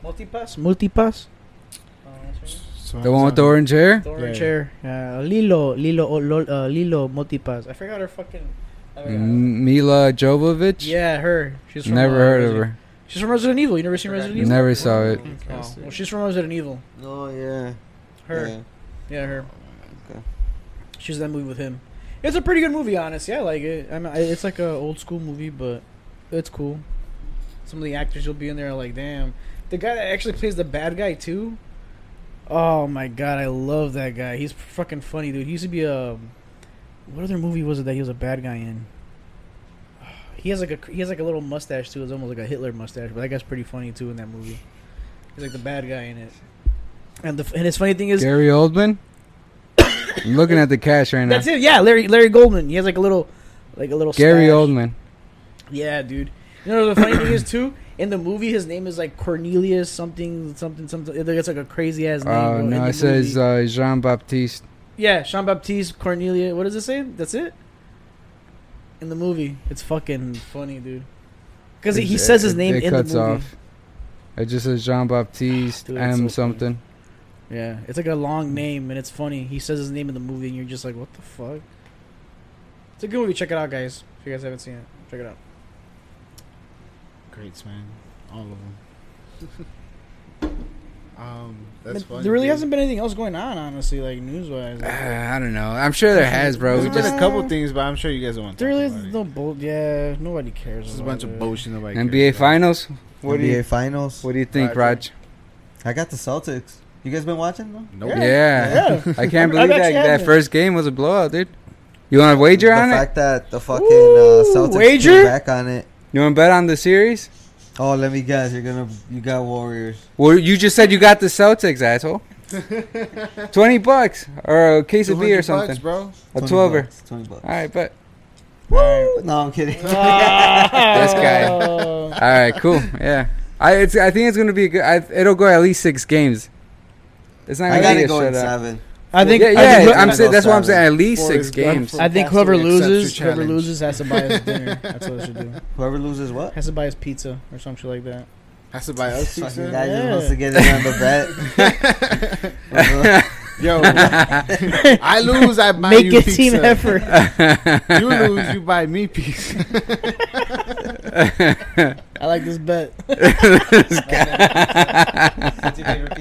Speaker 4: Multipass. Multipass. Uh, that's her name.
Speaker 1: So
Speaker 3: the one with the orange hair.
Speaker 4: The orange
Speaker 1: Yeah.
Speaker 4: chair. Uh, Lilo, Lilo, oh, Lol- uh, Lilo Multipass. I forgot her fucking. I forgot her.
Speaker 3: M- Mila Jovovich.
Speaker 4: Yeah, her. She's from,
Speaker 3: Mm. Never
Speaker 4: uh,
Speaker 3: heard of
Speaker 4: Resident-
Speaker 3: her.
Speaker 4: She's from Resident Evil. You never seen Resident Evil?
Speaker 3: Never saw it.
Speaker 4: Oh, well, she's from Resident Evil.
Speaker 2: Oh yeah.
Speaker 4: Her.
Speaker 2: Yeah.
Speaker 4: Yeah, her.
Speaker 2: Okay.
Speaker 4: She's in that movie with him. It's a pretty good movie, honestly. I like it. I mean, I- it's like a old school movie, but it's cool. Some of the actors you'll be in there are like, damn. The guy that actually plays the bad guy too. Oh my god, I love that guy. He's fucking funny, dude. He used to be a. What other movie was it that he was a bad guy in? He has like a he has like a little mustache too. It's almost like a Hitler mustache, but that guy's pretty funny too in that movie. He's like the bad guy in it. And the and his funny thing is
Speaker 3: Gary Oldman. I'm looking at the cash right now.
Speaker 4: that's it. Yeah, Larry Larry Goldman. He has like a little, like a little
Speaker 3: Gary
Speaker 4: stash.
Speaker 3: Oldman.
Speaker 4: Yeah, dude. You know the funny thing is too. In the movie, his name is like Cornelius something something something. It's like a crazy ass name.
Speaker 3: Oh
Speaker 4: bro, in
Speaker 3: no,
Speaker 4: the
Speaker 3: it says
Speaker 4: movie.
Speaker 3: uh, Jean Baptiste.
Speaker 4: yeah, Jean Baptiste Cornelia. What does it say? That's it. In the movie, it's fucking funny, dude. Because he, he
Speaker 3: It-
Speaker 4: says his
Speaker 3: it-
Speaker 4: name
Speaker 3: it
Speaker 4: in the
Speaker 3: cuts
Speaker 4: movie.
Speaker 3: off. It just says Jean Baptiste
Speaker 4: Dude, that's so
Speaker 3: M
Speaker 4: funny.
Speaker 3: something.
Speaker 4: Yeah, it's like a long name, and it's funny. He says his name in the movie, and you're just like, what the fuck? It's a good movie. Check it out, guys. If you guys haven't seen it, check it out.
Speaker 1: greats, man. All of them. um, that's
Speaker 4: But
Speaker 1: funny.
Speaker 4: there really
Speaker 1: dude. Ah,
Speaker 4: hasn't been anything else going on, honestly, like news wise.
Speaker 3: Uh, I don't know. I'm sure there has, bro.
Speaker 1: There's
Speaker 3: We
Speaker 1: been
Speaker 3: just
Speaker 1: a couple things, but I'm sure you guys don't want to.
Speaker 4: there really
Speaker 1: Really,
Speaker 4: is no bull. Yeah, nobody cares.
Speaker 1: There's a
Speaker 4: about
Speaker 1: bunch of
Speaker 4: it.
Speaker 1: bullshit. Nobody
Speaker 3: NBA
Speaker 1: cares about.
Speaker 3: Finals. What
Speaker 2: NBA
Speaker 3: do you
Speaker 2: Finals.
Speaker 3: What do you think, Raj?
Speaker 1: Roger.
Speaker 2: I got the Celtics. You guys been watching them?
Speaker 1: Nope.
Speaker 3: Yeah.
Speaker 4: Yeah.
Speaker 3: I can't
Speaker 4: I've- I've
Speaker 3: believe that
Speaker 4: actually had
Speaker 3: that
Speaker 4: it.
Speaker 3: first game was a blowout, dude. You want to wager
Speaker 2: the
Speaker 3: on it?
Speaker 2: fact that the fucking
Speaker 4: Ooh,
Speaker 2: uh, Celtics
Speaker 4: wager?
Speaker 2: came back on it.
Speaker 3: You want to bet on the series?
Speaker 2: Oh, let me guess. You're gonna you got Warriors.
Speaker 3: Well, you just said you got the Celtics, asshole. Twenty bucks or a case of
Speaker 1: 200
Speaker 3: beer or
Speaker 1: bucks,
Speaker 3: something.
Speaker 1: bro.
Speaker 3: a
Speaker 2: 20
Speaker 3: twelver.
Speaker 2: bucks, Twenty bucks.
Speaker 3: All right, but
Speaker 2: Woo! No, I'm kidding.
Speaker 3: This all right, cool. Yeah, I it's, I think it's gonna be a good. I, it'll go at least six games. It's not
Speaker 2: I
Speaker 3: gonna be
Speaker 2: gotta
Speaker 3: a
Speaker 2: go in
Speaker 3: shutout.
Speaker 2: seven.
Speaker 4: I think.
Speaker 3: yeah,
Speaker 4: I
Speaker 3: yeah.
Speaker 4: think,
Speaker 2: who-
Speaker 3: I'm saying that's why I'm
Speaker 2: Seven.
Speaker 3: saying at least
Speaker 1: Forrest
Speaker 3: six
Speaker 1: Gump
Speaker 3: games.
Speaker 1: from
Speaker 4: I think
Speaker 1: Castaway
Speaker 4: whoever
Speaker 1: accepts your
Speaker 4: loses, whoever
Speaker 1: challenge.
Speaker 4: loses has to buy us dinner. That's what I should do.
Speaker 2: Whoever loses what?
Speaker 4: Has to buy us pizza or some shit like that.
Speaker 1: has to buy us
Speaker 2: Fucking
Speaker 1: pizza.
Speaker 2: guys are
Speaker 4: Yeah.
Speaker 2: supposed to get in on the bet.
Speaker 1: Yo, I lose, I buy
Speaker 4: Make
Speaker 1: you
Speaker 4: a
Speaker 1: pizza.
Speaker 4: team effort.
Speaker 1: You lose, you buy me pizza.
Speaker 4: I like this bet.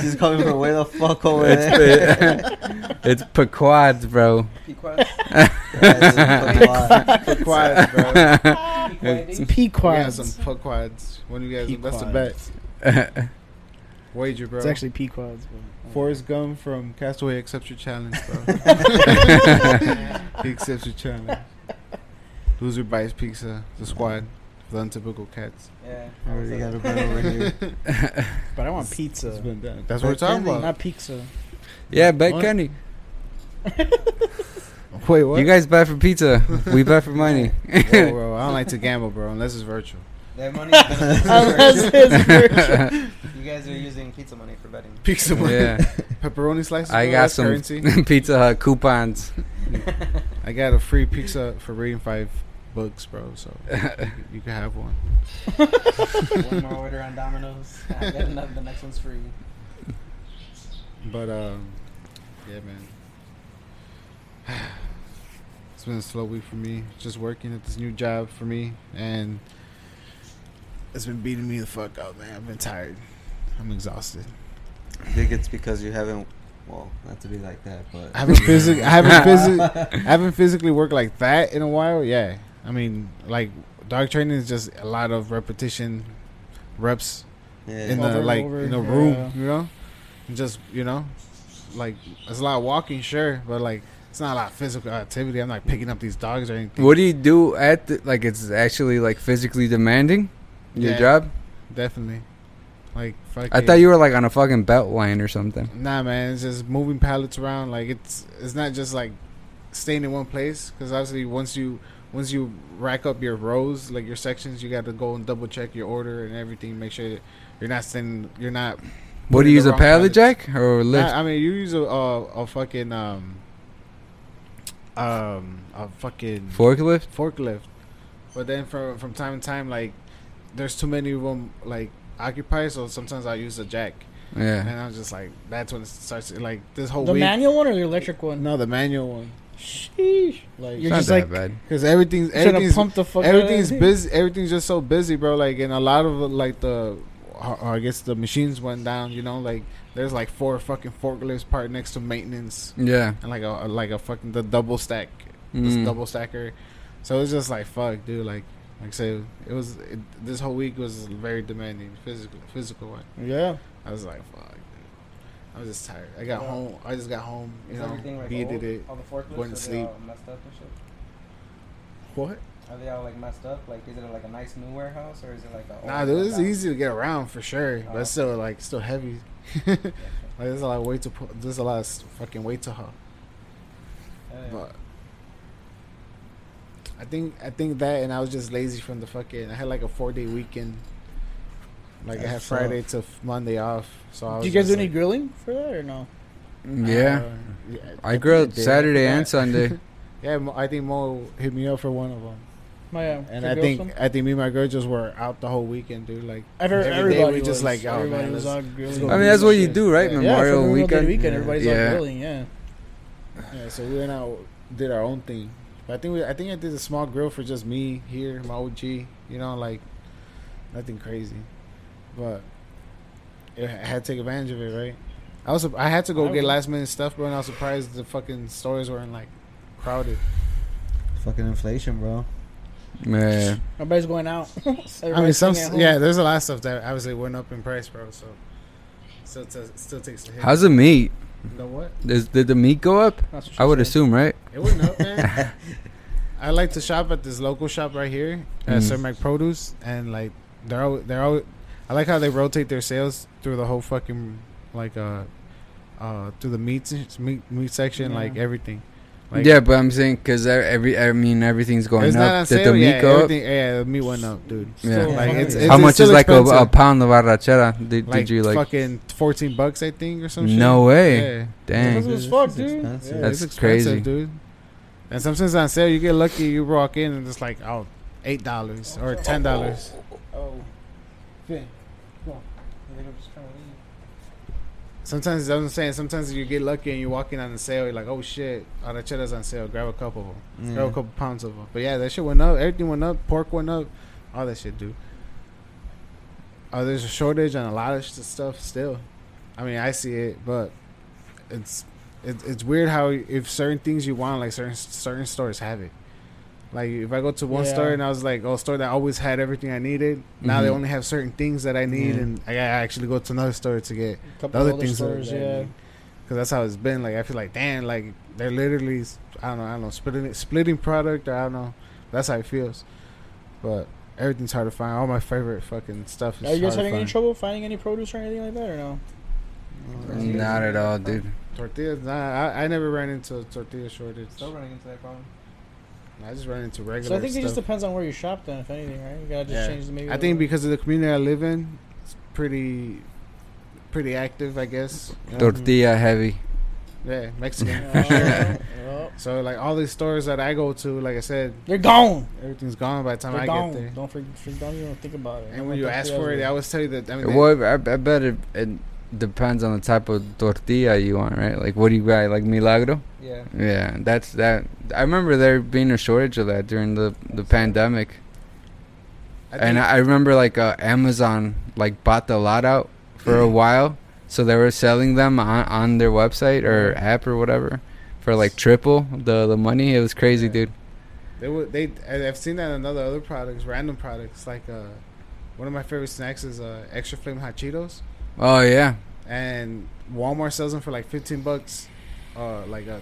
Speaker 2: She's coming from way the fuck over there.
Speaker 3: it's Pequods, bro.
Speaker 2: Guys, it's fucking wild.
Speaker 1: Quiet, bro.
Speaker 3: It's-
Speaker 1: We have some
Speaker 4: Pequods.
Speaker 1: fuck quads. When you guys, that's the bet.
Speaker 4: Pequods.
Speaker 1: Wager, bro.
Speaker 4: It's actually Pequods.
Speaker 1: Forrest Gump from Castaway accepts your challenge, bro. he accepts your challenge. Loser buys pizza. The squad. The untypical cats.
Speaker 6: Yeah.
Speaker 2: I already got a bet over here.
Speaker 4: But I want
Speaker 1: It's
Speaker 4: pizza,
Speaker 1: been done. That's what we're talking about.
Speaker 4: not pizza.
Speaker 3: yeah, bet
Speaker 1: What?
Speaker 3: Kenny.
Speaker 1: Wait, what?
Speaker 3: You guys bet for pizza. We bet for money.
Speaker 1: Whoa, bro. I don't like to gamble, bro, unless it's virtual.
Speaker 6: That money. you
Speaker 4: Unless it's virtual.
Speaker 6: guys are using pizza money for betting.
Speaker 1: Pizza, money.
Speaker 3: yeah,
Speaker 1: pepperoni slices.
Speaker 3: I
Speaker 1: bro,
Speaker 3: got
Speaker 1: that's
Speaker 3: some
Speaker 1: currency.
Speaker 3: Pizza Hut coupons.
Speaker 1: I got a free pizza for reading five books, bro. So you can have one.
Speaker 6: One more order on Domino's. I bet another- the next one's free.
Speaker 1: But um, yeah, man. It's been a slow week for me. Just working at this new job for me, and it's been beating me the fuck up, man. I've been tired. I'm exhausted.
Speaker 2: I think it's because you haven't. Well, not to be like that, but
Speaker 1: I haven't physically, I haven't physically, I haven't physically worked like that in a while. Yeah, I mean, like dog training is just a lot of repetition, reps
Speaker 2: yeah.
Speaker 1: in
Speaker 4: Over
Speaker 1: the
Speaker 4: and
Speaker 1: like
Speaker 4: over,
Speaker 1: in the
Speaker 4: yeah.
Speaker 1: room, you know, And just you know, like it's a lot of walking, sure, but like it's not a lot of physical activity. I'm not picking up these dogs or anything.
Speaker 3: What do you do at the, like it's actually like physically demanding your
Speaker 1: Yeah.
Speaker 3: job?
Speaker 1: Definitely, like fuck
Speaker 3: I thought you were like on a fucking belt line or something.
Speaker 1: Nah, man, it's just moving pallets around. Like it's it's not just like staying in one place because obviously once you once you rack up your rows, like your sections, you got to go and double check your order and everything. Make sure that you're not sending you're not.
Speaker 3: What do you
Speaker 1: putting the
Speaker 3: use a
Speaker 1: wrong
Speaker 3: pallet
Speaker 1: pallets.
Speaker 3: jack or a lift?
Speaker 1: Nah, I mean, you use a, a, a fucking um um a fucking
Speaker 3: Forklift?
Speaker 1: forklift, but then from from time to time, like there's too many of them like occupied, so sometimes I use a jack,
Speaker 3: Yeah.
Speaker 1: and I'm just like that's when it starts like this whole
Speaker 4: The
Speaker 1: week.
Speaker 4: manual one or the electric one?
Speaker 1: no, the manual one,
Speaker 4: Sheesh.
Speaker 1: like
Speaker 4: You're
Speaker 3: It's not
Speaker 4: just
Speaker 3: that
Speaker 4: like
Speaker 3: bad.
Speaker 1: because everything's
Speaker 4: trying to
Speaker 1: everything's
Speaker 4: pump the fuck. out of
Speaker 1: everything's
Speaker 4: that.
Speaker 1: busy. Everything's just so busy, bro. Like, and a lot of like the, uh, I guess the machines went down. You know, like there's like four fucking forklifts part next to maintenance
Speaker 3: Yeah.
Speaker 1: and like a like a fucking the double stack, this
Speaker 3: Mm.
Speaker 1: double stacker. So it's just like fuck, dude. Like like I said, it was it, this whole week was very demanding physical physical one.
Speaker 4: Yeah.
Speaker 1: I was like fuck. Dude. I was just tired. I got
Speaker 6: Yeah.
Speaker 1: home. I just got home. You know, needed it.
Speaker 6: On the forklift,
Speaker 1: going to
Speaker 6: are they
Speaker 1: sleep.
Speaker 6: all messed up and shit?
Speaker 1: What?
Speaker 6: Are they all like messed up? Like, is it like a nice new warehouse or is it like
Speaker 2: Oh,
Speaker 6: a?
Speaker 1: Nah,
Speaker 6: old
Speaker 1: dude, it's
Speaker 6: rundown?
Speaker 1: easy to get around for sure, but it's still like still heavy. like there's a lot of weight to put. There's a lot of s- fucking weight to haul.
Speaker 6: Yeah.
Speaker 1: But I think I think that, and I was just lazy from the fucking. I had like a four day weekend. Like I had
Speaker 4: That's
Speaker 1: Friday to f- Monday off, so I was
Speaker 4: Do you guys
Speaker 1: just
Speaker 4: do any
Speaker 1: Oh, like,
Speaker 4: grilling for that or no?
Speaker 3: Mm. Yeah.
Speaker 1: uh, yeah,
Speaker 3: I
Speaker 1: think I
Speaker 3: grilled
Speaker 1: did.
Speaker 3: Saturday
Speaker 1: Yeah.
Speaker 3: and Sunday.
Speaker 1: Yeah, Mo- I think Mo hit me up for one of them,
Speaker 4: My um,
Speaker 1: and
Speaker 4: your
Speaker 1: I
Speaker 4: girls
Speaker 1: think
Speaker 4: one?
Speaker 1: I think me and my girl just were out the whole weekend, dude. Like
Speaker 4: Ever,
Speaker 1: every day
Speaker 4: everybody
Speaker 1: we just
Speaker 4: was,
Speaker 1: like, oh,
Speaker 4: everybody
Speaker 1: man,
Speaker 4: was
Speaker 1: let's-
Speaker 4: on
Speaker 1: let's
Speaker 4: grilling.
Speaker 1: go
Speaker 3: I mean, that's what you
Speaker 1: shit.
Speaker 3: do, right?
Speaker 1: Yeah, for
Speaker 4: yeah, for
Speaker 3: Memorial
Speaker 4: Memorial Day
Speaker 3: weekend.
Speaker 4: weekend, everybody's
Speaker 3: Yeah.
Speaker 4: on grilling. Yeah.
Speaker 1: Yeah, so we went out, did our own thing. But I think we, I think I did a small grill for just me here, my OG. You know, like nothing crazy, but it, I had to take advantage of it, right? I was I had to go
Speaker 4: I
Speaker 1: get
Speaker 4: would-
Speaker 1: last minute stuff, bro, and I was surprised the fucking stores weren't like crowded.
Speaker 2: e- fucking inflation, bro.
Speaker 3: Yeah.
Speaker 4: Everybody's going out.
Speaker 1: I mean,
Speaker 4: Everybody's
Speaker 1: some
Speaker 4: staying at home.
Speaker 1: yeah, there's a lot of stuff that obviously went up in price, bro. So still t- still takes the hit.
Speaker 3: How's the meat?
Speaker 1: you know what?
Speaker 3: Does, did the meat go up?
Speaker 4: That's what
Speaker 3: I
Speaker 4: she
Speaker 3: would
Speaker 4: said.
Speaker 3: assume, right?
Speaker 1: It went up, man. I like to shop at this local shop right here at
Speaker 3: Mhm.
Speaker 1: Cermac Produce, and like they're al they're al I like how they rotate their sales through the whole fucking like uh uh through the meats and- meat meat section,
Speaker 4: Yeah.
Speaker 1: like everything. Like,
Speaker 3: yeah, but I'm saying because every I mean everything's going
Speaker 1: it's
Speaker 3: up.
Speaker 1: not on
Speaker 3: did
Speaker 1: sale.
Speaker 3: the meat
Speaker 1: yeah,
Speaker 3: go up?
Speaker 1: everything- yeah, the meat went up, dude.
Speaker 3: Yeah.
Speaker 1: Like, it's-
Speaker 4: Yeah.
Speaker 1: it's-
Speaker 3: How much
Speaker 1: still
Speaker 3: is like a, a
Speaker 1: expensive.
Speaker 3: pound of arrachera? Did,
Speaker 1: Like,
Speaker 3: did you like?
Speaker 1: fucking fourteen bucks, I think, or some shit.
Speaker 3: No way!
Speaker 1: Yeah.
Speaker 4: That's
Speaker 3: Dang.
Speaker 4: what's
Speaker 2: This
Speaker 4: fuck,
Speaker 2: is
Speaker 4: dude.
Speaker 2: expensive.
Speaker 1: Yeah,
Speaker 3: That's
Speaker 1: it's expensive,
Speaker 3: crazy.
Speaker 1: dude. And sometimes on sale, you get lucky. You walk in and it's like, oh, eight dollars or ten dollars.
Speaker 4: Oh.
Speaker 6: I think I'm just trying to leave.
Speaker 1: Sometimes that's what I'm saying. Sometimes you get lucky and you walk in on the sale. You're like, oh shit, oh that cheddar's on sale. Grab a couple of them.
Speaker 2: Mm.
Speaker 1: Grab a couple pounds of them. But yeah, that shit went up. Everything went up. Pork went up. All that shit, dude. Oh, there's a shortage on a lot of sh- stuff still. I mean, I see it, but it's it, it's weird how if certain things you want, like certain certain stores have it. Like if I go to one
Speaker 4: Yeah.
Speaker 1: store and I was like, oh, store that always had everything I needed. Now they
Speaker 3: Mhm.
Speaker 1: only have certain things that I need,
Speaker 2: Yeah.
Speaker 1: and I gotta actually go to another store to get
Speaker 4: Couple
Speaker 1: the other
Speaker 4: other
Speaker 1: things
Speaker 4: stores, yeah.
Speaker 1: because that's how it's been. Like I feel like damn, like they're literally s- I don't know, I don't know, splitting splitting product. Or I don't know. That's how it feels. But everything's hard to find. All my favorite fucking stuff is.
Speaker 4: Are you guys
Speaker 1: hard
Speaker 4: having any
Speaker 1: to find.
Speaker 4: trouble finding any produce or anything like that or no?
Speaker 3: Not at all, dude.
Speaker 1: Tortillas? Nah, I, I never ran into a tortilla shortage.
Speaker 6: Still running into that problem.
Speaker 1: I just ran into regular.
Speaker 4: So I think it just
Speaker 1: stuff.
Speaker 4: depends on where you shop then, if anything, right? You gotta just
Speaker 1: Yeah.
Speaker 4: change the maybe.
Speaker 1: I
Speaker 4: the-
Speaker 1: think because of the community I live in, it's pretty, pretty active. I guess. you know?
Speaker 2: mm.
Speaker 3: Tortilla heavy.
Speaker 1: Yeah, Mexican.
Speaker 4: Oh, well,
Speaker 1: so like all these stores that I go to, like I said,
Speaker 4: They're gone.
Speaker 1: everything's gone by the time
Speaker 4: They're
Speaker 1: I
Speaker 4: gone.
Speaker 1: get there.
Speaker 4: Don't freak, freak, don't even think about it.
Speaker 1: And when you ask for it, I always tell you that. I mean, they-
Speaker 3: Well, I, I bet it, it depends on the type of tortilla you want, right? Like, what do you buy? Like milagro?
Speaker 6: Yeah.
Speaker 3: Yeah, that's that. I remember there being a shortage of that during the the pandemic,
Speaker 1: I
Speaker 3: and I remember like uh, Amazon like bought the lot out for
Speaker 1: Mm-hmm.
Speaker 3: a while, so they were selling them on on their website or app or whatever for like triple the the money. It was crazy,
Speaker 1: Yeah.
Speaker 3: dude.
Speaker 1: They would. They. I- I've seen that in other other products, random products. Like uh, one of my favorite snacks is uh, extra flame hot Cheetos,
Speaker 3: Oh yeah,
Speaker 1: and Walmart sells them for like fifteen bucks, uh, like a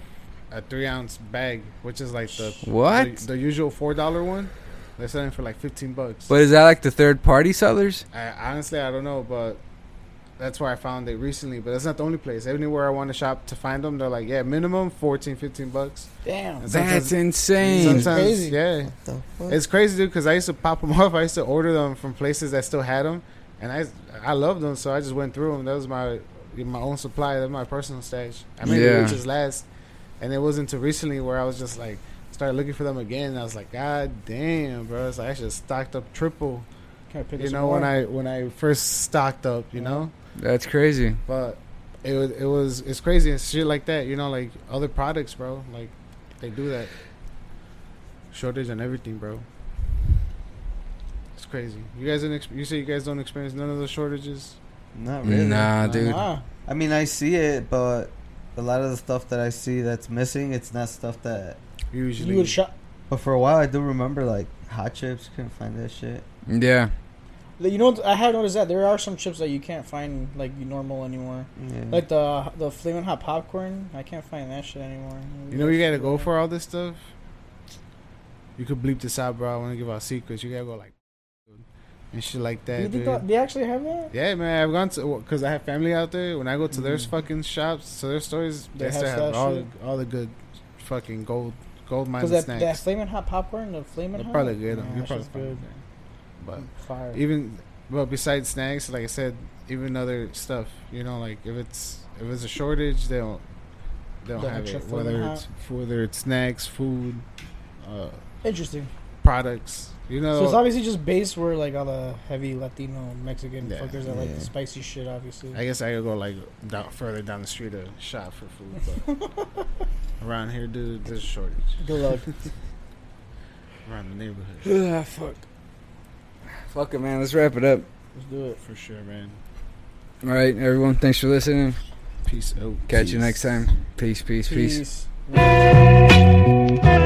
Speaker 1: a three ounce bag, which is like the
Speaker 3: What?
Speaker 1: the, the usual four dollar one. They're selling for like fifteen bucks.
Speaker 3: but is that like the third party sellers?
Speaker 1: I, honestly, I don't know, but that's where I found it recently. But that's not the only place. Anywhere I want to shop to find them, they're like, yeah, minimum 14, 15 bucks.
Speaker 4: Damn.
Speaker 3: That's
Speaker 1: sometimes-
Speaker 3: insane.
Speaker 1: Sometimes,
Speaker 2: Crazy.
Speaker 1: yeah,
Speaker 2: What the fuck?
Speaker 1: It's crazy, dude, because I used to pop them off. I used to order them from places that still had them, and I I loved them, so I just went through them. That was my my own supply. That was my personal stash. I made
Speaker 3: Yeah.
Speaker 1: the riches last, and it wasn't until recently where I was just like started looking for them again. And I was like, God damn, bro! It's like I should have stocked up triple.
Speaker 4: Can I pick
Speaker 1: You know, when I when I first stocked up, you know,
Speaker 3: That's crazy.
Speaker 1: but it was it was it's crazy and shit like that. You know, like other products, bro. Like they do that shortage on everything, bro. It's crazy. You guys didn't. Exp- you say you guys don't experience none of those shortages. Oh,
Speaker 2: Not really.
Speaker 3: Nah, dude.
Speaker 2: I mean, I see it, but a lot of the stuff that I see that's missing, it's not stuff that.
Speaker 1: Usually,
Speaker 4: You would shop.
Speaker 2: But for a while, I do remember like hot chips. Couldn't find that shit.
Speaker 3: Yeah,
Speaker 4: You know, what I have noticed that there are some chips that you can't find like normal anymore.
Speaker 1: Mm.
Speaker 2: Yeah.
Speaker 4: Like the the flaming hot popcorn, I can't find that shit anymore.
Speaker 1: You know, what you gotta go for all this stuff. You could bleep this out, bro. I want to give out secrets. You gotta go like and shit like
Speaker 4: Do you
Speaker 1: that,
Speaker 4: think
Speaker 1: dude.
Speaker 4: that- they actually have that?
Speaker 1: Yeah, man, I've gone to because I have family out there. When I go to their fucking shops, to their stores,
Speaker 4: Mm-hmm. They
Speaker 1: they,
Speaker 4: have
Speaker 1: still have
Speaker 4: stuff,
Speaker 1: all the,
Speaker 4: shit.
Speaker 1: all the good fucking gold gold mine
Speaker 4: Because that,
Speaker 1: snacks.
Speaker 4: that flaming hot popcorn, the flaming
Speaker 1: They'll
Speaker 4: hot.
Speaker 1: probably get them.
Speaker 4: Nah,
Speaker 1: You'll
Speaker 4: that
Speaker 1: probably
Speaker 4: shit's
Speaker 1: find
Speaker 4: good.
Speaker 1: them. But
Speaker 4: Fire.
Speaker 1: even well, besides snacks, like I said, even other stuff. You know, like if it's if it's a shortage, they don't they don't
Speaker 4: They'll
Speaker 1: have
Speaker 4: extra
Speaker 1: it.
Speaker 4: food
Speaker 1: Whether
Speaker 4: out.
Speaker 1: it's whether it's snacks, food, uh,
Speaker 4: Interesting.
Speaker 1: products. You know,
Speaker 4: So it's obviously just based where like all the heavy Latino Mexican
Speaker 1: Yeah.
Speaker 4: fuckers that like
Speaker 2: Yeah.
Speaker 4: the spicy shit, obviously.
Speaker 1: I guess I could go like down, further down the street to shop for food, but around here, dude, there's a shortage
Speaker 4: Good luck.
Speaker 1: around the neighborhood
Speaker 3: Ah, fuck. Fuck it, man. Let's wrap it up.
Speaker 4: Let's do it.
Speaker 1: for sure, man.
Speaker 3: All right, everyone. Thanks for listening.
Speaker 1: Peace out.
Speaker 3: Catch you
Speaker 1: Peace.
Speaker 3: next time. Peace, peace, peace.
Speaker 4: Peace.